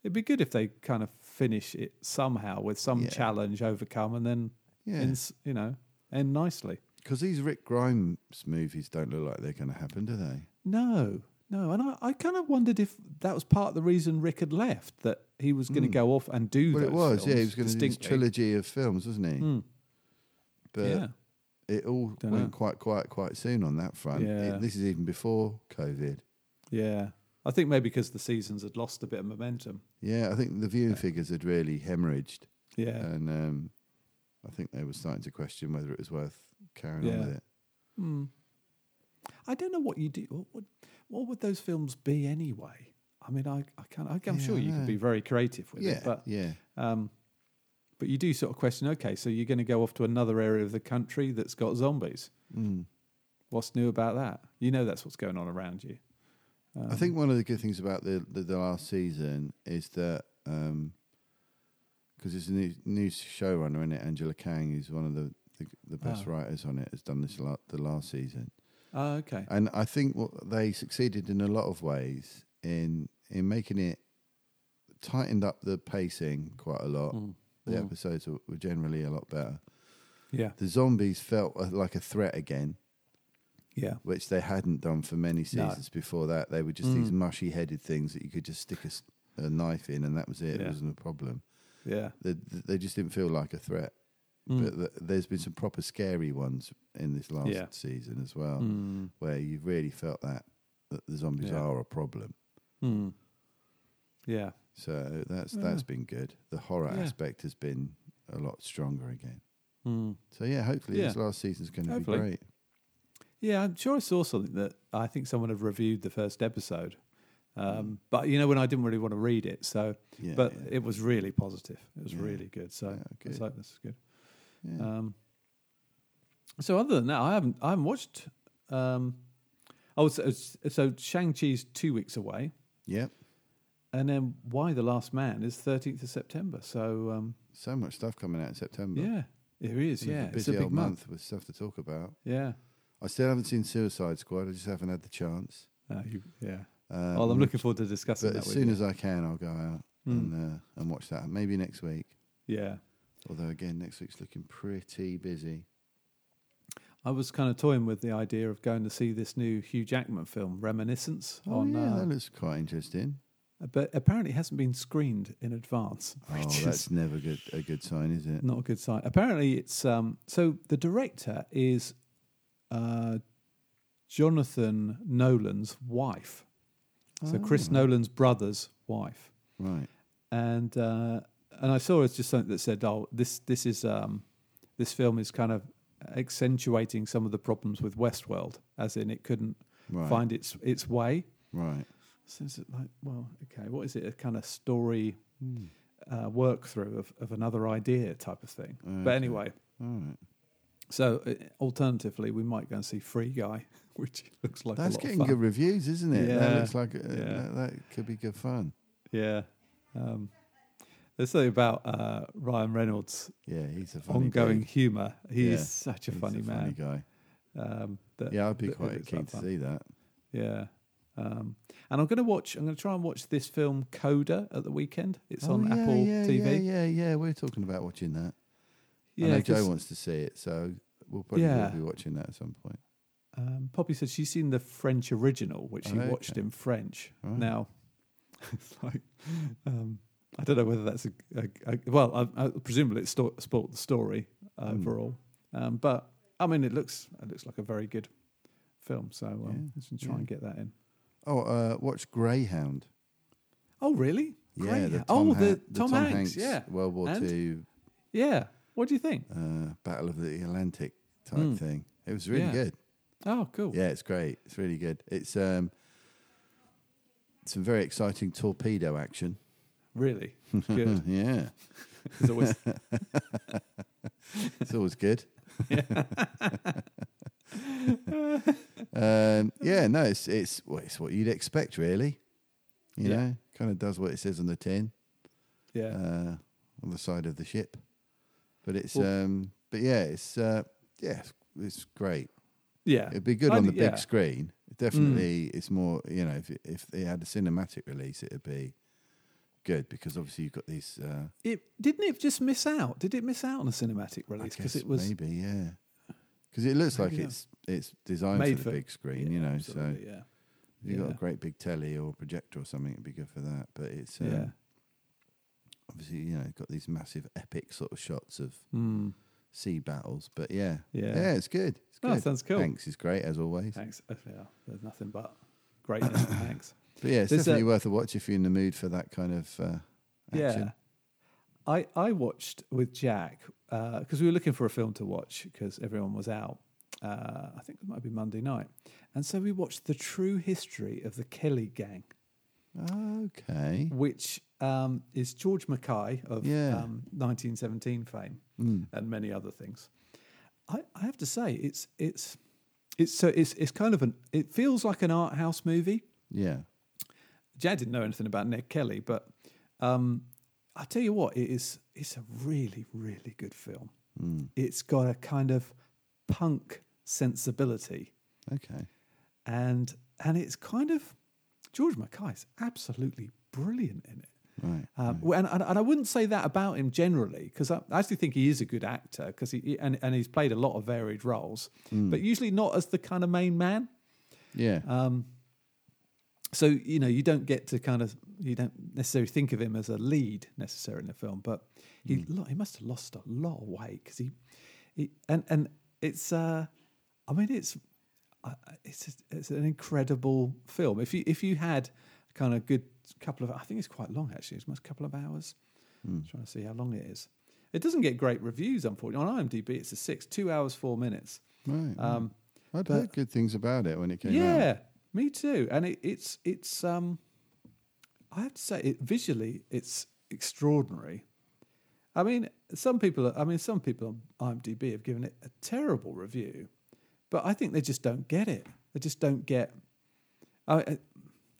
C: it'd be good if they kind of finish it somehow with some
B: Yeah.
C: challenge overcome and then
B: Yeah.
C: ends, you know end nicely.
B: Because these Rick Grimes movies don't look like they're going to happen, do they?
C: No, no, and I, I kind of wondered if that was part of the reason Rick had left that he was going to go off and do.
B: Hmm. Well, it was. yeah,
C: those
B: he
C: films
B: was going to do this
C: distinctly. Hmm.
B: trilogy of films, wasn't he? But
C: Yeah.
B: it all
C: Dunno.
B: went quite quiet quite soon on that front. It-
C: Yeah.
B: this is even before COVID.
C: Yeah, I think maybe because the seasons had lost a bit of momentum.
B: Yeah, I think the viewing figures had really hemorrhaged,
C: Yeah.
B: and um, I think they were starting to question whether it was worth carrying on
C: Yeah.
B: with it.
C: I don't know what you do. What would, what would those films be anyway? I mean, I, I can't. I, I'm sure
B: I
C: you
B: know.
C: could be very creative with
B: Yeah,
C: it, but
B: yeah,
C: Um, but you do sort of question. Okay, so you're going to go off to another area of the country that's got zombies. What's new about that? You know, that's what's going on around you. um,
B: I think one of the good things about the the, the last season is that because it's a new, new showrunner in it, Angela Kang, who's one of the the, the
C: Ah.
B: best writers on it, has done this la- the last season.
C: Oh, okay.
B: And I think what they succeeded in a lot of ways in in making it tightened up the pacing quite a lot.
C: Mm.
B: The episodes were were generally a lot better.
C: Yeah.
B: The zombies felt uh, like a threat again,
C: Yeah.
B: which they hadn't done for many seasons before that. They were just these
C: Mm.
B: mushy-headed things that you could just stick a, s- a knife in, and that was it. It
C: Yeah.
B: wasn't a problem.
C: Yeah.
B: They, they just didn't feel like a threat.
C: Mm.
B: But th- there's been some proper scary ones in this last
C: Yeah. Mm.
B: season as well, where you really felt that that the zombies
C: Yeah.
B: are a problem.
C: Hmm. Yeah.
B: So that's that's been good. The horror
C: Yeah.
B: aspect has been a lot stronger again.
C: Hmm.
B: So yeah, hopefully this
C: Yeah.
B: last season's going to be
C: Hopefully.
B: great.
C: Yeah, I'm sure I saw something that I think someone had reviewed the first episode Um, but you know, when I didn't really want to read it, so
B: Hmm. Yeah,
C: but
B: yeah.
C: it was really positive. It was
B: Yeah.
C: really good. So
B: Yeah,
C: it's
B: good.
C: like this is good.
B: Yeah.
C: Um, so other than that, I haven't I haven't watched. Um, oh, so, so Shang Chi's two weeks away,
B: Yep.
C: and then Why the Last Man is thirteenth of September. So um,
B: So much stuff coming out in September.
C: yeah, it is.
B: Hmm. It's a
C: Yeah,
B: busy
C: it's a big
B: old
C: month.
B: month with stuff to talk about.
C: Yeah,
B: I still haven't seen Suicide Squad. I just haven't had the chance.
C: uh, you, yeah.
B: Um,
C: well, I'm looking forward to discussing
B: But
C: that Hmm.
B: as
C: with
B: soon
C: you.
B: as I can, I'll go out and uh, and watch that. Maybe next week.
C: yeah.
B: Although again, next week's looking pretty busy.
C: I was kind of toying with the idea of going to see this new Hugh Jackman film, Reminiscence,
B: Oh
C: on,
B: yeah, that
C: uh,
B: looks quite interesting.
C: but apparently it hasn't been screened in advance,
B: Oh,
C: which
B: that's
C: is
B: never good. A good sign, is it?
C: not a good sign. Apparently, it's um, so the director is uh, Jonathan Nolan's wife, so
B: Mm.
C: Chris Nolan's brother's wife,
B: Right.
C: and uh, and I saw it's just something that said, "Oh, this this is um, this film is kind of accentuating some of the problems with Westworld, as in it couldn't
B: Right.
C: find its its way."
B: Right.
C: So is it like, well, okay, what is it? A kind of story
B: Hmm.
C: uh, work through of, of another idea type of thing. But anyway,
B: All right.
C: so uh, alternatively, we might go and see Free Guy, which looks like
B: That's
C: a lot of
B: getting
C: fun.
B: good reviews, isn't it? That
C: Yeah,
B: looks like uh,
C: yeah.
B: that, that could be good fun.
C: Yeah. Um, there's something about uh, Ryan Reynolds'
B: Yeah, he's a funny
C: ongoing
B: dude.
C: humour. He
B: Yeah,
C: is such a
B: He's
C: funny
B: a
C: man.
B: funny guy.
C: Um, that-
B: Yeah, I'd be
C: that-
B: quite
C: it's
B: keen
C: like
B: to
C: that.
B: see that.
C: Yeah. Um, and I'm going to watch. I'm going to try and watch this film Coda at the weekend. It's on
B: Oh, yeah,
C: Apple
B: yeah,
C: TV.
B: Yeah, yeah, yeah. We're talking about watching that. I
C: Yeah,
B: know Joe
C: 'cause-
B: wants to see it, so we'll probably
C: Yeah.
B: all be watching that at some point.
C: Um, Poppy said she's seen the French original, which she
B: Oh,
C: watched
B: okay.
C: in French. Now, it's like, um, I don't know whether that's a, a, a- well. I, I presumably it sto- spoilt the story
B: Hmm.
C: overall, um, but I mean, it looks it looks like a very good film. So um, let's try and get that in.
B: Oh, uh, watch Greyhound.
C: Oh, really?
B: Yeah,
C: Great.
B: the Tom
C: oh,
B: Han-
C: the,
B: the
C: Tom,
B: Tom Hanks
C: Hanks. Yeah,
B: World War
C: And?
B: Two
C: yeah. What do you think?
B: uh, Battle of the Atlantic type thing. It was really
C: Hmm. Yeah.
B: good.
C: Oh, cool.
B: Yeah, it's great. It's really good. It's um, some very exciting torpedo action.
C: Really good.
B: Yeah,
C: There's always
B: it's always good. um, yeah, no, it's it's well, it's what you'd expect, really. You
C: Yeah.
B: know, kind of does what it says on the tin.
C: yeah.
B: uh, on the side of the ship. But it's
C: Well-
B: um, but yeah, it's uh, yeah, it's, it's great.
C: yeah.
B: It'd be good
C: I
B: on the
C: think-
B: big
C: yeah. Mm.
B: screen. It Definitely, it's more you know if it- if they had a cinematic release, it'd be good because obviously you've got these. Uh,
C: It didn't it just miss out? Did it miss out on a cinematic
B: I
C: release? Because
B: guess
C: it was
B: maybe yeah, because it looks like
C: Maybe that-
B: it's it's designed
C: Made
B: for the
C: for-
B: big screen.
C: Yeah,
B: you know, so
C: absolutely, yeah,
B: if you've got
C: yeah.
B: a great big telly or projector or something, it'd be good for that. But it's um,
C: yeah,
B: obviously you know you've got these massive epic sort of shots of
C: mm,
B: sea battles. But yeah,
C: Yeah.
B: it's good. It's
C: Oh,
B: good.
C: sounds cool.
B: Hanks is great as always.
C: thanks. Uh, yeah, there's nothing but greatness. in thanks.
B: But yeah, it's
C: There's
B: definitely
C: a-
B: worth a watch if you're in the mood for that kind of uh, action.
C: Yeah, I I watched with Jack because we were looking for a film to watch because everyone was out. Uh, I think it might be Monday night, and so we watched the true history of the Kelly Gang,
B: Okay.
C: which um, is George Mackay of
B: Yeah.
C: um, 1917 fame and many other things. I, I have to say, it's it's it's so it's it's kind of an it feels like an art house movie.
B: Yeah.
C: Jad didn't know anything about Ned Kelly, but um, I tell you what, it is it's a really really good film. It's got a kind of punk sensibility,
B: Okay.
C: and and it's kind of George Mackay's absolutely brilliant in it.
B: Right.
C: Um, well, and, and, and I wouldn't say that about him generally, because I I actually think he is a good actor, because he he- and, and he's played a lot of varied roles, but usually not as the kind of main man.
B: Yeah.
C: Uh, So you know you don't get to kind of you don't necessarily think of him as a lead necessarily in the film, but he lo- he must have lost a lot of weight because he, he and and it's uh, I mean it's I- I- it's it's an incredible film. If you if you had kind of good couple of I think it's quite long actually. It's almost a couple of hours. trying to see how long it is. It doesn't get great reviews unfortunately on IMDb. It's a six, two hours four minutes.
B: right. right.
C: Um,
B: I'd heard good things about it when it came out.
C: yeah, me too. And it, it's it's um I have to say, it, visually, it's extraordinary. I mean, some people. I mean, some people on IMDb have given it a terrible review, but I think they just don't get it. They just don't get. I I-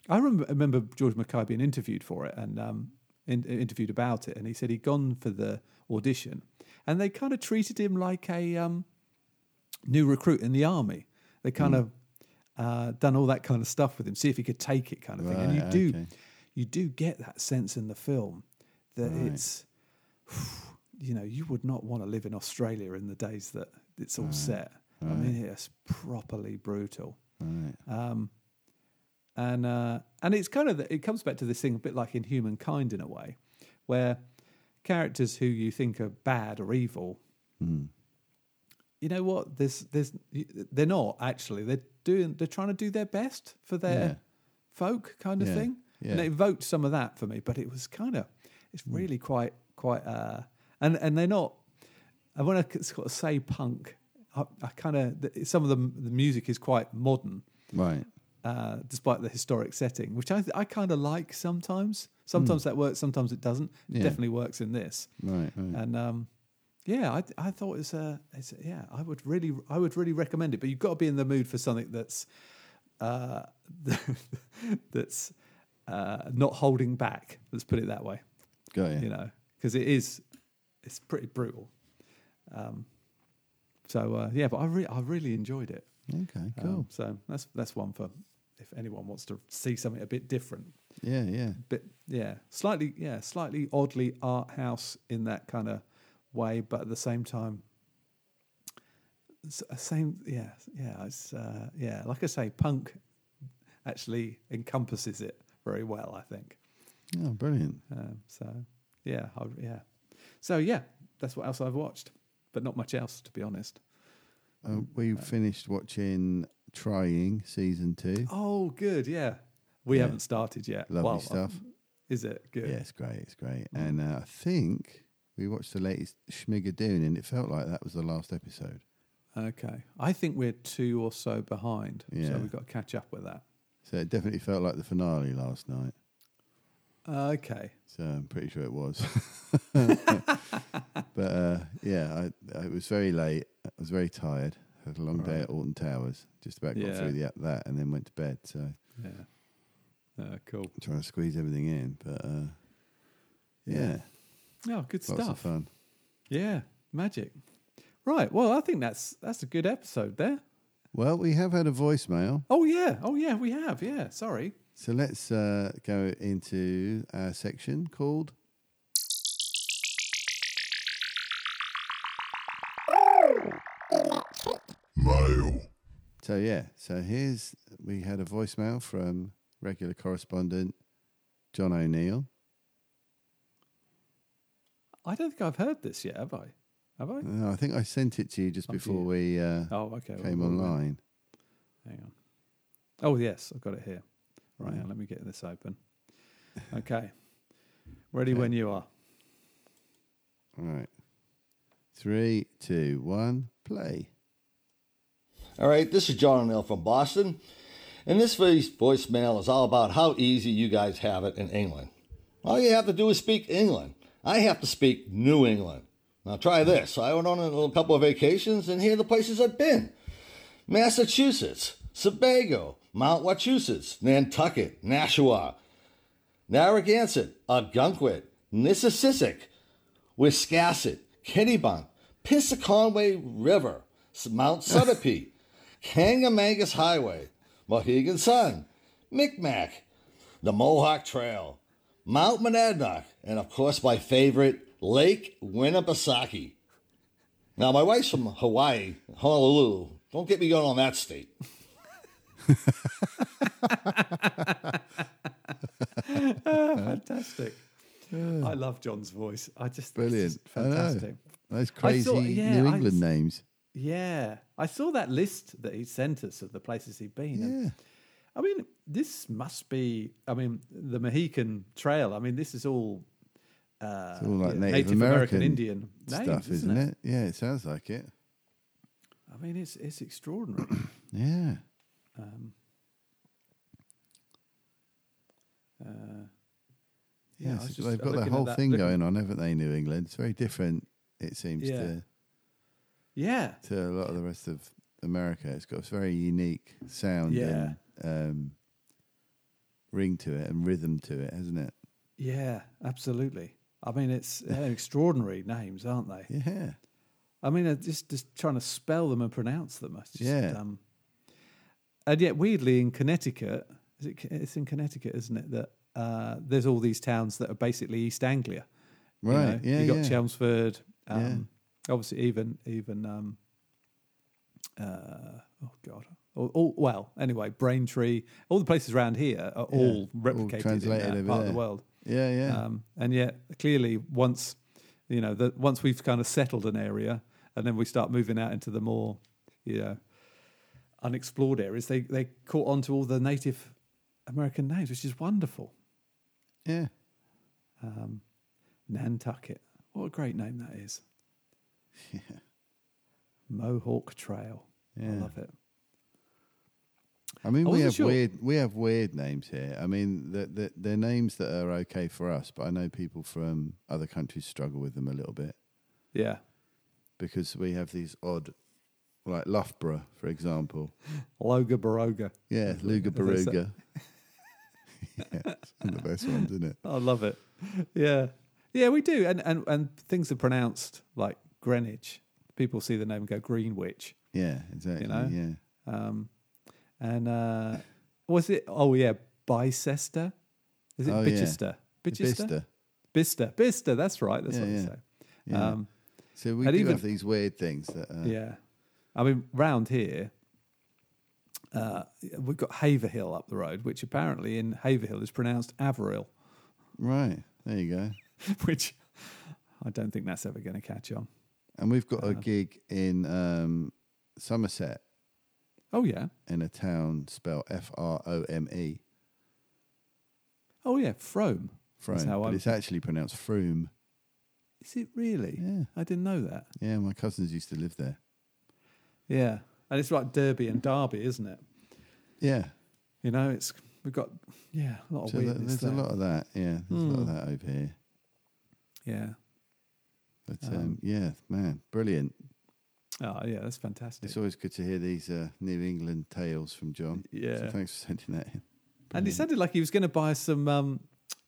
C: I remember, remember George Mackay being interviewed for it and um, in, interviewed about it, and he said he'd gone for the audition, and they kind of treated him like a um, new recruit in the army. They kind of uh, done all that kind of stuff with him, see if he could take it, kind of thing. And you
B: Right,
C: do,
B: okay.
C: you do get that sense in the film that
B: Right.
C: it's, you know, you would not want to live in Australia in the days that it's all set. I mean, it's properly brutal Um,
B: Right.
C: and uh, and it's kind of the, it comes back to this thing a bit like in humankind in a way, where characters who you think are bad or evil,
B: Hmm.
C: you know what? There's there's they're not actually. They're doing they're trying to do their best for their
B: Yeah.
C: folk kind of
B: Yeah,
C: thing, and
B: yeah. Hmm.
C: it evoked some of that for me. But it was kind of it's really quite quite uh, and and they're not. And when I sort of say punk, I, I kind of some of the the music is quite modern
B: Right.
C: uh, despite the historic setting, which I I kind of like sometimes. Sometimes that works, sometimes it doesn't. It
B: Hmm. Yeah.
C: Definitely works in this,
B: Right. Right.
C: and um, yeah, I I thought it's a it's a- yeah I would really I would really recommend it, but you've got to be in the mood for something that's uh, that's uh, not holding back. Let's put it that way,
B: Got you.
C: you know, because it is it's pretty brutal. Um, so uh, yeah, but I re- I really enjoyed it.
B: Okay.
C: Um,
B: Cool.
C: so that's that's one for if anyone wants to see something a bit different,
B: yeah. Yeah.
C: but yeah, slightly yeah, slightly oddly art house in that kind of way, but at the same time, s- uh, same yeah yeah it's uh, yeah like I say, punk actually encompasses it very well, I think.
B: Oh, brilliant.
C: Um, so yeah, I, yeah, so yeah, that's what else I've watched, but not much else to be honest.
B: Uh, we finished watching Trying season two.
C: Oh, good, yeah. We haven't started yet.
B: Lovely
C: Well, uh,
B: stuff.
C: Is it good? Mm.
B: Yeah, it's great. It's great. And uh, I think we watched the latest Schmigadoon, and it felt like that was the last episode.
C: Okay. I think we're two or so behind. So
B: Yeah.
C: we've got to catch up with that.
B: So it definitely felt like the finale last night.
C: Okay.
B: So I'm pretty sure it was. but uh, yeah, I, I was very late. I was very tired. Had a long day at Alton Towers. Just about got
C: Yeah.
B: through the, that and then went to bed. So I'm
C: Yeah. Uh, cool.
B: trying to squeeze everything in. But uh, yeah,
C: Oh, good
B: lots of
C: stuff.
B: fun.
C: Yeah. Magic. Right. Well, I think that's that's a good episode there.
B: Well, we have had a voicemail.
C: Oh yeah. Oh yeah, we have. Yeah. Sorry.
B: So let's uh, go into our section called. So yeah, so here's we had a voicemail from regular correspondent John O'Neill.
C: I don't think I've heard this yet, have I? Have I?
B: No, Uh, I think I sent it to you just before we uh,
C: Oh, okay.
B: came
C: Well, well,
B: online.
C: Hang on. Oh, yes, I've got it here. Right, hang on, let me get this open. Okay. Ready when you are.
B: All right, three, two, one, play.
D: All right, this is John O'Neill from Boston, and this week's voicemail is all about how easy you guys have it in England. All you have to do is speak England. I have to speak New England. Now try this. I went on a little couple of vacations, and here are the places I've been: Massachusetts, Sebago, Mount Wachusett, Nantucket, Nashua, Narragansett, Algonquin, Nississippi, Wiscasset, Kennebunk, Pissaconaway River, S- Mount Sunapee, Kangamangas Highway, Mohegan Sun, Micmac, the Mohawk Trail, Mount Monadnock, and of course my favorite, Lake Winnipesaukee. Now, my wife's from Hawaii, Honolulu. Don't get me going on that state.
C: Fantastic. I love John's voice. I just
B: Brilliant,
C: Brilliant.
B: I
C: fantastic.
B: know. Those crazy
C: yeah,
B: New
C: I
B: England
C: s-
B: names.
C: Yeah. I saw that list that he sent us of the places he'd been. and
B: Yeah,
C: I mean, this must be. I mean, the Mohican Trail. I mean, this is all. Uh,
B: it's all like
C: yeah,
B: Native,
C: American, Indian names,
B: stuff,
C: isn't, it?
B: Yeah, it sounds like it.
C: I mean, it's it's extraordinary.
B: Yeah.
C: um, uh, Yeah, I
B: Yes,
C: was just
B: they've got that
C: looking at
B: whole
C: that-
B: thing
C: looking-
B: going on, haven't they? New England, it's very different. It seems
C: Yeah.
B: to
C: Yeah.
B: to a lot of the rest of America. It's got a very unique sound
C: Yeah.
B: and um, ring to it and rhythm to it, hasn't it?
C: Yeah, absolutely. I mean, it's they're extraordinary names, aren't they?
B: Yeah.
C: I mean, uh, just just trying to spell them and pronounce them. It's just,
B: Yeah.
C: Um, and yet, weirdly, in Connecticut, is it, it's in Connecticut, isn't it? That uh, there's all these towns that are basically East Anglia. You know,
B: Right, yeah,
C: You got
B: yeah.
C: Chelmsford.
B: Yeah.
C: Um, Obviously, even even um, uh, oh god, all, all, well, anyway, Braintree, all the places around here are
B: Yeah,
C: all
B: all
C: replicated
B: translated
C: in
B: over
C: that part of
B: there.
C: the world.
B: Yeah, yeah.
C: Um, and yet, clearly, once you know that once we've kind of settled an area, and then we start moving out into the more you know unexplored areas, they they caught on to all the Native American names, which is wonderful.
B: Yeah.
C: Um, Nantucket, what a great name that is.
B: Yeah.
C: Mohawk Trail, I
B: Yeah.
C: love it.
B: I mean,
C: I
B: we
C: wasn't
B: have
C: sure.
B: weird we have weird names here. I mean, the, the, they're names that are okay for us, but I know people from other countries struggle with them a little bit
C: Yeah,
B: because we have these odd, like Loughborough, for example.
C: Loga Baroga.
B: Yeah,
C: As they-
B: Luga
C: as they say.
B: Baruga. yeah, it's one of the best ones, isn't it?
C: I love it. Yeah. Yeah, we do. And, and and things are pronounced like Greenwich. People see the name and go Greenwich.
B: Yeah, exactly.
C: know?
B: Yeah.
C: Um and uh was it oh yeah, Bicester? Is it
B: Oh, yeah.
C: Bichester? Bichester?
B: Bicester.
C: Bister. Bister, that's right, that's
B: Yeah,
C: what they
B: yeah.
C: say.
B: Yeah.
C: Um
B: so we do
C: and even-
B: have these weird things that. Uh,
C: yeah. I mean, round here, uh, we've got Haverhill up the road, which apparently in Haverhill is pronounced Averill,
B: Right. There you go.
C: which I don't think that's ever going to catch on.
B: And we've got
C: Uh-huh.
B: a gig in um, Somerset
C: Oh, yeah.
B: in a town spelled F R O M E.
C: Oh yeah, Frome. That's
B: Frome.
C: how
B: But
C: I'm-
B: it's actually pronounced Froome.
C: Is it really? Yeah. I didn't know that.
B: Yeah, my cousins used to live there.
C: Yeah. And it's like Derby and Derby, isn't it?
B: Yeah.
C: You know, it's we've got yeah, a lot of
B: So there-
C: weirdness
B: there's a
C: there.
B: lot of that. Yeah. There's a lot of
C: Hmm.
B: that over here.
C: Yeah.
B: But um,
C: Um,
B: yeah, man, brilliant.
C: Oh yeah, that's fantastic.
B: It's always good to hear these uh, New England tales from John. So
C: Yeah.
B: thanks for sending that in.
C: And he sounded like he was gonna buy some um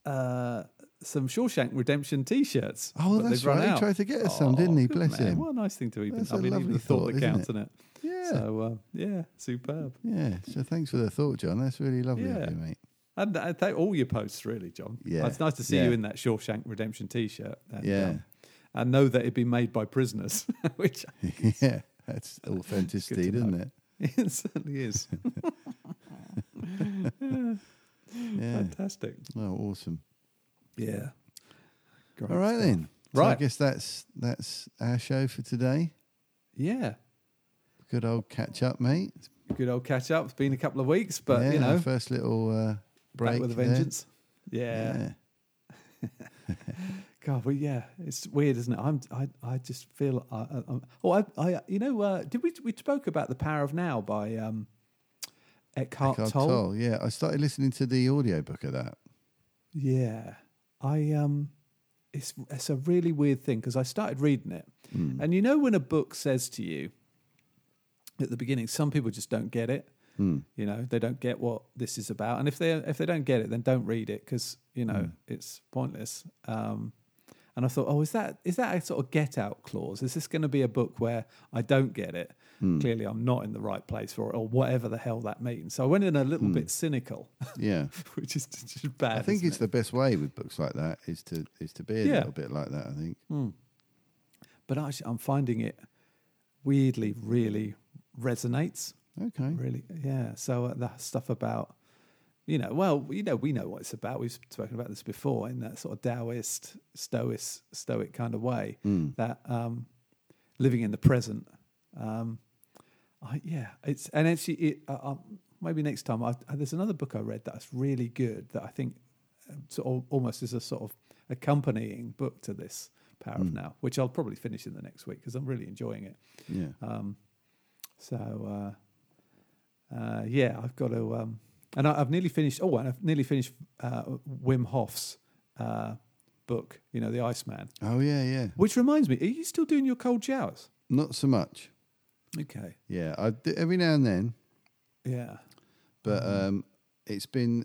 C: uh some Shawshank Redemption t shirts.
B: Oh, that's right. He tried to get us some, didn't he? Bless him.
C: What a nice thing to even
B: That's a
C: I mean even
B: lovely
C: the thought,
B: thought,
C: that
B: isn't
C: counts,
B: it?
C: isn't it?
B: Yeah.
C: So uh, yeah, superb.
B: Yeah. So thanks for the thought, John. That's really lovely
C: Yeah.
B: of you, mate.
C: And I thank all your posts, really, John.
B: Yeah,
C: It's nice to see
B: yeah.
C: you in that Shawshank Redemption t shirt.
B: Yeah.
C: I know that it'd be made by prisoners, which
B: yeah. That's authenticity,
C: know.
B: isn't it?
C: it certainly is. Yeah.
B: Yeah.
C: Fantastic.
B: Well, awesome.
C: Yeah. Great
B: All right
C: stuff.
B: then. So I
C: Right.
B: guess that's that's our show for today.
C: Yeah.
B: Good old catch up, mate.
C: Good old catch up. It's been a couple of weeks, but
B: yeah,
C: you
B: our
C: know,
B: first little uh, break
C: back with a
B: there.
C: vengeance. Yeah.
B: Yeah.
C: God, well, yeah, it's weird, isn't it? I'm, I, I just feel, I, I, I'm- oh, I, I, you know, uh, did we we spoke about the power of now by um, Eckhart,
B: Eckhart
C: Tolle?
B: Tolle, Yeah, I started listening to the audiobook of that.
C: Yeah, I um, it's it's a really weird thing because I started reading it,
B: Hmm.
C: and you know when a book says to you at the beginning, some people just don't get it.
B: Hmm.
C: You know, they don't get what this is about, and if they if they don't get it, then don't read it because you know
B: Hmm.
C: it's pointless. Um, and I thought, oh, is that is that a sort of get out clause? Is this going to be a book where I don't get it?
B: Hmm.
C: Clearly, I'm not in the right place for it, or whatever the hell that means. So I went in a little
B: Hmm.
C: bit cynical,
B: Yeah.
C: which is just bad.
B: I think
C: isn't
B: it's
C: it?
B: the best way with books like that is to is to be a
C: Yeah.
B: little bit like that. I think.
C: Hmm. But actually, I'm finding it weirdly really resonates.
B: Okay.
C: Really, yeah. So uh, the stuff about, you know, well, you know, we know what it's about. We've spoken about this before in that sort of Taoist, Stoic, Stoic kind of way.
B: Hmm.
C: That um, living in the present. Um, I, yeah, it's and actually, it, uh, um, maybe next time. I, uh, there's another book I read that's really good that I think uh, sort of, almost is a sort of accompanying book to this Power of Now, which I'll probably finish in the next week because I'm really enjoying it.
B: Yeah.
C: Um, so uh, uh, yeah, I've got to, um, and I, I've nearly finished. Oh, and I've nearly finished uh, Wim Hof's uh, book, you know, The Iceman.
B: Oh yeah, yeah.
C: Which reminds me, are you still doing your cold showers?
B: Not so much.
C: Okay.
B: Yeah, I do every now and then,
C: Yeah.
B: but
C: Mm-hmm.
B: um, it's been,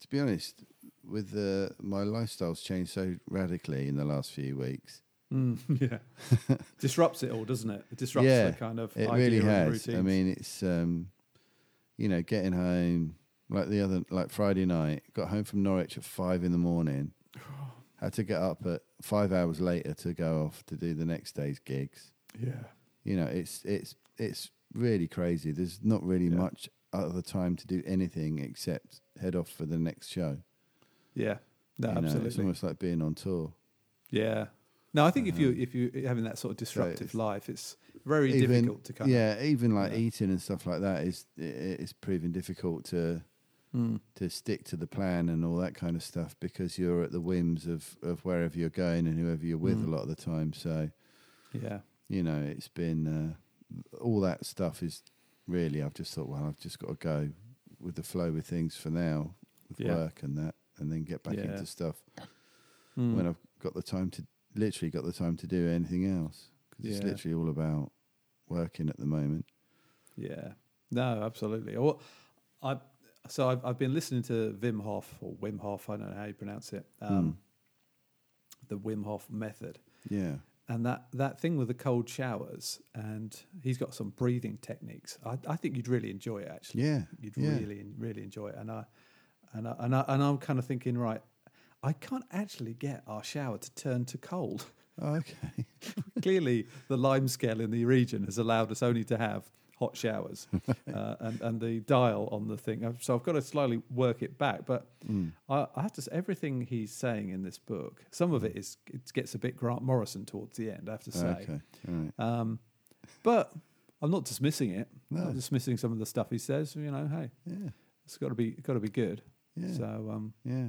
B: to be honest, with the, my lifestyle's changed so radically in the last few weeks.
C: Mm, yeah. Disrupts it all, doesn't it? It disrupts the kind of
B: it
C: idea
B: really
C: and
B: has. I
C: routines.
B: mean, it's um, you know, getting home like the other like Friday night. Got home from Norwich at five in the morning. Had to get up at five hours later to go off to do the next day's gigs.
C: Yeah.
B: you know, it's it's it's really crazy. There's not really much other time to do anything except head off for the next show.
C: Yeah. No,
B: You know, it's
C: absolutely.
B: almost like being on tour.
C: Yeah. No, I think if you if you having that sort of disruptive life, it's very
B: Um, Even-
C: difficult to kind
B: yeah, even like eating and stuff like that is i- it's proving difficult to
C: Mm.
B: to stick to the plan and all that kind of stuff because you're at the whims of of wherever you're going and whoever you're with
C: Mm.
B: a lot of the time. So
C: of yeah.
B: you know, it's been uh, all that stuff is really. I've just thought, well, I've just got to go with the flow with things for now, with
C: Yeah.
B: work and that, and then get back
C: Yeah.
B: into stuff
C: Mm.
B: when I've got the time to literally got the time to do anything else because it's
C: Yeah.
B: literally all about working at the moment.
C: Yeah. No, absolutely. Well, I so I've, I've been listening to Wim Hof or Wim Hof. I don't know how you pronounce it.
B: Hmm.
C: Um, The Wim Hof method,
B: Yeah.
C: and that that thing with the cold showers, and he's got some breathing techniques. I, I think you'd really enjoy it. Actually,
B: Yeah,
C: you'd
B: yeah.
C: really really enjoy it. And I and I, and I and I'm kind of thinking, right, I can't actually get our shower to turn to cold.
B: Oh, okay.
C: clearly the lime scale in the region has allowed us only to have hot showers uh, and, and the dial on the thing. I've- So I've got to slightly work it back. But
B: Mm.
C: I, I have to say, everything he's saying in this book, some of it is it gets a bit Grant Morrison towards the end, I have to say.
B: Okay. All right.
C: Um, but I'm not dismissing it.
B: No.
C: I'm not dismissing some of the stuff he says. You know, hey,
B: Yeah.
C: it's got to be got to be good.
B: Yeah.
C: So um,
B: Yeah.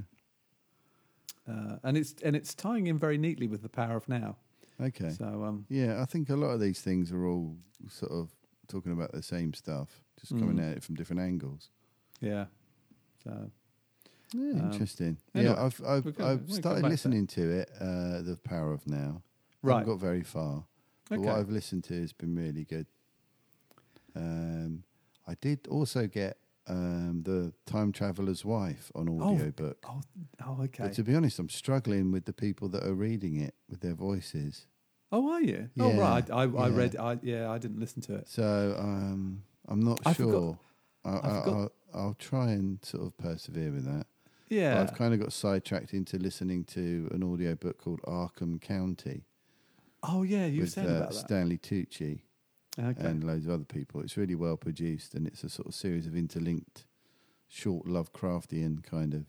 C: uh, and it's and it's tying in very neatly with the power of now.
B: Okay.
C: So um,
B: Yeah, I think a lot of these things are all sort of talking about the same stuff, just coming
C: Mm.
B: at it from different angles.
C: yeah. So
B: Yeah,
C: Um,
B: Interesting.
C: anyway,
B: yeah, I've
C: we'll
B: I've,
C: come- we'll
B: I've
C: come
B: started
C: back to
B: listening to, it. Uh, the power of now.
C: Right.
B: Haven't got very far. But what
C: Okay.
B: I've listened to has been really good. Um, I did also get um, the Time Traveler's Wife on
C: Oh,
B: audiobook.
C: Oh, oh okay.
B: But to be honest, I'm struggling with the people that are reading it with their voices.
C: oh, are you? oh, right. I, I, I
B: yeah.
C: read. I yeah, I didn't listen to it.
B: So um, I'm not
C: I forgot-
B: sure. I,
C: I
B: I,
C: forgot-
B: will I'll try and sort of persevere with that. But
C: Yeah.
B: I've kind of got sidetracked into listening to an audiobook called Arkham County
C: Oh, yeah. You were
B: with
C: saying
B: uh,
C: about that.
B: Stanley Tucci
C: Okay.
B: and loads of other people. It's really well produced and it's a sort of series of interlinked, short Lovecraftian kind of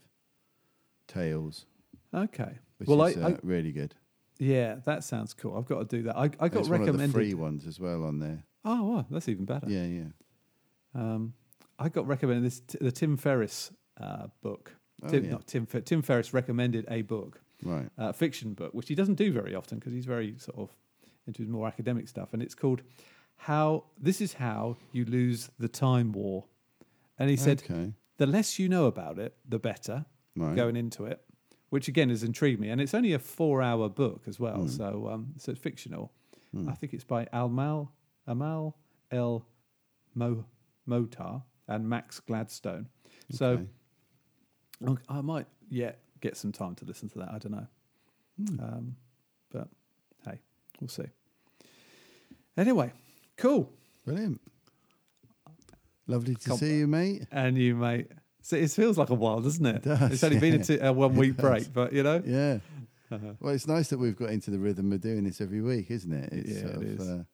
B: tales,
C: Okay.
B: which
C: Well, I,
B: is uh,
C: I
B: really good.
C: yeah, that sounds cool. I've got to do that. I, I got
B: It's one of the
C: recommended.
B: free ones as well on there.
C: Oh, wow, that's even better.
B: Yeah, yeah.
C: Um, I got recommended this t- the Tim Ferriss uh, book.
B: Oh,
C: Tim,
B: yeah.
C: Not Tim. Fer- Tim Ferriss recommended a book,
B: Right.
C: uh, fiction book, which he doesn't do very often because he's very sort of into his more academic stuff, and it's called "How This Is How You Lose the Time War," and he said
B: okay.
C: the less you know about it, the better
B: Right.
C: going into it, which again has intrigued me. And it's only a four hour book as well, so um, so it's fictional. I think it's by Amal Amal El Mo, Motar and Max Gladstone. So I'll- I might yet get some time to listen to that. I don't know, um, but hey, we'll see. Anyway, cool.
B: Brilliant. Lovely to
C: Can't-
B: see you, mate.
C: and you, mate. So it feels like a while, doesn't it?
B: does,
C: it's only been a,
B: yeah.
C: two, a one week break, but you know,
B: Yeah. Well, it's nice that we've got into the rhythm of doing this every week, isn't it? It's
C: Yeah,
B: sort
C: it
B: of,
C: is.
B: Uh,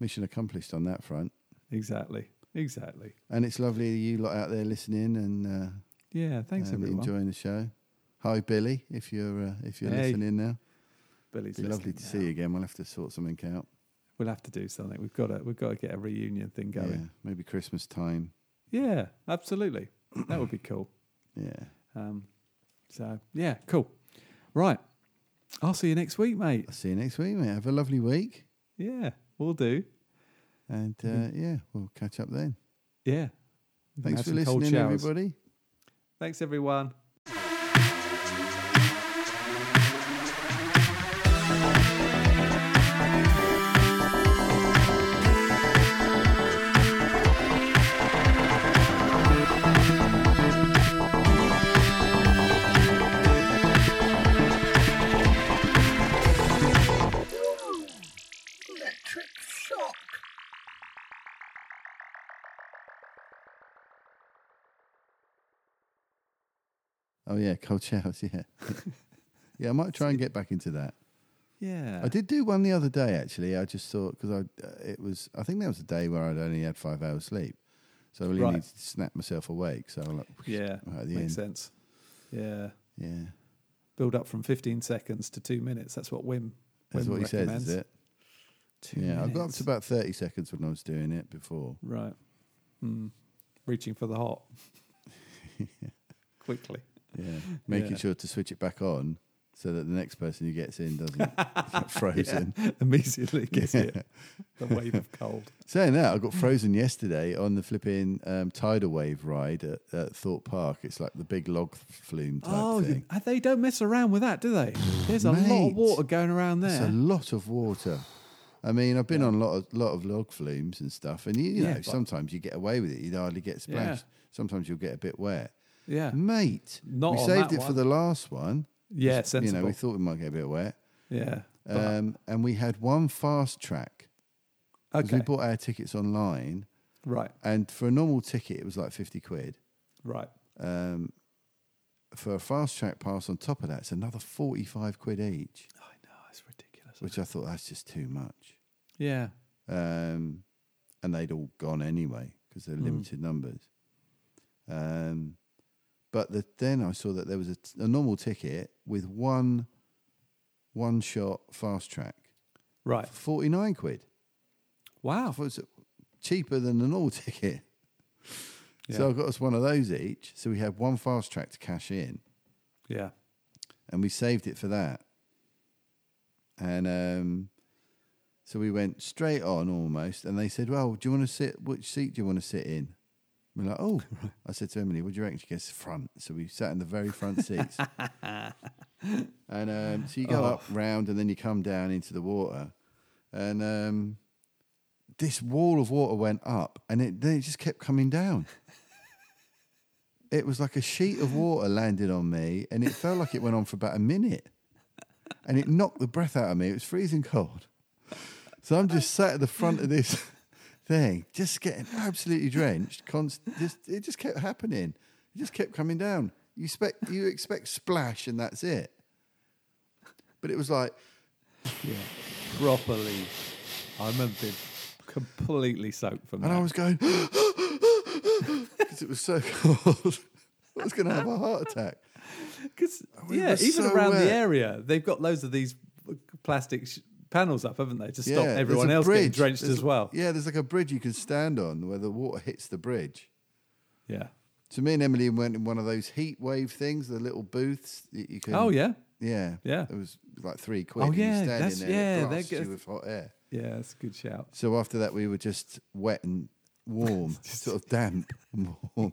B: mission accomplished on that front.
C: exactly, exactly.
B: And it's lovely you lot out there listening and uh,
C: Yeah, thanks
B: and
C: everyone.
B: enjoying the show. Hi, Billy, if you're uh, if you're
C: Hey.
B: listening now,
C: Billy's
B: it'd be lovely
C: listening
B: to
C: now.
B: see you again. We'll have to sort something out.
C: We'll have to do something. We've got to, we've got to get a reunion thing
B: Yeah,
C: going.
B: maybe Christmas time.
C: Yeah, absolutely. That would be cool.
B: Yeah.
C: Um, so yeah, cool. Right, I'll see you next week, mate.
B: I'll see you next week, mate. Have a lovely week,
C: Yeah, we'll do.
B: and uh, yeah, we'll catch up then.
C: Yeah.
B: Thanks
C: Have
B: for
C: some cold
B: listening,
C: showers.
B: everybody.
C: Thanks everyone.
L: electric shock.
B: Oh yeah, cold showers. Yeah, yeah. I might try and get back into that.
C: Yeah.
B: I did do one the other day actually. I just thought because I uh, it was I think that was a day where I'd only had five hours sleep, so I really
C: Right.
B: needed to snap myself awake. So I'm like,
C: Yeah,
B: right at the
C: makes
B: end.
C: sense. Yeah,
B: yeah.
C: Build up from 15 seconds to two minutes. That's what Wim.
B: That's
C: Wim
B: what he says,
C: recommends.
B: is it?
C: Two
B: yeah, I got up
C: minutes.
B: to about thirty seconds when I was doing it before.
C: Right. Mm. Reaching for the heart. Quickly.
B: Yeah, making
C: Yeah.
B: sure to switch it back on so that the next person who gets in doesn't get frozen
C: Yeah, immediately gets hit. The wave of cold.
B: Saying that, I got frozen yesterday on the flipping um, tidal wave ride at, at Thorpe Park. It's like the big log flume type
C: Oh,
B: thing.
C: you, uh, they don't mess around with that, do they? There's a lot
B: Mate.
C: of water going around there.
B: It's a lot of water. I mean, I've been on a lot of, lot of log flumes and stuff, and you, you
C: Yeah,
B: know,
C: but-
B: sometimes you get away with it. You hardly get splashed. Sometimes you'll get a bit wet.
C: Yeah.
B: Mate.
C: Not
B: we
C: on
B: saved
C: that
B: it for
C: one.
B: the last one.
C: Yeah,
B: Just, You know, we
C: sensible.
B: thought we might get a bit wet.
C: Yeah, but-
B: Um, and we had one fast track. 'Cause We
C: Okay.
B: bought our tickets online.
C: Right.
B: And for a normal ticket, it was like 50 quid.
C: Right.
B: Um, for a fast track pass on top of that, it's another 45 quid each. I know, it's ridiculous. Which I thought that's just too much.
C: Yeah.
B: Um, and they'd all gone anyway because they're
C: Mm.
B: limited numbers. Um, but the, then I saw that there was a, t- a normal ticket with one one shot fast track.
C: Right.
B: 49 quid.
C: Wow.
B: It was cheaper than the normal ticket. So
C: Yeah.
B: I got us one of those each. So we had one fast track to cash in
C: Yeah.
B: and we saved it for that. And um, so we went straight on almost, and they said, "Well, do you want to sit? Which seat do you want to sit in?" We're like, "Oh," I said to Emily, "What do you reckon?" She goes, "Front." So we sat in the very front seats, and um, so you go
C: Oh.
B: up round, and then you come down into the water, and um, this wall of water went up, and it then it just kept coming down. It was like a sheet of water landed on me, and it felt like it went on for about a minute. And it knocked the breath out of me. It was freezing cold. So I'm just sat at the front of this thing, just getting absolutely drenched. Const- just, it just kept happening. It just kept coming down. You expect, you expect splash, and that's it. But it was like,
C: Yeah. Properly. I remember being completely soaked from
B: and
C: that.
B: I was going, because it was so cold. I was going to have a heart attack.
C: Because
B: We
C: yeah,
B: were
C: even
B: Oh, so
C: around
B: wet.
C: the area, they've got loads of these plastic sh- panels up, haven't they, to
B: Yeah,
C: stop
B: there's
C: everyone
B: a
C: else getting
B: bridge.
C: drenched
B: There's-
C: as well.
B: Yeah, there's like a bridge you can stand on where the water hits the bridge.
C: Yeah.
B: So me and Emily went in one of those heat wave things, the little booths that you can.
C: Oh, yeah.
B: Yeah.
C: Yeah. Oh,
B: It was like three quid. and
C: yeah,
B: You stand
C: that's-
B: in there and it
C: yeah, they
B: blasts
C: get-
B: you with hot air.
C: Yeah, that's a good shout.
B: So after that, we were just wet and warm, sort of damp and warm.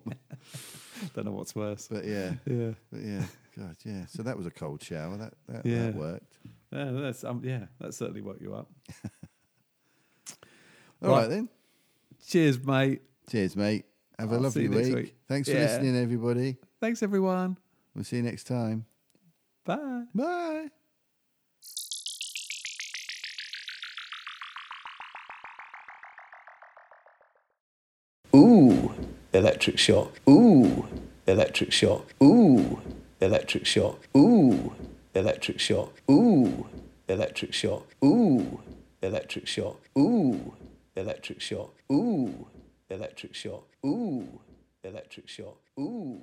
C: Don't know what's worse.
B: But yeah.
C: Yeah.
B: But yeah. God, yeah. So that was a cold shower. That that,
C: Yeah.
B: that worked.
C: Yeah, that's um, yeah, that certainly woke you up.
B: All right, then.
C: Cheers, mate.
B: Cheers, mate. Have a
C: I'll see
B: lovely
C: you next
B: week.
C: week.
B: Thanks for
C: Yeah.
B: listening, everybody.
C: Thanks, everyone.
B: We'll see you next time.
C: Bye.
B: Bye.
K: Ooh, electric shock. Ooh, electric shock. Ooh, electric shock. Ooh, electric shock. Ooh, electric shock. Ooh, electric shock. Ooh, electric shock. Ooh, electric shock. Ooh, electric shock. Ooh,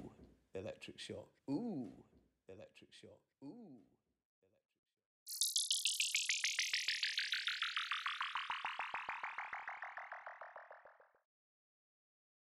K: electric shock. Ooh, electric shock. Ooh.